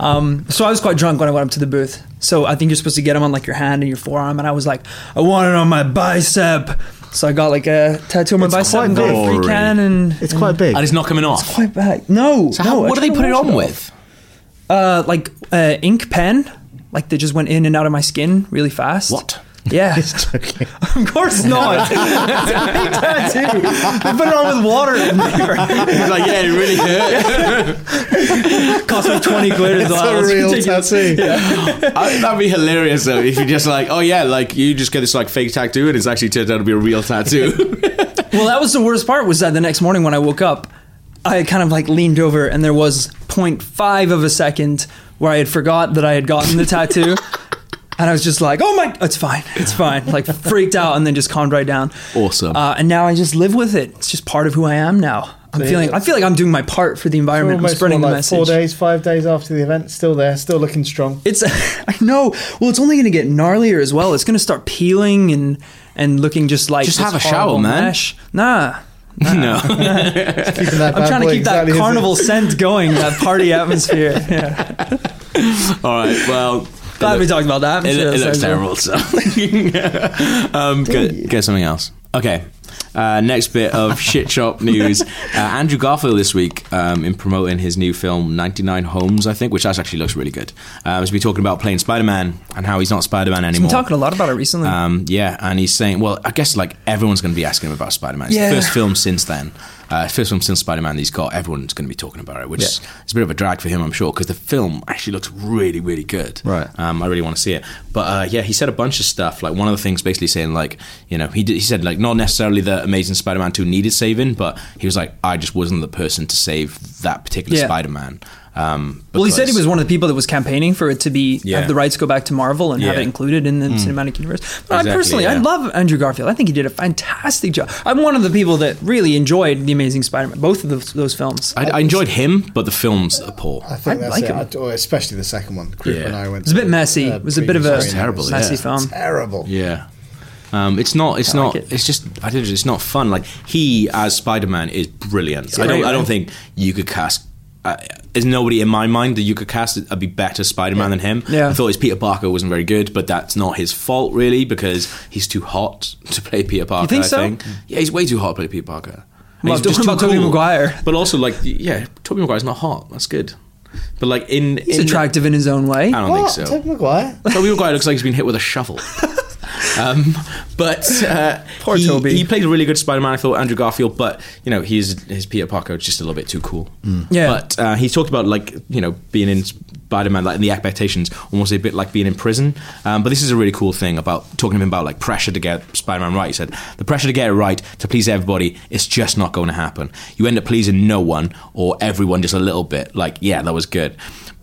Speaker 2: Um, so I was quite drunk when I went up to the booth. So I think you're supposed to get them on like your hand and your forearm, and I was like, I want it on my bicep. So I got like a tattoo on my
Speaker 4: It's
Speaker 2: bicep
Speaker 4: quite
Speaker 2: and got a free
Speaker 1: boring.
Speaker 2: can and
Speaker 4: It's quite big.
Speaker 1: and it's not coming off.
Speaker 2: quite bad. No,
Speaker 1: so, how,
Speaker 2: no, I
Speaker 1: what do they
Speaker 2: tried
Speaker 1: put it
Speaker 2: wash
Speaker 1: on with?
Speaker 2: Uh, like uh, ink pen. Like they just went in and out of my skin really fast.
Speaker 1: What?
Speaker 2: Yeah.
Speaker 4: joking.
Speaker 2: of course not. <laughs> it's a big tattoo. They put it on with water in there.
Speaker 1: He's like, yeah, it <laughs> really hurt.
Speaker 2: Cost me 20 quid as
Speaker 4: It's
Speaker 2: well.
Speaker 4: a
Speaker 2: It's
Speaker 4: real
Speaker 2: ridiculous.
Speaker 4: tattoo.
Speaker 1: I, that'd be hilarious though if you just like, oh yeah, like you just get this like fake tattoo and it's actually turned out to be a real tattoo. <laughs>
Speaker 2: Well, that was the worst part was that the next morning when I woke up, I kind of like leaned over and there was 0.5 of a second where I had forgot that I had gotten
Speaker 1: <laughs>
Speaker 2: the tattoo. And I was just like, oh my, it's fine, it's fine. Like freaked out and then just calmed right down.
Speaker 1: Awesome.
Speaker 2: Uh, and now I just live with it. It's just part of who I am now. I'm
Speaker 4: See,
Speaker 2: feeling, I feel like I'm doing my part for the environment. I'm
Speaker 4: Almost
Speaker 2: spreading
Speaker 4: what,
Speaker 2: the
Speaker 4: like
Speaker 2: message.
Speaker 4: Four days, five days after the event, still there, still looking strong.
Speaker 2: It's <laughs> I know. Well, it's only going to get gnarlier as well. It's going to start peeling and and looking just like
Speaker 1: Just
Speaker 2: this
Speaker 1: have a shower,
Speaker 2: horrible
Speaker 1: man.
Speaker 2: Mesh. Nah.
Speaker 1: no.
Speaker 4: Keeping that
Speaker 2: I'm
Speaker 4: bad
Speaker 2: trying to
Speaker 4: boy
Speaker 2: keep
Speaker 4: exactly
Speaker 2: that
Speaker 4: as it <laughs>
Speaker 2: carnival scent going, that party atmosphere. Yeah.
Speaker 1: All right. Well, it
Speaker 2: Glad we
Speaker 1: looks-
Speaker 2: talked about that. I'm
Speaker 1: It,
Speaker 2: sure
Speaker 1: it
Speaker 2: that
Speaker 1: looks
Speaker 2: sounds-
Speaker 1: terrible. So, <laughs> um, go, go something else. Okay. Uh, next bit
Speaker 2: <laughs>
Speaker 1: of shit shop news. Uh, Andrew Garfield this week um, in promoting his new film 99 Homes, I think, which actually looks really good. Uh, has been talking about playing Spider Man and how he's not Spider Man
Speaker 2: Been
Speaker 1: anymore.
Speaker 2: talking a lot about it recently.
Speaker 1: Um, yeah, and he's saying, well, I guess like everyone's going to be asking him about Spider Man. It's
Speaker 2: Yeah.
Speaker 1: the first film since then. Uh, first film since Spider Man that he's got. Everyone's going to be talking about it, which is, it's a bit of a drag for him, I'm sure, because the film actually looks really, really good.
Speaker 4: Right.
Speaker 1: Um, I really want to see it. But uh, yeah, he said a bunch of stuff. Like one of the things, basically saying like, you know, he did, he said like not necessarily that Amazing Spider Man two needed saving, but he was like, I just wasn't the person to save that particular
Speaker 2: Yeah.
Speaker 1: Spider Man. Um,
Speaker 2: well, he said he
Speaker 1: because-
Speaker 2: was one of the people that was campaigning for it to be
Speaker 1: Yeah.
Speaker 2: have the rights go back to Marvel and have
Speaker 1: Yeah. Mm.
Speaker 2: it included in the cinematic universe. But I
Speaker 1: Exactly,
Speaker 2: personally, I
Speaker 1: yeah.
Speaker 2: love Andrew Garfield. I think he did a fantastic job. I'm one of the people that really enjoyed the Amazing Spider-Man, both of those, those films.
Speaker 1: I, I enjoyed him, but the films are poor.
Speaker 4: is.
Speaker 3: I think
Speaker 2: I
Speaker 3: that's
Speaker 2: like
Speaker 3: it.
Speaker 2: him.
Speaker 3: I- or especially the second one. Cooper
Speaker 1: Yeah.
Speaker 3: and I went.
Speaker 2: It's a bit messy.
Speaker 4: uh,
Speaker 2: It was a bit of a
Speaker 1: It's terrible,
Speaker 2: messy
Speaker 1: yeah.
Speaker 2: film.
Speaker 3: Terrible.
Speaker 1: Yeah. Um, it's not. It's
Speaker 2: I
Speaker 1: not.
Speaker 2: like it.
Speaker 1: It's just. I don't. It's not fun. Like he as Spider Man is brilliant. I don't.
Speaker 2: great,
Speaker 1: I don't
Speaker 2: right?
Speaker 1: think you could cast. Uh, there's nobody in my mind that you could cast that would be better Spider Man than him.
Speaker 2: Yeah.
Speaker 1: I thought his Peter Parker wasn't very good, but that's not his fault really because he's too hot to play Peter Parker.
Speaker 2: think
Speaker 1: I
Speaker 2: so?
Speaker 1: think. Yeah, he's way too hot to play Peter Parker. And
Speaker 2: Well,
Speaker 1: he's
Speaker 2: don't
Speaker 1: just
Speaker 2: worry
Speaker 1: too
Speaker 2: about Tobey Maguire.
Speaker 1: But also, like, yeah, Tobey Maguire's not hot. That's good. But like in,
Speaker 2: He's
Speaker 1: in
Speaker 2: attractive in his own way.
Speaker 1: I don't
Speaker 4: What?
Speaker 1: think so.
Speaker 4: Tobey Maguire?
Speaker 1: Toby Maguire looks like he's been hit with a
Speaker 2: <laughs>
Speaker 1: shovel. um, but uh,
Speaker 2: Poor
Speaker 1: he,
Speaker 2: Toby.
Speaker 1: He played a really good Spider-Man. I thought Andrew Garfield, but you know, he's his Peter Parker is just a little bit too cool.
Speaker 2: Yeah.
Speaker 1: But uh, he talked about like you know being in Spider-Man, like in the expectations, almost a bit like being in prison. Um, but this is a really cool thing about talking to him about like pressure to get Spider-Man right. He said the pressure to get it right, to please everybody, it's just not going to happen. You end up pleasing no one or everyone just a little bit. Like yeah, that was good.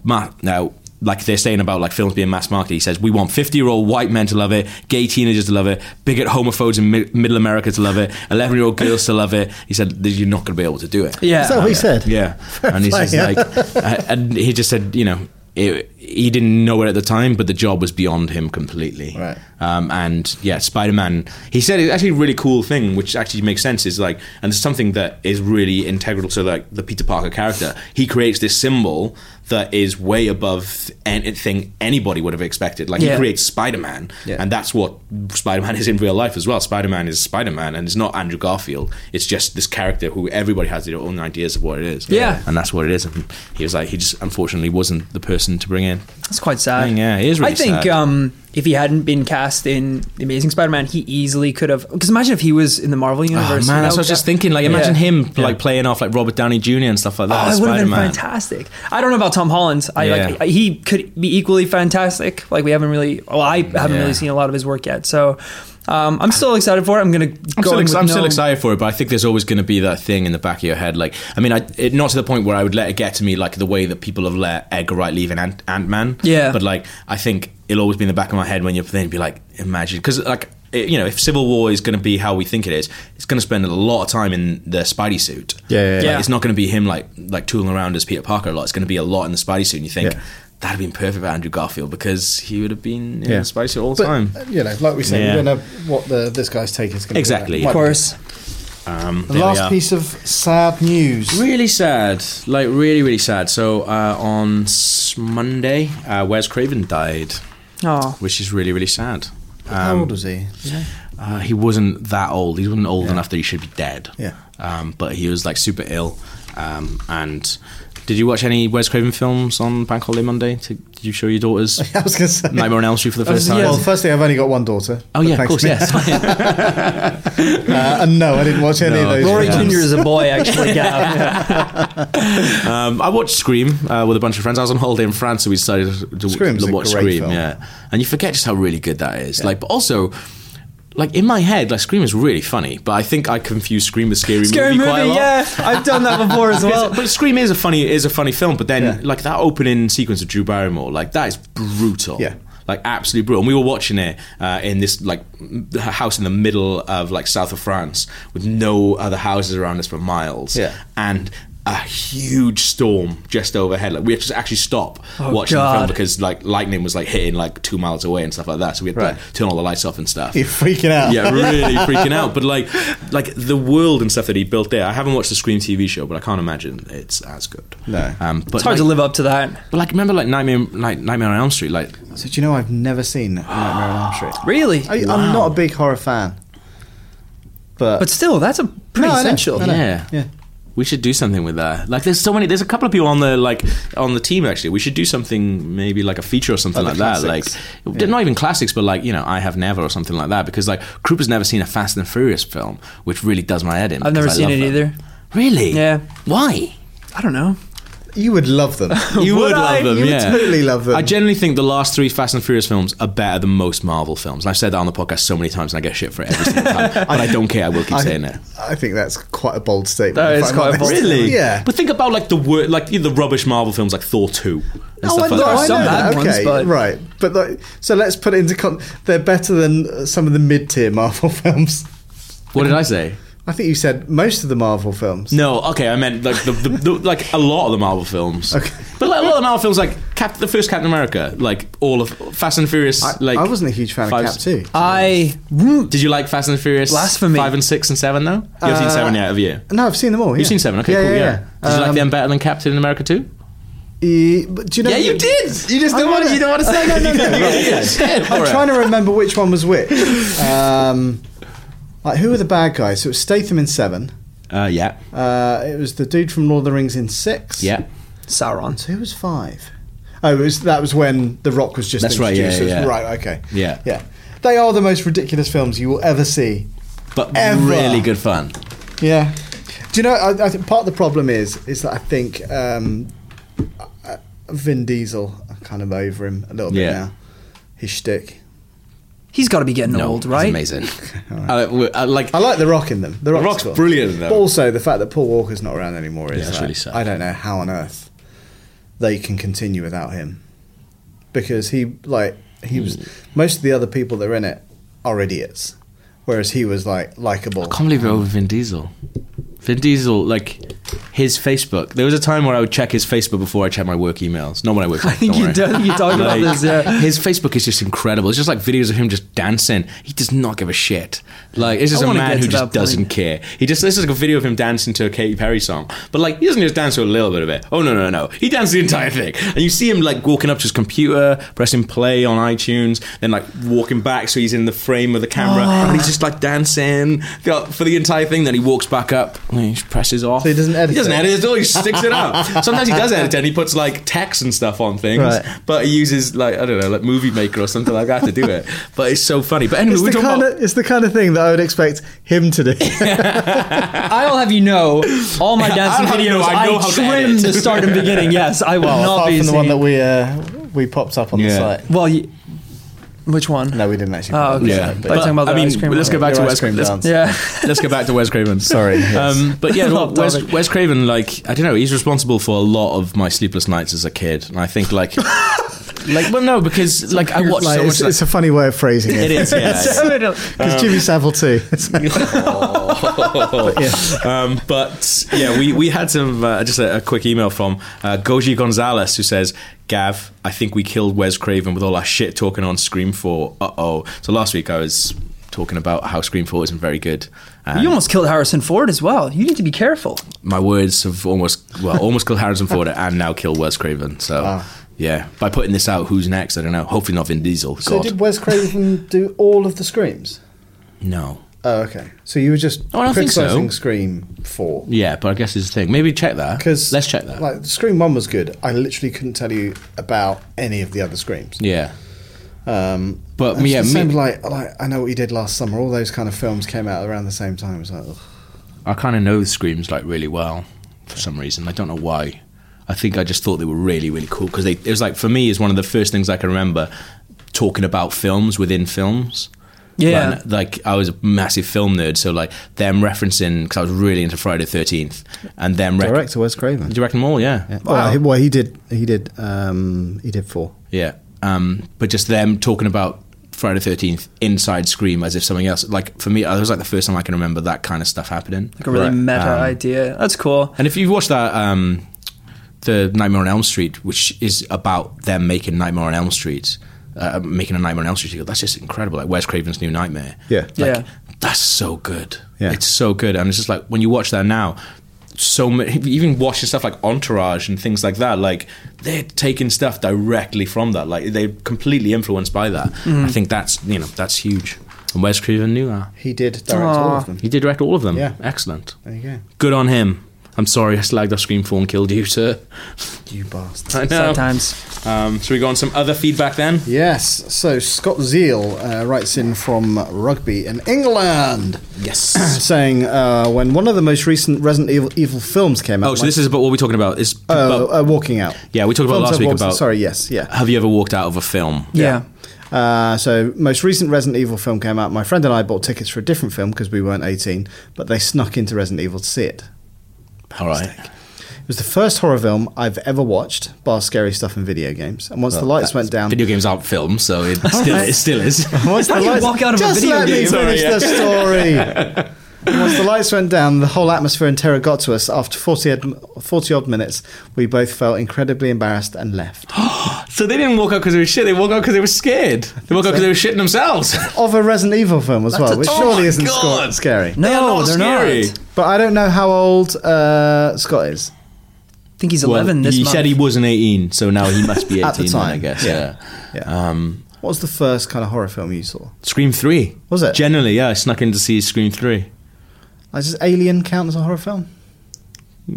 Speaker 1: Ma- now like they're saying about like films being mass marketed. He says we want fifty-year-old white men to love it, gay teenagers to love it, bigot homophobes in mi- middle America to love it, eleven-year-old girls to love it. He said that you're not going to be able to do it.
Speaker 2: Yeah.
Speaker 4: Is that what he said?
Speaker 1: Oh, Yeah,
Speaker 4: <laughs>
Speaker 1: and he's just
Speaker 4: play.
Speaker 1: like, <laughs> uh, and he just said, you know, it, he didn't know it at the time, but the job was beyond him completely.
Speaker 4: Right.
Speaker 1: Um, and yeah, Spider Man. He said it's actually a really cool thing, which actually makes sense. Is like, and it's something that is really integral to like the Peter Parker character. He creates this symbol that is way above anything anybody would have expected. Like
Speaker 2: Yeah.
Speaker 1: he creates Spider Man,
Speaker 4: Yeah.
Speaker 1: and that's what Spider Man <laughs> is in real life as well. Spider Man is Spider Man, and it's not Andrew Garfield. It's just this character who everybody has their own ideas of what it is.
Speaker 2: Yeah.
Speaker 1: and that's what it is. And he was like, he just unfortunately wasn't the person to bring in.
Speaker 2: That's quite sad.
Speaker 1: Yeah, it is really
Speaker 2: I think
Speaker 1: sad.
Speaker 2: Um, if he hadn't been cast in The Amazing Spider Man, he easily could have. Because imagine if he was in the Marvel Universe.
Speaker 1: Oh,
Speaker 2: you
Speaker 1: man,
Speaker 2: know,
Speaker 1: that's what I was
Speaker 2: that-
Speaker 1: just thinking. Like, imagine
Speaker 2: Yeah.
Speaker 1: him like playing off like Robert Downey Jr. and stuff like that.
Speaker 2: Oh, it would have been
Speaker 1: Spider-Man.
Speaker 2: fantastic. I don't know about Tom Holland. I, like,
Speaker 1: Yeah.
Speaker 2: I- he could be equally fantastic. Like we haven't really, well, I haven't
Speaker 1: Yeah.
Speaker 2: really seen a lot of his work yet. So um, I'm still excited for it. I'm gonna
Speaker 1: I'm,
Speaker 2: go.
Speaker 1: still,
Speaker 2: in
Speaker 1: ex-
Speaker 2: with
Speaker 1: I'm still
Speaker 2: no-
Speaker 1: excited for it, but I think there's always going to be that thing in the back of your head. Like, I mean, I, it, not to the point where I would let it get to me, like the way that people have let Edgar Wright leave in Ant Man.
Speaker 2: Yeah.
Speaker 1: But like, I think it'll always be in the back of my head when you're thinking, be like, imagine, because like, it, you know, if Civil War is going to be how we think it is, it's going to spend a lot of time in the Spidey suit.
Speaker 4: Yeah, yeah, yeah.
Speaker 1: Like,
Speaker 2: Yeah.
Speaker 1: It's not going to be him like like tooling around as Peter Parker a lot. It's going to be a lot in the Spidey suit, and you think.
Speaker 4: Yeah.
Speaker 1: That'd have been perfect for Andrew Garfield because he would have been in
Speaker 4: Yeah.
Speaker 1: the Spidey suit all the
Speaker 4: But,
Speaker 1: time.
Speaker 4: uh, you know, like we said,
Speaker 1: Yeah.
Speaker 4: we don't know what the, this guy's take is going to
Speaker 1: Exactly,
Speaker 4: be.
Speaker 1: yeah.
Speaker 2: Of course,
Speaker 1: Um,
Speaker 4: The
Speaker 1: there we
Speaker 4: last
Speaker 1: are.
Speaker 4: piece of sad news.
Speaker 1: Really sad, like really, really sad. So uh, on s- Monday, uh, Wes Craven died,
Speaker 2: oh,
Speaker 1: which is really, really sad.
Speaker 4: How
Speaker 1: Um,
Speaker 4: old was he? <laughs>
Speaker 1: Uh, he wasn't that old. He wasn't old enough that he should be dead.
Speaker 4: Yeah.
Speaker 1: um, but he was like super ill. Um, and did you watch any Wes Craven films on Bank Holiday Monday? To, did you show your <laughs> daughters
Speaker 3: I was going to say.
Speaker 1: Nightmare on Elm Street for the
Speaker 3: I was-
Speaker 1: first time?
Speaker 3: Well, firstly, I've only got one daughter.
Speaker 1: oh
Speaker 3: but
Speaker 1: yeah, of
Speaker 3: thanks
Speaker 1: course,
Speaker 3: to-
Speaker 1: yes. <laughs>
Speaker 3: Uh, and no, I didn't watch any
Speaker 1: No,
Speaker 3: of those.
Speaker 2: Rory
Speaker 1: Yeah.
Speaker 2: Jr. is
Speaker 1: <laughs>
Speaker 2: a boy, actually. Yeah.
Speaker 1: Um, I watched Scream uh, with a bunch of friends. I was on holiday in France, so we decided to,
Speaker 3: Scream's
Speaker 1: to
Speaker 3: a
Speaker 1: watch
Speaker 3: great
Speaker 1: Scream.
Speaker 3: film.
Speaker 1: Yeah, and you forget just how really good that is. Like, but also. Like in my head, like Scream is really funny, but I think I confuse Scream with Scary,
Speaker 2: Scary
Speaker 1: Movie
Speaker 2: movie,
Speaker 1: quite a lot.
Speaker 2: yeah. I've done that before
Speaker 1: <laughs>
Speaker 2: as well.
Speaker 1: But Scream is a funny is a funny film, but then like that opening sequence of Drew Barrymore, like that is brutal.
Speaker 3: Yeah.
Speaker 1: Like absolutely brutal. And we were watching it uh, in this like m- house in the middle of like south of France with no other houses around us for miles.
Speaker 3: Yeah.
Speaker 1: And a huge storm just overhead. Like we had to actually stop
Speaker 2: Oh,
Speaker 1: watching the film
Speaker 2: God.
Speaker 1: because like lightning was like hitting like two miles away and stuff like that. So we had
Speaker 3: Right.
Speaker 1: to turn all the lights off and stuff
Speaker 3: You're freaking out.
Speaker 1: yeah, really freaking out. But like, like the world and stuff that he built there. I haven't watched the Scream TV show, but I can't imagine it's as good.
Speaker 3: No.
Speaker 1: um, but
Speaker 2: It's hard
Speaker 1: like,
Speaker 2: to live up to that.
Speaker 1: But like, remember like Nightmare, like Nightmare on Elm Street. Like,
Speaker 3: So do you know I've never seen Nightmare on Elm Street?
Speaker 2: Really?
Speaker 3: I, I'm not a big horror fan, but,
Speaker 2: But still, that's a pretty
Speaker 3: No, I know,
Speaker 2: essential.
Speaker 3: I know.
Speaker 1: yeah.
Speaker 3: yeah,
Speaker 1: We should do something with that. Like, there's so many. There's a couple of people on the like on the team actually. We should do something, maybe like a feature or something like
Speaker 3: Like Oh, the
Speaker 1: that. Like,
Speaker 3: classics.
Speaker 1: they're not even classics, but like you know, I have never or something like that. Because like, Krupa's never seen a Fast and Furious film, which really does my head in.
Speaker 2: I've never
Speaker 1: because I
Speaker 2: seen
Speaker 1: love
Speaker 2: it
Speaker 1: them.
Speaker 2: either.
Speaker 1: Really?
Speaker 2: Yeah.
Speaker 1: Why?
Speaker 2: I don't know.
Speaker 3: you would love them.
Speaker 1: <laughs> You would,
Speaker 2: Would I?
Speaker 1: love them,
Speaker 3: You would
Speaker 1: yeah.
Speaker 3: totally love them.
Speaker 1: I generally think the last three Fast and Furious films are better than most Marvel films. And I've said that on the podcast so many times, and I get shit for it every single time. but I don't care. I will keep
Speaker 3: <laughs> I,
Speaker 1: saying it.
Speaker 3: I think that's quite a bold statement.
Speaker 2: That
Speaker 3: if
Speaker 2: is
Speaker 3: I'm
Speaker 2: quite a
Speaker 3: honest.
Speaker 2: bold
Speaker 1: Really?
Speaker 3: Yeah.
Speaker 1: But think about like the wor- like the rubbish Marvel films, like Thor two. And
Speaker 3: No,
Speaker 1: stuff
Speaker 3: I,
Speaker 1: like
Speaker 3: no,
Speaker 1: that.
Speaker 3: I
Speaker 2: Some
Speaker 3: know
Speaker 2: bad
Speaker 3: that.
Speaker 2: ones,
Speaker 3: okay,
Speaker 2: but-
Speaker 3: right. But like, so let's put it into con- they're better than uh, some of the mid-tier Marvel <laughs> films.
Speaker 1: What did I say?
Speaker 3: I think you said most of the Marvel films.
Speaker 1: No, okay, I meant like the, the, the like a lot of the Marvel films.
Speaker 3: Okay.
Speaker 1: But like, a lot of the Marvel films, like Cap- the first Captain America, like all of Fast and Furious.
Speaker 3: I,
Speaker 1: like
Speaker 3: I wasn't e- a huge fan
Speaker 1: five- Uh,
Speaker 3: of Cap Two.
Speaker 2: I. Mm,
Speaker 1: Did you like Fast and Furious?
Speaker 2: Blasphemy.
Speaker 1: Five and six and seven though. You have seen
Speaker 3: Uh,
Speaker 1: seven yet, have you?
Speaker 3: No, I've seen them all.
Speaker 1: You've seen seven, okay,
Speaker 3: yeah,
Speaker 1: cool, yeah.
Speaker 3: Yeah,
Speaker 1: Did you like
Speaker 3: Um,
Speaker 1: them better than Captain America 2?
Speaker 3: e- but do you know?
Speaker 1: You just
Speaker 3: I know that.
Speaker 1: want to
Speaker 2: <laughs>
Speaker 1: say. No, no, no.
Speaker 3: I'm trying to remember which one was which. Um, like who were the bad guys? So it was Statham in seven.
Speaker 1: to. Uh, yeah,
Speaker 3: Uh, it was the dude from Lord of the Rings in six.
Speaker 1: yeah.
Speaker 2: Sauron.
Speaker 3: So who was five? Oh, it was, that was when The Rock was just
Speaker 1: That's right,
Speaker 3: introduced.
Speaker 1: yeah, yeah.
Speaker 3: Right, okay.
Speaker 1: Yeah.
Speaker 3: Yeah. They are the most ridiculous films you will ever see.
Speaker 1: But
Speaker 3: Ever.
Speaker 1: really good fun.
Speaker 3: Yeah. Do you know, I, I think part of the problem is, is that I think um, uh, Vin Diesel, I'm kind of over him a little bit
Speaker 1: Yeah.
Speaker 3: now. His shtick.
Speaker 2: He's got to be getting
Speaker 1: No,
Speaker 2: old,
Speaker 1: it's
Speaker 2: right? <laughs>
Speaker 1: amazing. I, we- I like.
Speaker 3: I like The Rock in them. The Rock's,
Speaker 1: Rock's
Speaker 3: cool.
Speaker 1: brilliant, though.
Speaker 3: But also the fact that Paul Walker's not around anymore is
Speaker 1: Yeah, that's
Speaker 3: like,
Speaker 1: really sad.
Speaker 3: I don't know how on earth they can continue without him because he like he was most of the other people that are in it are idiots, whereas he was like likable.
Speaker 1: can't believe it over Vin Diesel. Vin Diesel, like his Facebook. There was a time where I would check his Facebook before I check my work emails. Not when
Speaker 2: <laughs>
Speaker 1: I work.
Speaker 2: I think you, do, you talk about this. Yeah.
Speaker 1: His Facebook is just incredible. It's just like videos of him just dancing. He does not give a shit. Like it's just
Speaker 2: I
Speaker 1: a
Speaker 2: wanna
Speaker 1: man
Speaker 2: get
Speaker 1: who
Speaker 2: to
Speaker 1: just
Speaker 2: that point.
Speaker 1: doesn't care. He just this is like a video of him dancing to a Katy Perry song, but like he doesn't just dance to a little bit of it. Oh no no no! He dances the entire thing, and you see him like walking up to his computer, pressing play on iTunes, then like walking back so he's in the frame of the camera, and he's just like dancing the- for the entire thing. Then he walks back up, and he just presses off.
Speaker 3: So he doesn't edit
Speaker 1: He doesn't
Speaker 3: it?
Speaker 1: edit at all. He just sticks it
Speaker 3: <laughs>
Speaker 1: up. Sometimes he does edit it. and He puts like text and stuff on things
Speaker 3: Right.
Speaker 1: but he uses like I don't know, like Movie Maker or something like that to do it. But it's so funny. But anyway,
Speaker 3: It's
Speaker 1: we're
Speaker 3: the,
Speaker 1: talking
Speaker 3: kind
Speaker 1: about.
Speaker 3: of, it's the kind of thing that I would expect him <laughs> to do.
Speaker 2: I'll have you know, all
Speaker 3: <laughs>
Speaker 2: my dancing
Speaker 1: have you
Speaker 2: videos,
Speaker 1: know I
Speaker 2: I,
Speaker 1: know how to
Speaker 2: trim
Speaker 1: edit.
Speaker 2: the start and beginning. Yes, I will not
Speaker 3: Apart
Speaker 2: be
Speaker 3: from the
Speaker 2: singing.
Speaker 3: one that we uh, we popped up on
Speaker 1: Yeah.
Speaker 3: the site.
Speaker 2: Well, you, which one?
Speaker 3: No, we didn't actually. put
Speaker 2: Oh,
Speaker 3: it on the
Speaker 1: yeah,
Speaker 3: site,
Speaker 1: but,
Speaker 3: but-
Speaker 2: We're talking about
Speaker 1: I
Speaker 2: the
Speaker 1: mean,
Speaker 2: ice cream
Speaker 1: let's
Speaker 2: one.
Speaker 1: go back to
Speaker 3: Your ice
Speaker 1: Wes.
Speaker 3: cream
Speaker 1: Let's,
Speaker 3: dance.
Speaker 2: Yeah.
Speaker 1: <laughs>
Speaker 2: <laughs>
Speaker 1: let's go back to Wes Craven.
Speaker 3: Sorry. yes.
Speaker 1: Um, but
Speaker 3: <laughs>
Speaker 1: yeah, no,
Speaker 2: Off
Speaker 1: Wes,
Speaker 2: topic.
Speaker 1: Wes Craven, like I don't know, he's responsible for a lot of my sleepless nights as a kid, and I think
Speaker 3: <laughs>
Speaker 1: like, like well, no, because like I watched
Speaker 3: Like,
Speaker 1: so
Speaker 3: it's,
Speaker 1: much.
Speaker 3: it's a funny way of phrasing
Speaker 1: like, it
Speaker 3: it.
Speaker 1: is,
Speaker 3: <laughs>
Speaker 1: yeah.
Speaker 3: Because Jimmy Savile too.
Speaker 1: <laughs> um, but yeah, we, we had some uh, just a, a quick email from uh, Goji Gonzalez who says, "Gav, I think we killed Wes Craven with all our shit talking on Scream Four. Uh oh. So last week I was talking about how Scream Four isn't very good. And
Speaker 2: You almost killed Harrison Ford as well. You need to be careful.
Speaker 1: my words have almost well almost killed Harrison Ford and now killed Wes Craven. So
Speaker 3: Wow.
Speaker 1: yeah, by putting this out, who's next? I don't know. Hopefully not Vin Diesel.
Speaker 3: so
Speaker 1: God,
Speaker 3: did Wes Craven do all of the screams?
Speaker 1: no.
Speaker 3: Oh, okay. So you were just
Speaker 1: Oh, I don't think so.
Speaker 3: criticizing Scream Four
Speaker 1: Yeah, but I guess it's the thing. Maybe check that.
Speaker 3: because
Speaker 1: let's check that.
Speaker 3: Like Scream One was good. I literally couldn't tell you about any of the other Screams.
Speaker 1: yeah,
Speaker 3: Um,
Speaker 1: But,
Speaker 3: it's
Speaker 1: yeah,
Speaker 3: the
Speaker 1: me-
Speaker 3: same, like like I know what you did last summer. All those kind of films came out around the same time. It's like, ugh.
Speaker 1: I kind of know the screams like really well for some reason. I don't know why. I think I just thought they were really really cool because they it was like for me is one of the first things I can remember talking about films within films.
Speaker 2: Yeah.
Speaker 1: Like, like, I was a massive film nerd, so like them referencing because I was really into Friday Thirteenth and them rec-
Speaker 3: director Wes Craven.
Speaker 1: directing them all, yeah,
Speaker 3: Yeah. Well, he, well, he did. He did. Um, he did four.
Speaker 1: Yeah. Um, but just them talking about Friday the 13th inside Scream as if something else. Like, for me, it was like the first time I can remember that kind of stuff happening.
Speaker 2: Like a really meta
Speaker 1: Um,
Speaker 2: idea. That's cool.
Speaker 1: And if you've watched that, um, the Nightmare on Elm Street, which is about them making Nightmare on Elm Street, uh, making a Nightmare on Elm Street, you go, that's just incredible. Like, where's Craven's New Nightmare?
Speaker 3: Yeah.
Speaker 1: Like,
Speaker 2: Yeah.
Speaker 1: That's so good.
Speaker 3: Yeah.
Speaker 1: It's so good. And it's just like, when you watch that now, so many, even watching stuff like Entourage and things like that, like they're taking stuff directly from that. Like they're completely influenced by that. I think that's, you know, that's huge. And Wes Craven knew that.
Speaker 3: He did direct all of them.
Speaker 1: He did direct all of them.
Speaker 3: Yeah.
Speaker 1: Excellent.
Speaker 3: There you go.
Speaker 1: Good on him. I'm sorry I slagged off Scream 4 and killed you, sir.
Speaker 3: You bastard.
Speaker 1: I know.
Speaker 2: Sometimes.
Speaker 1: Um, should we go on some other feedback then?
Speaker 3: Yes, so Scott Zeal uh, writes in from rugby in England,
Speaker 1: Yes.
Speaker 3: saying uh, when one of the most recent Resident Evil, Evil films came
Speaker 1: <clears throat>
Speaker 3: out.
Speaker 1: oh, so this is about what we're talking about. Is
Speaker 3: Oh, uh, walking out.
Speaker 1: Yeah, we talked about
Speaker 3: Films
Speaker 1: last
Speaker 3: have
Speaker 1: week
Speaker 3: walked-
Speaker 1: about-
Speaker 3: Sorry,
Speaker 1: <laughs>
Speaker 3: yes, yeah.
Speaker 1: have you ever walked out of a film?
Speaker 2: Yeah.
Speaker 3: Uh, so most recent Resident Evil film came out. My friend and I bought tickets for a different film because we weren't eighteen, but they snuck into Resident Evil to see it.
Speaker 1: All right.
Speaker 3: It was the first horror film I've ever watched, bar scary stuff in video games. And once the lights went down,
Speaker 1: Video games aren't films, so
Speaker 3: <laughs>
Speaker 1: it still, it still is.
Speaker 3: Once
Speaker 2: How
Speaker 3: the
Speaker 2: do you
Speaker 3: lights-
Speaker 2: walk out of a
Speaker 3: Just
Speaker 2: video
Speaker 3: let
Speaker 2: game?
Speaker 3: me
Speaker 1: Sorry,
Speaker 3: finish
Speaker 1: yeah. <laughs>
Speaker 3: the story. Once the lights went down, the whole atmosphere in terror got to us. After 40 odd, 40 odd minutes, we both felt incredibly embarrassed
Speaker 1: <gasps>
Speaker 3: and left.
Speaker 1: So they didn't walk out because they were shit. They walked out because they were scared. They walked out because they were shitting
Speaker 3: <laughs>
Speaker 1: themselves.
Speaker 3: of a Resident Evil film as well,
Speaker 1: a-
Speaker 3: which
Speaker 1: Oh
Speaker 3: surely
Speaker 1: my
Speaker 3: isn't sco-
Speaker 1: God.
Speaker 3: scary.
Speaker 2: No,
Speaker 1: They are not
Speaker 2: they're
Speaker 1: scary.
Speaker 2: not.
Speaker 3: But I don't know how old uh, Scott is.
Speaker 2: I think he's 11 this
Speaker 1: you
Speaker 2: month.
Speaker 1: said he wasn't 18, so now he must be 18.
Speaker 3: <laughs> At the
Speaker 1: then, I
Speaker 3: time,
Speaker 1: guess. Yeah.
Speaker 3: yeah. Yeah.
Speaker 1: Um,
Speaker 3: What was the first kind of horror film you saw?
Speaker 1: Scream Three
Speaker 3: Was it?
Speaker 1: Generally, yeah. I snuck in to see Scream Three.
Speaker 3: Like, does Alien count as a horror film?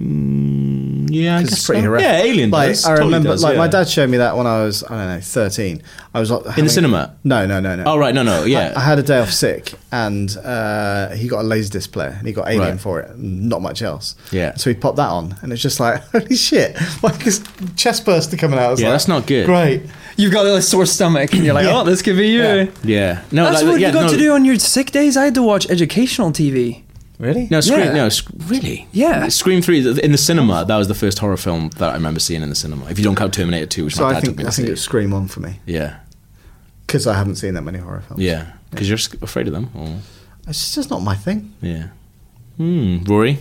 Speaker 1: Yeah, I
Speaker 3: 'Cause
Speaker 1: guess
Speaker 3: it's pretty
Speaker 1: so.
Speaker 3: horrific.
Speaker 1: Yeah, Alien
Speaker 3: Like
Speaker 1: does.
Speaker 3: I
Speaker 1: Totally
Speaker 3: remember,
Speaker 1: does,
Speaker 3: like
Speaker 1: yeah.
Speaker 3: my dad showed me that when I was I don't know thirteen. I was like,
Speaker 1: in the cinema.
Speaker 3: No, no, no, no.
Speaker 1: Oh right, no, no, yeah.
Speaker 3: I, I had a day off sick, and uh, he got a laserdisc player, and he got Alien
Speaker 1: Right.
Speaker 3: for it, and not much else.
Speaker 1: Yeah.
Speaker 3: So he popped that on, and it's just like, <laughs> holy shit! Like his chest burster coming out. It's
Speaker 1: Yeah,
Speaker 3: like,
Speaker 1: that's not good.
Speaker 3: Great.
Speaker 2: You've got a sore stomach and you're like,
Speaker 3: Yeah.
Speaker 2: oh, this could be you.
Speaker 3: Yeah.
Speaker 1: yeah, no,
Speaker 2: That's
Speaker 1: like,
Speaker 2: what
Speaker 1: yeah,
Speaker 2: you got
Speaker 1: no,
Speaker 2: to do on your sick days. I had to watch educational TV.
Speaker 3: Really?
Speaker 1: No, Scream,
Speaker 2: Yeah.
Speaker 1: no, sc- really,
Speaker 2: Yeah.
Speaker 1: Scream Three th- in the cinema. That was the first horror film that I remember seeing in the cinema. If you don't count Terminator Two, which
Speaker 3: So
Speaker 1: my dad
Speaker 3: I
Speaker 1: took
Speaker 3: think
Speaker 1: me
Speaker 3: I
Speaker 1: to
Speaker 3: think
Speaker 1: see.
Speaker 3: it's Scream on for me
Speaker 1: yeah,
Speaker 3: because I haven't seen that many horror films.
Speaker 1: yeah, because you're sc- afraid of them. Or,
Speaker 3: It's just not my thing.
Speaker 1: yeah. Hmm, Rory,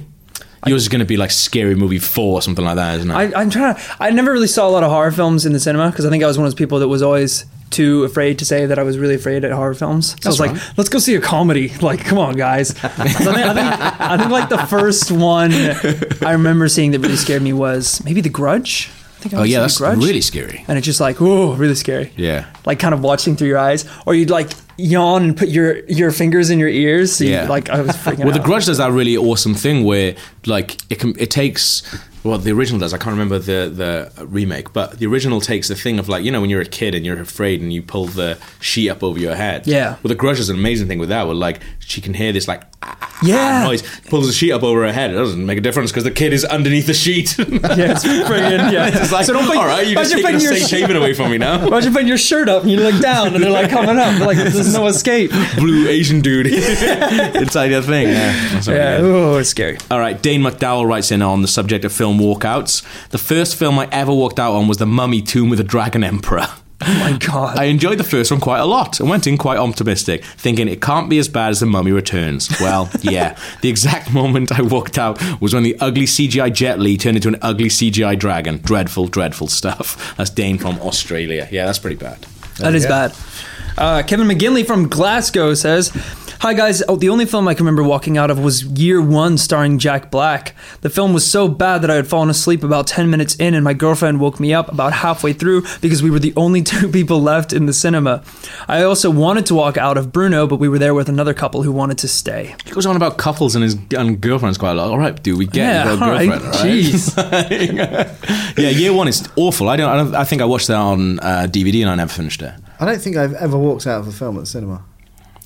Speaker 1: yours is going to be like Scary Movie Four or something like that, isn't it?
Speaker 2: I, I'm trying. To, I never really saw a lot of horror films in the cinema because I think I was one of those people that was always too afraid to say that I was really afraid at horror films. So I was
Speaker 1: right.
Speaker 2: like, let's go see a comedy. <laughs> Like, come
Speaker 1: <laughs>
Speaker 2: on, guys. So I, think, I, think, I think like the first one I remember seeing that really scared me was maybe The Grudge. I think I
Speaker 1: oh
Speaker 2: was
Speaker 1: yeah,
Speaker 2: seeing
Speaker 1: that's
Speaker 2: The Grudge.
Speaker 1: really scary.
Speaker 2: And it's just like, whoa, really scary.
Speaker 1: Yeah.
Speaker 2: Like kind of watching through your eyes, or you'd like yawn and put your your fingers in your ears. So yeah.
Speaker 1: Yeah.
Speaker 2: You, like I was
Speaker 1: <laughs>
Speaker 2: freaking
Speaker 1: Well,
Speaker 2: out.
Speaker 1: The Grudge does that really awesome thing where, like, it can, it takes. Well, the original does. I can't remember the the remake, but the original takes the thing of like you know when you're a kid and you're afraid and you pull the sheet up over your head.
Speaker 2: Yeah.
Speaker 1: Well, the Grudge is an amazing thing with that. Where like she can hear this like ah, ah,
Speaker 2: Yeah.
Speaker 1: noise, pulls the sheet up over her head. It doesn't make a difference because the kid is underneath the sheet. <laughs>
Speaker 2: yeah, it's friggin' yeah. <laughs>
Speaker 1: it's like
Speaker 2: so don't put,
Speaker 1: all right, you're just taking the
Speaker 2: imagine putting your
Speaker 1: state
Speaker 2: <laughs>
Speaker 1: shaving away from me now.
Speaker 2: Imagine putting your shirt up and you look down and they're like coming up. Like
Speaker 1: <laughs>
Speaker 2: there's no escape.
Speaker 1: Blue Asian
Speaker 2: <laughs>
Speaker 1: dude <laughs> inside your thing. Yeah. That's really
Speaker 2: Yeah.
Speaker 1: good.
Speaker 2: Oh, it's scary.
Speaker 1: All right, Dane McDowell writes in on the subject of film walkouts. The first film I ever walked out on was The Mummy Tomb with the Dragon Emperor. <laughs>
Speaker 2: Oh my god.
Speaker 1: I enjoyed the first one quite a lot and went in quite optimistic, thinking it can't be as bad as The Mummy Returns. Well, yeah. The exact moment I walked out was when the ugly CGI Jet Li turned into an ugly CGI dragon. Dreadful, dreadful stuff. That's Dane from Australia. Yeah, that's pretty bad.
Speaker 2: that is bad. Uh, Kevin McGinley from Glasgow says, Hi guys. Oh, the only film I can remember walking out of was Year One, starring Jack Black. The film was so bad that I had fallen asleep about ten minutes in, and my girlfriend woke me up about halfway through because we were the only <laughs> two people left in the cinema. I also wanted to walk out of Bruno, but we were there with another couple who wanted to stay.
Speaker 1: He goes on about couples and his and girlfriends quite a lot. All right, dude, we get
Speaker 2: Yeah,
Speaker 1: you got a
Speaker 2: all right.
Speaker 1: girlfriend. all right? <laughs> yeah, year one is awful. I don't, I don't. I think I watched that on uh, DVD and I never finished it.
Speaker 4: I don't think I've ever walked out of a film at the cinema.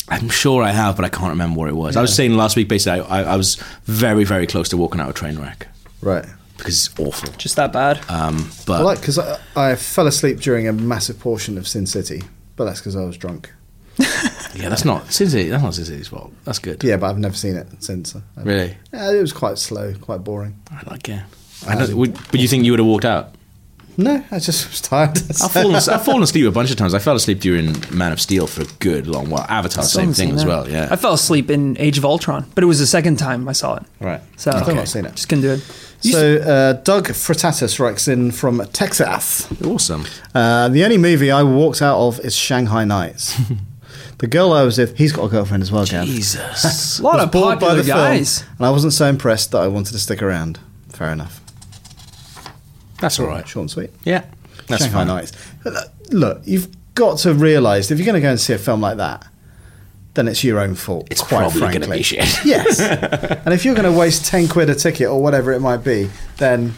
Speaker 1: I'm sure I have, but I can't remember what it was. I was saying last week, basically, I, I, I was very, very close to walking out a train wreck
Speaker 4: Right.
Speaker 1: because it's awful.
Speaker 2: Just that bad.
Speaker 1: Um,
Speaker 4: I
Speaker 1: but
Speaker 4: like because I, I fell asleep during a massive portion of Sin City, but that's because I was drunk.
Speaker 1: yeah, that's not Sin City. That's not Sin City's fault. That's good.
Speaker 4: Yeah, but I've never seen it since.
Speaker 1: Really,
Speaker 3: Uh,
Speaker 4: Yeah, it was quite slow, quite boring.
Speaker 1: I like it. I don't, would, but you think you would have walked out?
Speaker 4: No, I just was tired.
Speaker 1: I've
Speaker 4: <laughs>
Speaker 1: fallen, I've fallen asleep a bunch of times. I fell asleep during Man of Steel for a good long while. Avatar,
Speaker 2: Still
Speaker 1: same
Speaker 2: haven't
Speaker 1: thing
Speaker 2: seen
Speaker 1: as
Speaker 2: that.
Speaker 1: well. Yeah,
Speaker 2: I fell asleep in Age of Ultron, but it was the second time I saw it.
Speaker 4: right.
Speaker 2: So
Speaker 4: Still not seen it.
Speaker 2: Just couldn't do it.
Speaker 4: So uh, Doug Fritatis writes in from Texas.
Speaker 1: awesome.
Speaker 4: Uh, the only movie I walked out of is Shanghai Nights. the girl I was with, he's got a girlfriend as well, Gav.
Speaker 1: Jesus. <laughs>
Speaker 2: A lot
Speaker 4: was
Speaker 2: of
Speaker 4: bored by
Speaker 2: popular
Speaker 4: the film,
Speaker 2: guys.
Speaker 4: and I wasn't so impressed that I wanted to stick around. Fair enough.
Speaker 1: That's all right.
Speaker 4: Short and sweet.
Speaker 1: Yeah. That's
Speaker 4: Shanghai
Speaker 1: fine.
Speaker 4: Nights. uh, Look, you've got to realise if you're going to go and see a film like that, then it's your own fault.
Speaker 1: It's
Speaker 4: quite
Speaker 1: probably gonna
Speaker 4: frankly.
Speaker 1: be <laughs> shit.
Speaker 4: Yes. and if you're going to waste ten quid a ticket or whatever it might be, then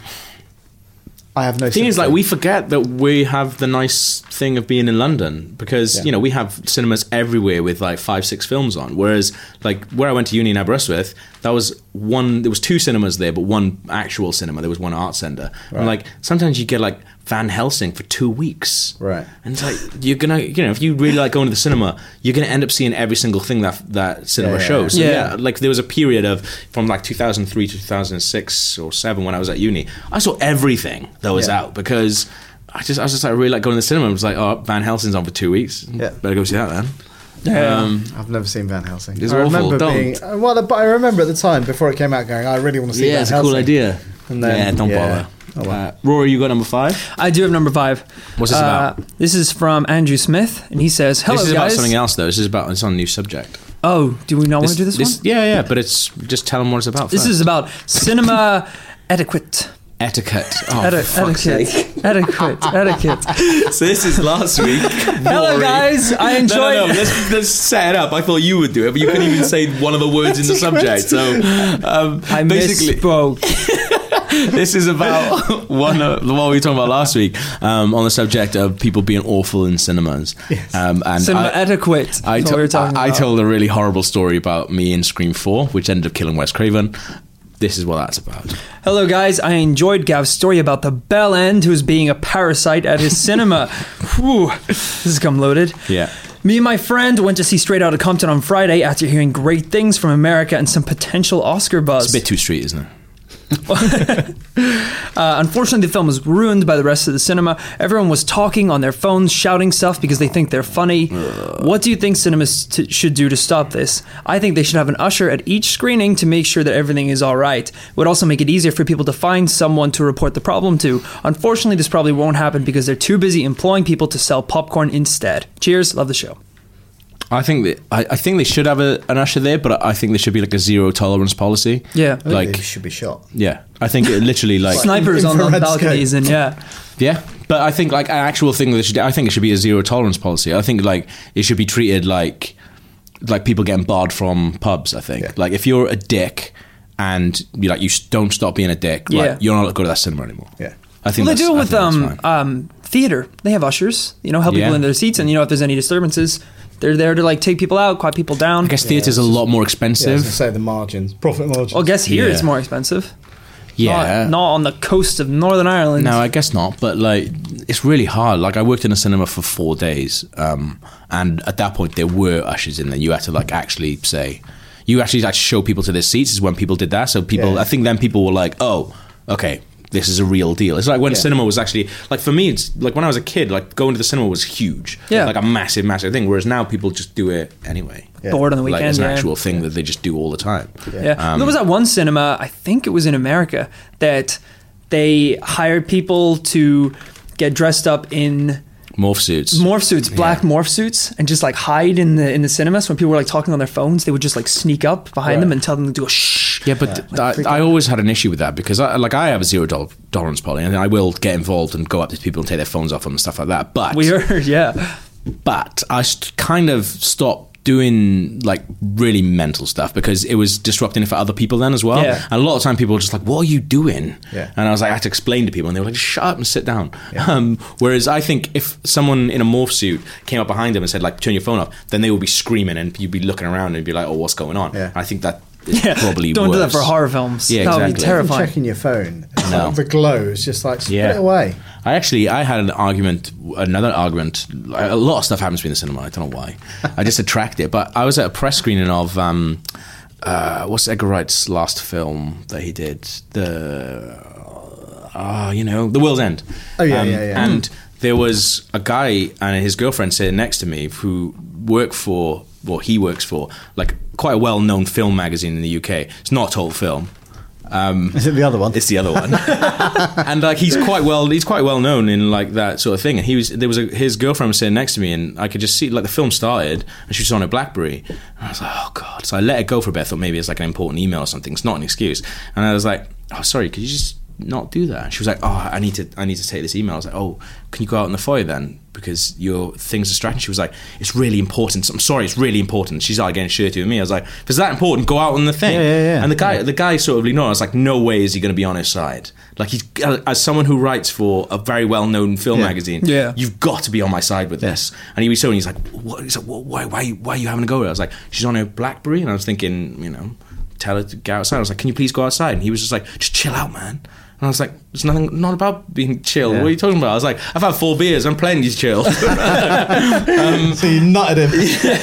Speaker 4: I have no.
Speaker 1: The thing is, like, we forget that we have the nice thing of being in London because,
Speaker 4: Yeah.
Speaker 1: you know, we have cinemas everywhere with like five, six films on. Whereas, like, where I went to uni in Aberystwyth, that was one, there was two cinemas there, but one actual cinema. There was one art centre. And, like, sometimes you get like Van Helsing for two weeks.
Speaker 4: Right.
Speaker 1: And it's like, you're going to, you know, if you really like going to the cinema, you're going to end up seeing every single thing that that cinema
Speaker 4: Yeah, yeah,
Speaker 1: shows. So,
Speaker 2: yeah.
Speaker 1: yeah, like there was a period of from like 2003 to 2006 or 7 when I was at uni I saw everything that was
Speaker 4: Yeah.
Speaker 1: out because I just I was just like really like going to the cinema I was like oh Van Helsing's on for two weeks
Speaker 4: Yeah.
Speaker 1: better go see that then
Speaker 2: Yeah.
Speaker 1: um,
Speaker 4: I've never seen Van Helsing.
Speaker 1: It's
Speaker 4: I
Speaker 1: awful,
Speaker 4: remember
Speaker 1: don't.
Speaker 4: being uh, well, but I remember at the time before it came out, going, I really want to see.
Speaker 1: yeah
Speaker 4: Van
Speaker 1: it's a
Speaker 4: Helsing.
Speaker 1: cool idea
Speaker 4: And then-
Speaker 1: yeah don't
Speaker 4: yeah.
Speaker 2: Oh,
Speaker 1: bother Uh, Rory you got number 5
Speaker 2: I do have number five.
Speaker 1: What's this
Speaker 2: about? This is from Andrew Smith, and he says, "Hello,
Speaker 1: this is about
Speaker 2: guys."
Speaker 1: something else though this is about it's on a new subject
Speaker 2: Oh, do we not want to do this, one?
Speaker 1: yeah yeah but it's just tell them what it's about
Speaker 2: This
Speaker 1: first.
Speaker 2: is about cinema etiquette. <laughs>
Speaker 1: etiquette oh
Speaker 2: Eti-
Speaker 1: for fuck's
Speaker 2: etiquette.
Speaker 1: sake. <laughs>
Speaker 2: etiquette. Etiquette. <laughs>
Speaker 1: so this is last week
Speaker 2: Hello,
Speaker 1: Rory.
Speaker 2: guys. I
Speaker 1: No, no, <laughs>
Speaker 2: enjoyed.
Speaker 1: no. Let's, let's set it up. I thought you would do it, but you couldn't even say one of the words in the subject. So, um,
Speaker 2: I
Speaker 1: basically,
Speaker 2: misspoke.
Speaker 1: this is
Speaker 2: <laughs>
Speaker 1: about one of the one we were talking about last week um, on the subject of people being awful in cinemas. Um, and
Speaker 2: Cinema
Speaker 1: I-
Speaker 2: etiquette.
Speaker 1: I,
Speaker 2: is what
Speaker 1: to-
Speaker 2: we were talking
Speaker 1: I, I
Speaker 2: about.
Speaker 1: told a really horrible story about me in Scream 4, which ended up killing Wes Craven. This is what that's about.
Speaker 2: Hello, guys. I enjoyed Gav's story about the bell end who's being a parasite at his
Speaker 1: <laughs>
Speaker 2: cinema. Whew, this has come loaded.
Speaker 1: Yeah.
Speaker 2: Me and my friend went to see Straight Outta Compton on Friday after hearing great things from America and some potential Oscar buzz.
Speaker 1: It's a bit too street, isn't it?
Speaker 2: Uh, unfortunately, the film was ruined by the rest of the cinema. Everyone was talking on their phones, shouting stuff because they think they're funny. What do you think cinemas t- should do to stop this? I think they should have an usher at each screening to make sure that everything is all right. It would also make it easier for people to find someone to report the problem to. Unfortunately, this probably won't happen because they're too busy employing people to sell popcorn instead. Cheers, love the show.
Speaker 1: I think that I, I think they should have a, an usher there, but I think there should be like a zero tolerance policy.
Speaker 2: Yeah.
Speaker 4: I think
Speaker 1: like
Speaker 4: they should be shot.
Speaker 1: yeah, I think it literally like
Speaker 2: Snipers on the
Speaker 4: infrared
Speaker 2: balconies
Speaker 4: scope.
Speaker 2: and yeah.
Speaker 1: Yeah, but I think like an actual thing that should. I think it should be a zero tolerance policy. I think like it should be treated like like people getting barred from pubs. I think
Speaker 4: Yeah.
Speaker 1: like if you're a dick and you like you s- don't stop being a dick,
Speaker 2: Yeah.
Speaker 1: like you're not allowed to go to that cinema anymore.
Speaker 4: Yeah.
Speaker 1: I think
Speaker 2: Well, they
Speaker 1: that's-
Speaker 2: do it
Speaker 1: I
Speaker 2: with
Speaker 1: think that's
Speaker 2: um,
Speaker 1: fine.
Speaker 2: um, theater. They have ushers, you know, help
Speaker 1: Yeah.
Speaker 2: people in their seats, and you know if there's any disturbances, they're there to like take people out, quiet people down.
Speaker 1: I guess theatre's a lot more expensive.
Speaker 4: say the margins, profit margins.
Speaker 2: Well, guess here
Speaker 1: Yeah.
Speaker 2: it's more expensive.
Speaker 1: Yeah,
Speaker 2: Not, not on the coast of Northern Ireland.
Speaker 1: No, I guess not. But like, it's really hard. Like, I worked in a cinema for four days, um, and at that point, there were ushers in there. You had to like actually say, you actually like show people to their seats. Is when people did that. So people,
Speaker 4: Yeah.
Speaker 1: I think then people were like, oh, okay. This is a real deal. It's like when cinema was actually like for me. It's like when I was a kid. Like going to the cinema was huge,
Speaker 2: Yeah.
Speaker 1: like a massive, massive thing. Whereas now people just do it anyway.
Speaker 2: Bored on the
Speaker 1: like
Speaker 2: weekend.
Speaker 1: it's an
Speaker 2: yeah.
Speaker 1: actual thing that they just do all the time. Um,
Speaker 2: Yeah. there was that one cinema, I think it was in America, that they hired people to get dressed up in
Speaker 1: Morph suits.
Speaker 2: morph suits, black morph suits, and just like hide in the in the cinemas when people were like talking on their phones. They would just like sneak up behind them and tell them to go shh.
Speaker 1: Yeah, but th- I, I always had an issue with that because I, like I have a zero tol- tolerance policy, and I will get involved and go up to people and take their phones off them and stuff like that. But
Speaker 2: We are, <laughs> yeah.
Speaker 1: but I st- kind of stopped doing like really mental stuff because it was disrupting it for other people then as well.
Speaker 2: Yeah.
Speaker 1: And a lot of time people were just like, "What are you doing?"
Speaker 4: Yeah.
Speaker 1: And I was like, I had to explain to people, and they were like, "Shut up and sit down." Um, whereas I think if someone in a morph suit came up behind them and said, "Like, turn your phone off," then they would be screaming, and you'd be looking around and be like, "Oh, what's going on?"
Speaker 4: Yeah.
Speaker 1: I think
Speaker 2: <laughs>
Speaker 1: that is probably
Speaker 2: Don't do that
Speaker 1: worse.
Speaker 2: for horror films.
Speaker 1: Yeah,
Speaker 2: that would be
Speaker 1: exactly.
Speaker 2: terrifying.
Speaker 4: Checking your phone. It's
Speaker 1: No.
Speaker 4: like the glow is just like,
Speaker 1: Yeah.
Speaker 4: put it away.
Speaker 1: I actually I had an argument, another argument. A lot of stuff happens to me in the cinema. I don't know why. I just attract it. But I was at a press screening of um, uh, what's Edgar Wright's last film that he did? The uh, you know, The World's End. Um,
Speaker 4: Oh, yeah, yeah, yeah.
Speaker 1: And there was a guy and his girlfriend sitting next to me who work for, well, he works for, like quite a well-known film magazine in the UK. It's not Total Film. Um,
Speaker 4: Is it the other one?
Speaker 1: It's the other one.
Speaker 4: <laughs>
Speaker 1: and like he's quite well he's quite well known in like that sort of thing. And he was there was a, his girlfriend was sitting next to me and I could just see like the film started and she was on a Blackberry. And I was like, Oh god. So I let it go for a bit, I thought maybe it's like an important email or something. It's not an excuse. And I was like, Oh sorry, could you just not do that? She was like, Oh, I need to I need to take this email. I was like, Oh, can you go out in the foyer then? Because your thing's distracting. She was like, It's really important. I'm sorry, it's really important. She's arguing shirty with me. I was like, If it's that important, go out on the thing.
Speaker 4: Yeah, yeah, yeah.
Speaker 1: And the guy, the guy sort of leaned on. I was like, no way is he going to be on his side. Like he's as someone who writes for a very well-known film magazine.
Speaker 2: Yeah.
Speaker 1: you've got to be on my side with this. And he was so, and he's like, what? He's like, what, why, why, why are you having a go? At her? I was like, she's on her BlackBerry, and I was thinking, you know, tell her to go outside. I was like, can you please go outside? And he was just like, just chill out, man. And I was like, it's nothing, not about being chill. What are you talking about? I was like, I've had four beers. I'm plenty chill. <laughs>
Speaker 4: so you nutted him.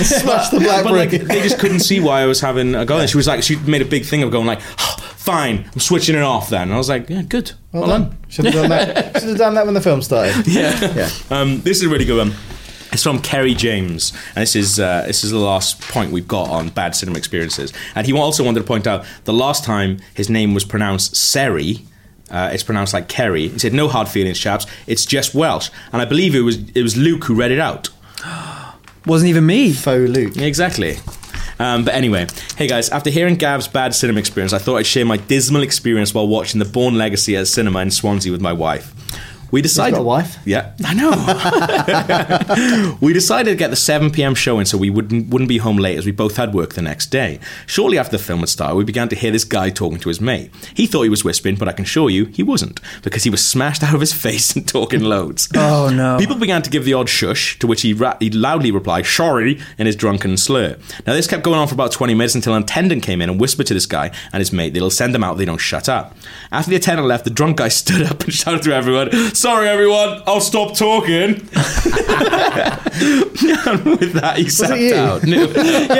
Speaker 4: Smashed the
Speaker 1: But like,
Speaker 4: blackberry.
Speaker 1: they just couldn't see why I was having a go. And she was like, she made a big thing of going like, "Oh, fine, I'm switching it off then. And I was like, yeah, good. Well, done.
Speaker 4: Should have done that. Should have done that when the film started.
Speaker 1: <laughs> Yeah.
Speaker 4: Yeah.
Speaker 1: Um, this is a really good one. It's from Kerry James, and this is uh, this is the last point we've got on bad cinema experiences. And he also wanted to point out the last time his name was pronounced Seri, uh, it's pronounced like Kerry. He said, "No hard feelings, chaps. It's just Welsh." And I believe it was it was Luke who read it out.
Speaker 2: Wasn't even me.
Speaker 4: Faux Luke.
Speaker 1: Exactly. Um, but anyway, hey guys, after hearing Gav's bad cinema experience, I thought I'd share my dismal experience while watching The Born Legacy at a cinema in Swansea with my wife. We decided.
Speaker 4: got a wife?
Speaker 1: Yeah, I know. we decided to get the 7 p.m. showing so we wouldn't wouldn't be home late as we both had work the next day. Shortly after the film had started, we began to hear this guy talking to his mate. He thought he was whispering, but I can assure you he wasn't because he was smashed <laughs> out of his face and talking loads.
Speaker 2: <laughs> Oh, no.
Speaker 1: People People began to give the odd shush, to which he, ra- he loudly replied, sorry, in his drunken slur. Now, this kept going on for about 20 minutes until an attendant came in and whispered to this guy and his mate that he'll send them out if they don't shut up. After the attendant left, the drunk guy <laughs> stood up and shouted to everyone, sorry, everyone, I'll stop talking. and with that, he sat
Speaker 4: it you? <laughs>
Speaker 1: down. No. <laughs>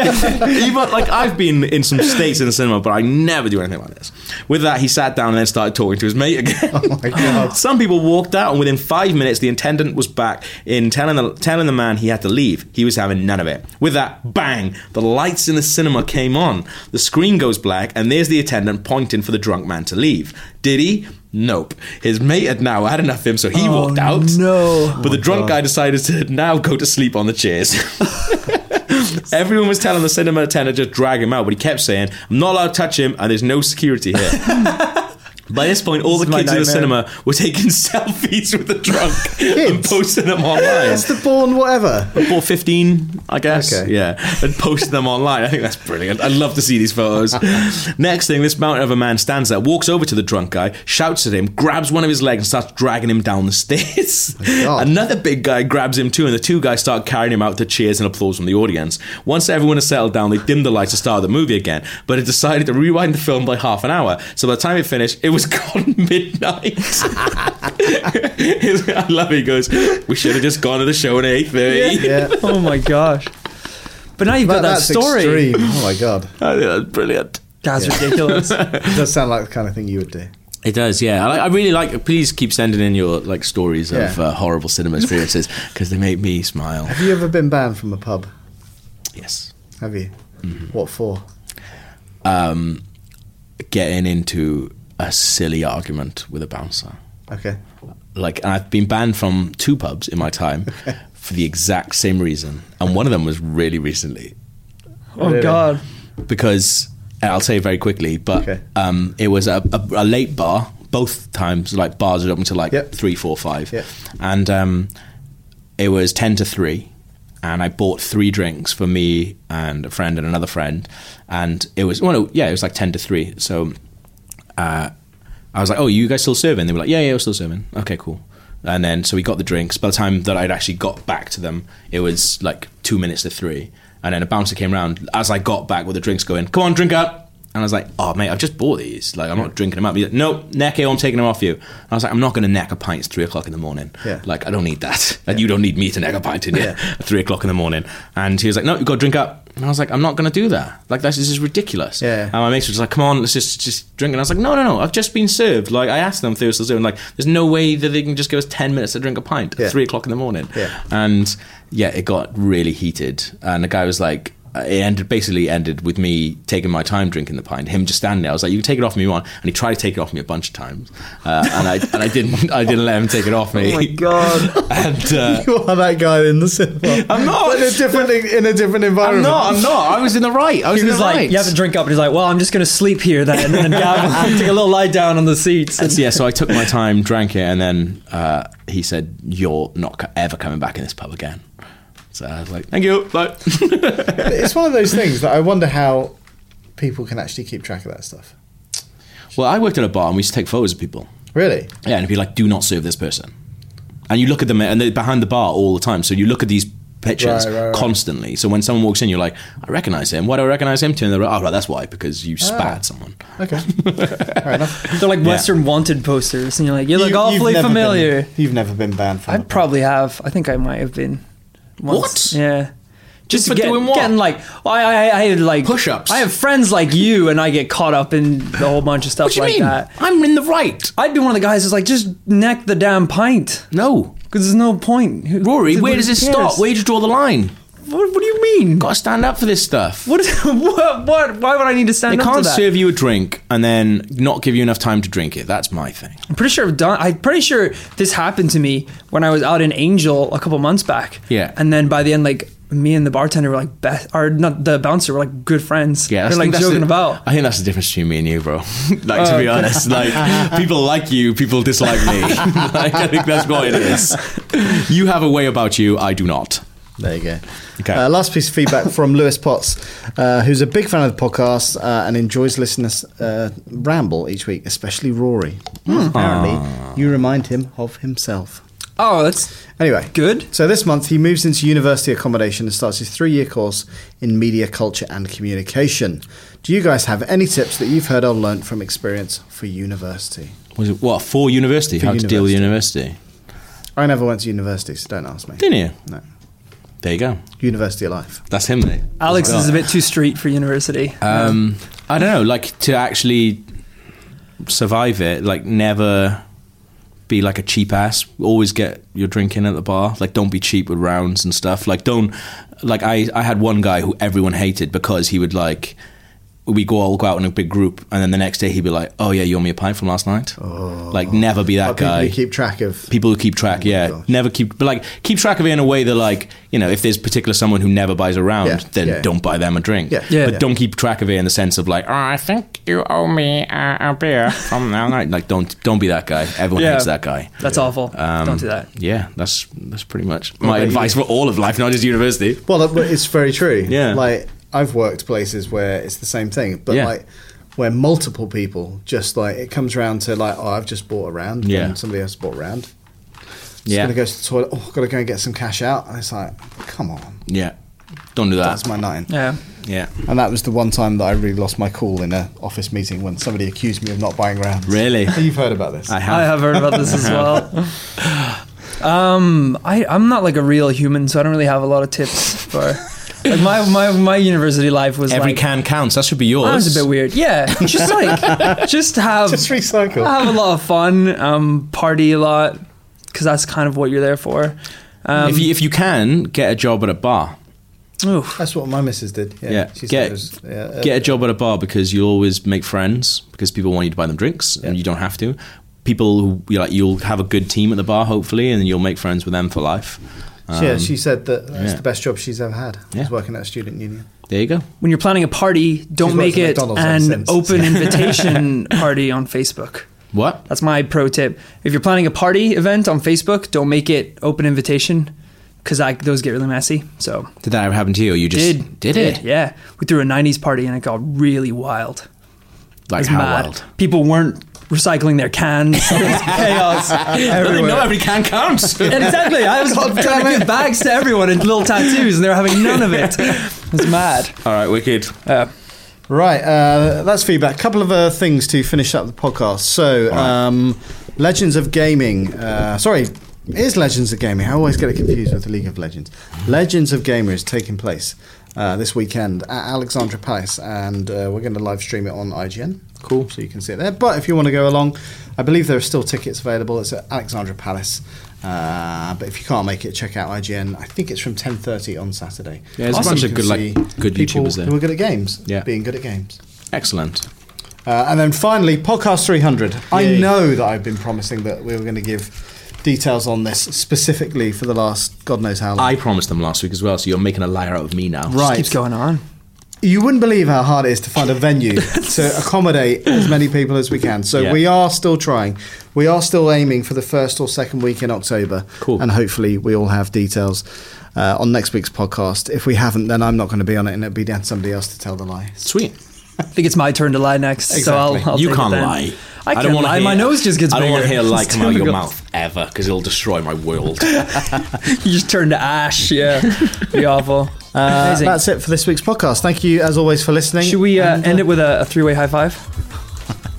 Speaker 1: yeah. Even, like I've been in some states in the cinema, but I never do anything like this. With that, he sat down and then started talking to his mate again.
Speaker 4: <laughs>
Speaker 1: Oh
Speaker 4: <laughs> my God.
Speaker 1: <laughs> Some people walked out, and within five minutes, the attendant was back in telling the telling the man he had to leave. He was having none of it. With that, bang! The lights in the cinema came on. The screen goes black, and there's the attendant pointing for the drunk man to leave. Did he? Nope. His mate had now had enough of him, so he
Speaker 2: Oh,
Speaker 1: walked out.
Speaker 2: no.
Speaker 1: But the drunk guy decided to now go to sleep on the chairs. <laughs> Everyone was telling the cinema attendant to drag him out, but he kept saying, I'm not allowed to touch him and there's no security
Speaker 2: <laughs>
Speaker 1: here. By this point, all the
Speaker 2: my
Speaker 1: kids in the
Speaker 2: nightmare.
Speaker 1: cinema were taking <laughs> selfies with the drunk and
Speaker 4: Kids?
Speaker 1: posting them online.
Speaker 4: It's the born whatever.
Speaker 1: Football 15, I guess.
Speaker 4: Okay.
Speaker 1: Yeah. And posted them online. I think that's brilliant. I'd love to see these photos. Next thing, this mountain of a man stands there, walks over to the drunk guy, shouts at him, grabs one of his legs, and starts dragging him down
Speaker 4: <laughs>
Speaker 1: the stairs.
Speaker 4: God.
Speaker 1: Another big guy grabs him too, and the two guys start carrying him out to cheers and applause from the audience. Once everyone has settled down, they dim the lights to start the movie again, but it decided to rewind the film by half an hour. So by the time it finished, it was <laughs> gone midnight. <laughs> I love it. He goes, We should have just gone to the show at 8.30.
Speaker 4: Yeah.
Speaker 2: Oh my gosh. But now you've
Speaker 4: That-
Speaker 2: got that
Speaker 4: that's
Speaker 2: story.
Speaker 1: <laughs>
Speaker 4: extreme. Oh my god.
Speaker 1: I think that's brilliant. <laughs>
Speaker 2: That's ridiculous.
Speaker 4: It does sound like the kind of thing you would do.
Speaker 1: It does, yeah. I, I really like. Please keep sending in your like stories of
Speaker 4: Yeah.
Speaker 1: uh, horrible <laughs> cinema experiences because they make me smile.
Speaker 4: Have you ever been banned from a pub?
Speaker 1: Yes,
Speaker 4: Have you?
Speaker 1: Mm-hmm.
Speaker 4: What for?
Speaker 1: um, getting into a silly argument with a bouncer.
Speaker 3: Okay.
Speaker 1: Like, and I've been banned from two pubs in my <laughs> time for the exact same reason. And one of them was really recently
Speaker 2: Oh
Speaker 3: Really?
Speaker 2: God.
Speaker 1: because and I'll say it very quickly, but
Speaker 3: Okay.
Speaker 1: um, it was a, a, a late bar. Both times, like bars are open to like
Speaker 3: Yep.
Speaker 1: three, four, five,
Speaker 3: Yep.
Speaker 1: and um, it was ten to three. And I bought three drinks for me and a friend and another friend, and it was well, no, yeah, it was like ten to three. So I was like, "Oh, you guys still serving?" They were like, "Yeah, yeah, we're still serving." Okay, cool. And then so we got the drinks. By the time that I'd actually got back to them, it was like two minutes to three. And then a bouncer came round as I got back with the drinks going. Come on, drink up. And I was like, "Oh, mate, I've just bought these. Like, I'm not drinking them up." He's like, "No, neck ale. I'm taking them off you." And I was like, "I'm not going to neck a pint at three o'clock in the morning.
Speaker 3: Yeah.
Speaker 1: Like, I don't need that. And you don't need me to neck a pint in here
Speaker 3: Yeah.
Speaker 1: <laughs> at three o'clock in the morning." And he was like, "No, you've got to drink up." And I was like, "I'm not going to do that. Like, that's- this is ridiculous."
Speaker 3: Yeah.
Speaker 1: And my mates were just like, "Come on, let's just just drink." And I was like, "No, no, no! I've just been served. Like, I asked them if they were still serving. Like, there's no way that they can just give us ten minutes to drink a pint at
Speaker 3: Yeah.
Speaker 1: three o'clock in the morning."
Speaker 3: Yeah.
Speaker 1: And yeah, it got really heated, and the guy was like. uh, It ended basically ended with me taking my time drinking the pint. Him just standing there. I was like, "You can take it off me, if you want." And he tried to take it off me a bunch of times, uh, and I and I didn't. I didn't let him take it off me.
Speaker 3: Oh my god.
Speaker 1: <laughs>
Speaker 4: <laughs>
Speaker 1: and uh,
Speaker 3: you are that guy in the cinema.
Speaker 1: <laughs> I'm not.
Speaker 3: But in a different in a different
Speaker 1: I'm
Speaker 3: environment.
Speaker 1: not. I'm not. I was in the right. I was
Speaker 2: He
Speaker 1: in
Speaker 2: was
Speaker 1: the
Speaker 2: like,
Speaker 1: right.
Speaker 2: "You have to drink up," and he's like, "Well, I'm just going to sleep here then,
Speaker 1: <laughs>
Speaker 2: and Gavin <laughs> take a little lie down on the seats."
Speaker 1: And so, yeah, so I took my time, drank it, and then uh, he said, "You're not co- ever coming back in this pub again." So I was like, "Thank you." Bye. <laughs>
Speaker 3: It's one of those things that I wonder how people can actually keep track of that stuff.
Speaker 1: well, I worked at a bar, and we used to take photos of people.
Speaker 3: Really?
Speaker 1: Yeah, and it'd be like, "Do not serve this person," and you look at them, and they're behind the bar all the time. So you look at these pictures
Speaker 3: Right, right, right.
Speaker 1: constantly. So when someone walks in, you're like, "I recognize him. Why do I recognize him?" Turn the oh, right, that's why because
Speaker 2: Ah.
Speaker 1: you spat at someone. <laughs>
Speaker 3: Okay. Fair enough.
Speaker 2: They're like Western Wanted posters, and you're like, "You look
Speaker 3: You- you've
Speaker 2: awfully
Speaker 3: never
Speaker 2: familiar."
Speaker 3: been- you've never been banned from.
Speaker 2: I
Speaker 3: the pub.
Speaker 2: probably have. I think I might have been. once.
Speaker 1: What?
Speaker 2: Yeah. Just
Speaker 1: for
Speaker 2: get-
Speaker 1: doing what?
Speaker 2: Getting like, well, I, I, I had, like
Speaker 1: Push-ups.
Speaker 2: I have friends like you, and I get caught up in a whole bunch of stuff
Speaker 1: What do you
Speaker 2: like
Speaker 1: mean?
Speaker 2: that.
Speaker 1: I'm in the right.
Speaker 2: I'd be one of the guys that's like, just neck the damn pint,
Speaker 1: No,
Speaker 2: because there's no point. Who-
Speaker 1: Rory,
Speaker 2: who
Speaker 1: where does this
Speaker 2: cares?
Speaker 1: stop? Where do you draw the line?
Speaker 2: What, what do you mean?
Speaker 1: Got to stand up for this stuff.
Speaker 2: What, <laughs> what? What? Why would I need to stand
Speaker 1: They
Speaker 2: up to
Speaker 1: can't
Speaker 2: that?
Speaker 1: serve you a drink and then not give you enough time to drink it. That's my thing.
Speaker 2: I'm pretty sure I've done. I'm pretty sure this happened to me when I was out in Angel a couple months back.
Speaker 1: Yeah.
Speaker 2: And then by the end, like me and the bartender were like best, or not the bouncer were like good friends.
Speaker 1: Yeah,
Speaker 2: They're
Speaker 1: I
Speaker 2: like
Speaker 1: think that's
Speaker 2: joking
Speaker 1: the-
Speaker 2: about. Uh,
Speaker 1: I think that's the difference between me and you, bro. <laughs> like to be honest,
Speaker 2: <laughs>
Speaker 1: like people like you, people dislike me. <laughs> like, I think that's what it is. You have a way about you. I do not.
Speaker 3: There you go.
Speaker 1: Okay.
Speaker 3: Uh, last piece of feedback from <laughs> Lewis Potts, uh, who's a big fan of the podcast uh, and enjoys listening us uh, ramble each week, especially Rory. Apparently, you remind him of himself.
Speaker 2: Oh, that's
Speaker 3: Anyway,
Speaker 2: good.
Speaker 3: So this month he moves into university accommodation and starts his three-year course in media, culture, and communication. Do you guys have any tips that you've heard or learnt from experience for university?
Speaker 1: Was it what for university?
Speaker 3: For
Speaker 1: How to deal with university?
Speaker 3: I never went to university, so don't ask me.
Speaker 1: Didn't you?
Speaker 3: No,
Speaker 1: There you go.
Speaker 3: university life.
Speaker 1: That's him. There.
Speaker 2: Alex
Speaker 1: Well,
Speaker 2: is a bit too street for university.
Speaker 1: Um, I don't know. Like to actually survive it. Like never be like a cheap ass. Always get your drink in at the bar. Like don't be cheap with rounds and stuff. Like don't. Like I, I had one guy who everyone hated because he would like. We go all go out in a big group, and then the next day he'd be like, "Oh yeah, you owe me a pint from last night." like never be that
Speaker 3: Like, people
Speaker 1: guy
Speaker 3: you keep track of.
Speaker 1: people who keep track, yeah,
Speaker 3: Oh gosh.
Speaker 1: never keep, but like keep track of it in a way that like you know if there's particular someone who never buys a round,
Speaker 3: Yeah,
Speaker 1: then
Speaker 3: yeah.
Speaker 1: don't buy them a drink.
Speaker 3: Yeah, Yeah.
Speaker 1: But
Speaker 3: yeah.
Speaker 1: don't keep track of it in the sense of like, oh, I think you owe me a, a beer from that
Speaker 2: <laughs>
Speaker 1: night. Like don't don't be that guy. Everyone
Speaker 2: Yeah.
Speaker 1: hates that guy. Um,
Speaker 2: that's awful. Don't do that.
Speaker 1: Yeah, that's that's pretty much my
Speaker 3: about
Speaker 1: advice for all of life, not just university.
Speaker 3: Well, that- but it's very true.
Speaker 1: <laughs> Yeah.
Speaker 3: Like I've worked places where it's the same thing, but
Speaker 1: Yeah.
Speaker 3: like where multiple people just like it comes round to like, oh, I've just bought a round.
Speaker 1: Yeah.
Speaker 3: And somebody else bought a round. Just
Speaker 1: Yeah,
Speaker 3: Gonna go to the toilet. Oh, gotta go and get some cash out. And it's like, come on,
Speaker 1: yeah, don't do that.
Speaker 3: that's my nine.
Speaker 2: Yeah.
Speaker 1: yeah,
Speaker 3: And that was the one time that I really lost my cool in a office meeting when somebody accused me of not buying rounds.
Speaker 1: really.
Speaker 3: <laughs> You've heard about this.
Speaker 1: I
Speaker 2: I
Speaker 1: have.
Speaker 2: have heard about this as well. Um, I, I'm not like a real human, so I don't really have a lot of tips for. Like my, my, my university life was
Speaker 1: Every
Speaker 2: like,
Speaker 1: can counts. That should be yours.
Speaker 2: That was a bit weird. Yeah, just like just have
Speaker 3: Just recycle.
Speaker 2: have a lot of fun, um, party a lot, because that's kind of what you're there for. Um,
Speaker 1: if you if you can get a job at a bar,
Speaker 2: oof.
Speaker 3: That's what my missus did. Yeah.
Speaker 1: Yeah.
Speaker 3: She
Speaker 1: Get-
Speaker 3: said it was, yeah, uh,
Speaker 1: get a job at a bar because you always make friends because people want you to buy them drinks and you don't have to. people who you like you'll have a good team at the bar hopefully, and you'll make friends with them for life.
Speaker 3: yeah,
Speaker 1: Um,
Speaker 3: she said that that's
Speaker 1: yeah.
Speaker 3: the best job she's ever had.
Speaker 1: Yeah.
Speaker 3: Is working at a student union.
Speaker 1: There you go.
Speaker 2: When you're planning a party, don't
Speaker 3: worked
Speaker 2: make
Speaker 3: at
Speaker 2: it
Speaker 3: McDonald's ever
Speaker 2: an
Speaker 3: since. <laughs>
Speaker 2: open invitation party on Facebook.
Speaker 1: What?
Speaker 2: That's my pro tip. If you're planning a party event on Facebook, don't make it open invitation because those get really messy. So
Speaker 1: Did that ever happen to you? Or you just
Speaker 2: did
Speaker 1: it?
Speaker 2: Yeah, we threw a '90s party and it got really wild. It
Speaker 1: Like
Speaker 2: was
Speaker 1: how
Speaker 2: mad.
Speaker 1: wild?
Speaker 2: People weren't recycling
Speaker 1: <laughs>
Speaker 2: their cans. It was chaos everywhere.
Speaker 1: No, every can
Speaker 2: <laughs>
Speaker 1: counts. <laughs>
Speaker 2: And exactly, I was trying to give bags to everyone and little tattoos, and they were having none of
Speaker 1: <laughs>
Speaker 2: it. It was mad.
Speaker 1: All right, wicked.
Speaker 2: Uh,
Speaker 3: Right, uh, that's feedback. couple of uh, things to finish up the podcast. So, um, Legends of Gaming. Uh, sorry, it is Legends of Gaming. I always get it confused with the League of Legends. Legends of Gamer is taking place uh, this weekend at Alexandra Palace, and uh, we're going to live stream it on IGN. Cool. So you can see it there. But if you want to go along, I believe there are still tickets available. It's at Alexandra Palace. Uh, but if you can't make it, check out IGN. I think it's from 10.30 on Saturday.
Speaker 1: Yeah, there's a
Speaker 3: So
Speaker 1: bunch
Speaker 3: you
Speaker 1: of
Speaker 3: can
Speaker 1: good, like,
Speaker 3: see
Speaker 1: good
Speaker 3: people
Speaker 1: YouTubers there.
Speaker 3: Who are good at games.
Speaker 1: Yeah.
Speaker 3: Being good at games.
Speaker 1: Excellent.
Speaker 3: Uh, and then finally, podcast 300. I
Speaker 1: Yay.
Speaker 3: know that I've been promising that we were going to give details on this specifically for the last God knows how long.
Speaker 1: I promised them last week as well, so you're making a liar out of me now.
Speaker 3: Right.
Speaker 2: Keeps going on.
Speaker 3: you wouldn't believe how hard it is to find
Speaker 1: <laughs>
Speaker 3: a venue to accommodate as many people as we can. So
Speaker 1: Yeah.
Speaker 3: we are still trying. We are still aiming for the first or second week in October.
Speaker 1: Cool.
Speaker 3: And hopefully we all have details uh, on next week's podcast. If we haven't, then I'm not going to be on it and it'll be down to somebody else to tell the lie.
Speaker 1: Sweet.
Speaker 2: I think it's my turn to lie next, so I'll, I'll
Speaker 1: you
Speaker 2: take it
Speaker 1: can't
Speaker 2: then.
Speaker 1: lie.
Speaker 2: I, can't
Speaker 1: don't wanna
Speaker 2: lie. My
Speaker 1: hear-
Speaker 2: nose just gets
Speaker 1: I don't
Speaker 2: bigger.
Speaker 1: want to hear a lie
Speaker 2: <laughs> It's
Speaker 1: come out of your
Speaker 2: difficult.
Speaker 1: mouth ever because it'll destroy my
Speaker 2: <laughs>
Speaker 1: world.
Speaker 2: You just turn to ash. Yeah, be awful.
Speaker 3: Uh,
Speaker 2: Amazing.
Speaker 3: that's it for this week's podcast. Thank you, as always, for listening.
Speaker 2: Should we uh,
Speaker 3: And,
Speaker 2: end it with a, a three-way high five?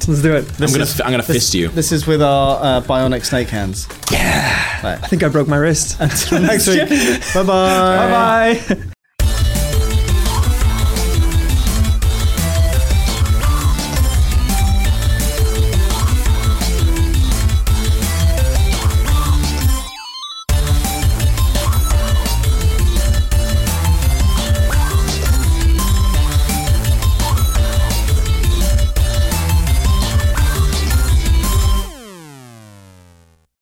Speaker 2: Let's do it.
Speaker 1: I'm gonna,
Speaker 3: is-
Speaker 1: f- I'm gonna fist you.
Speaker 3: This is with our uh, bionic snake hands.
Speaker 2: I think I broke my wrist.
Speaker 3: Until next week. Bye bye.
Speaker 2: <laughs> Bye bye.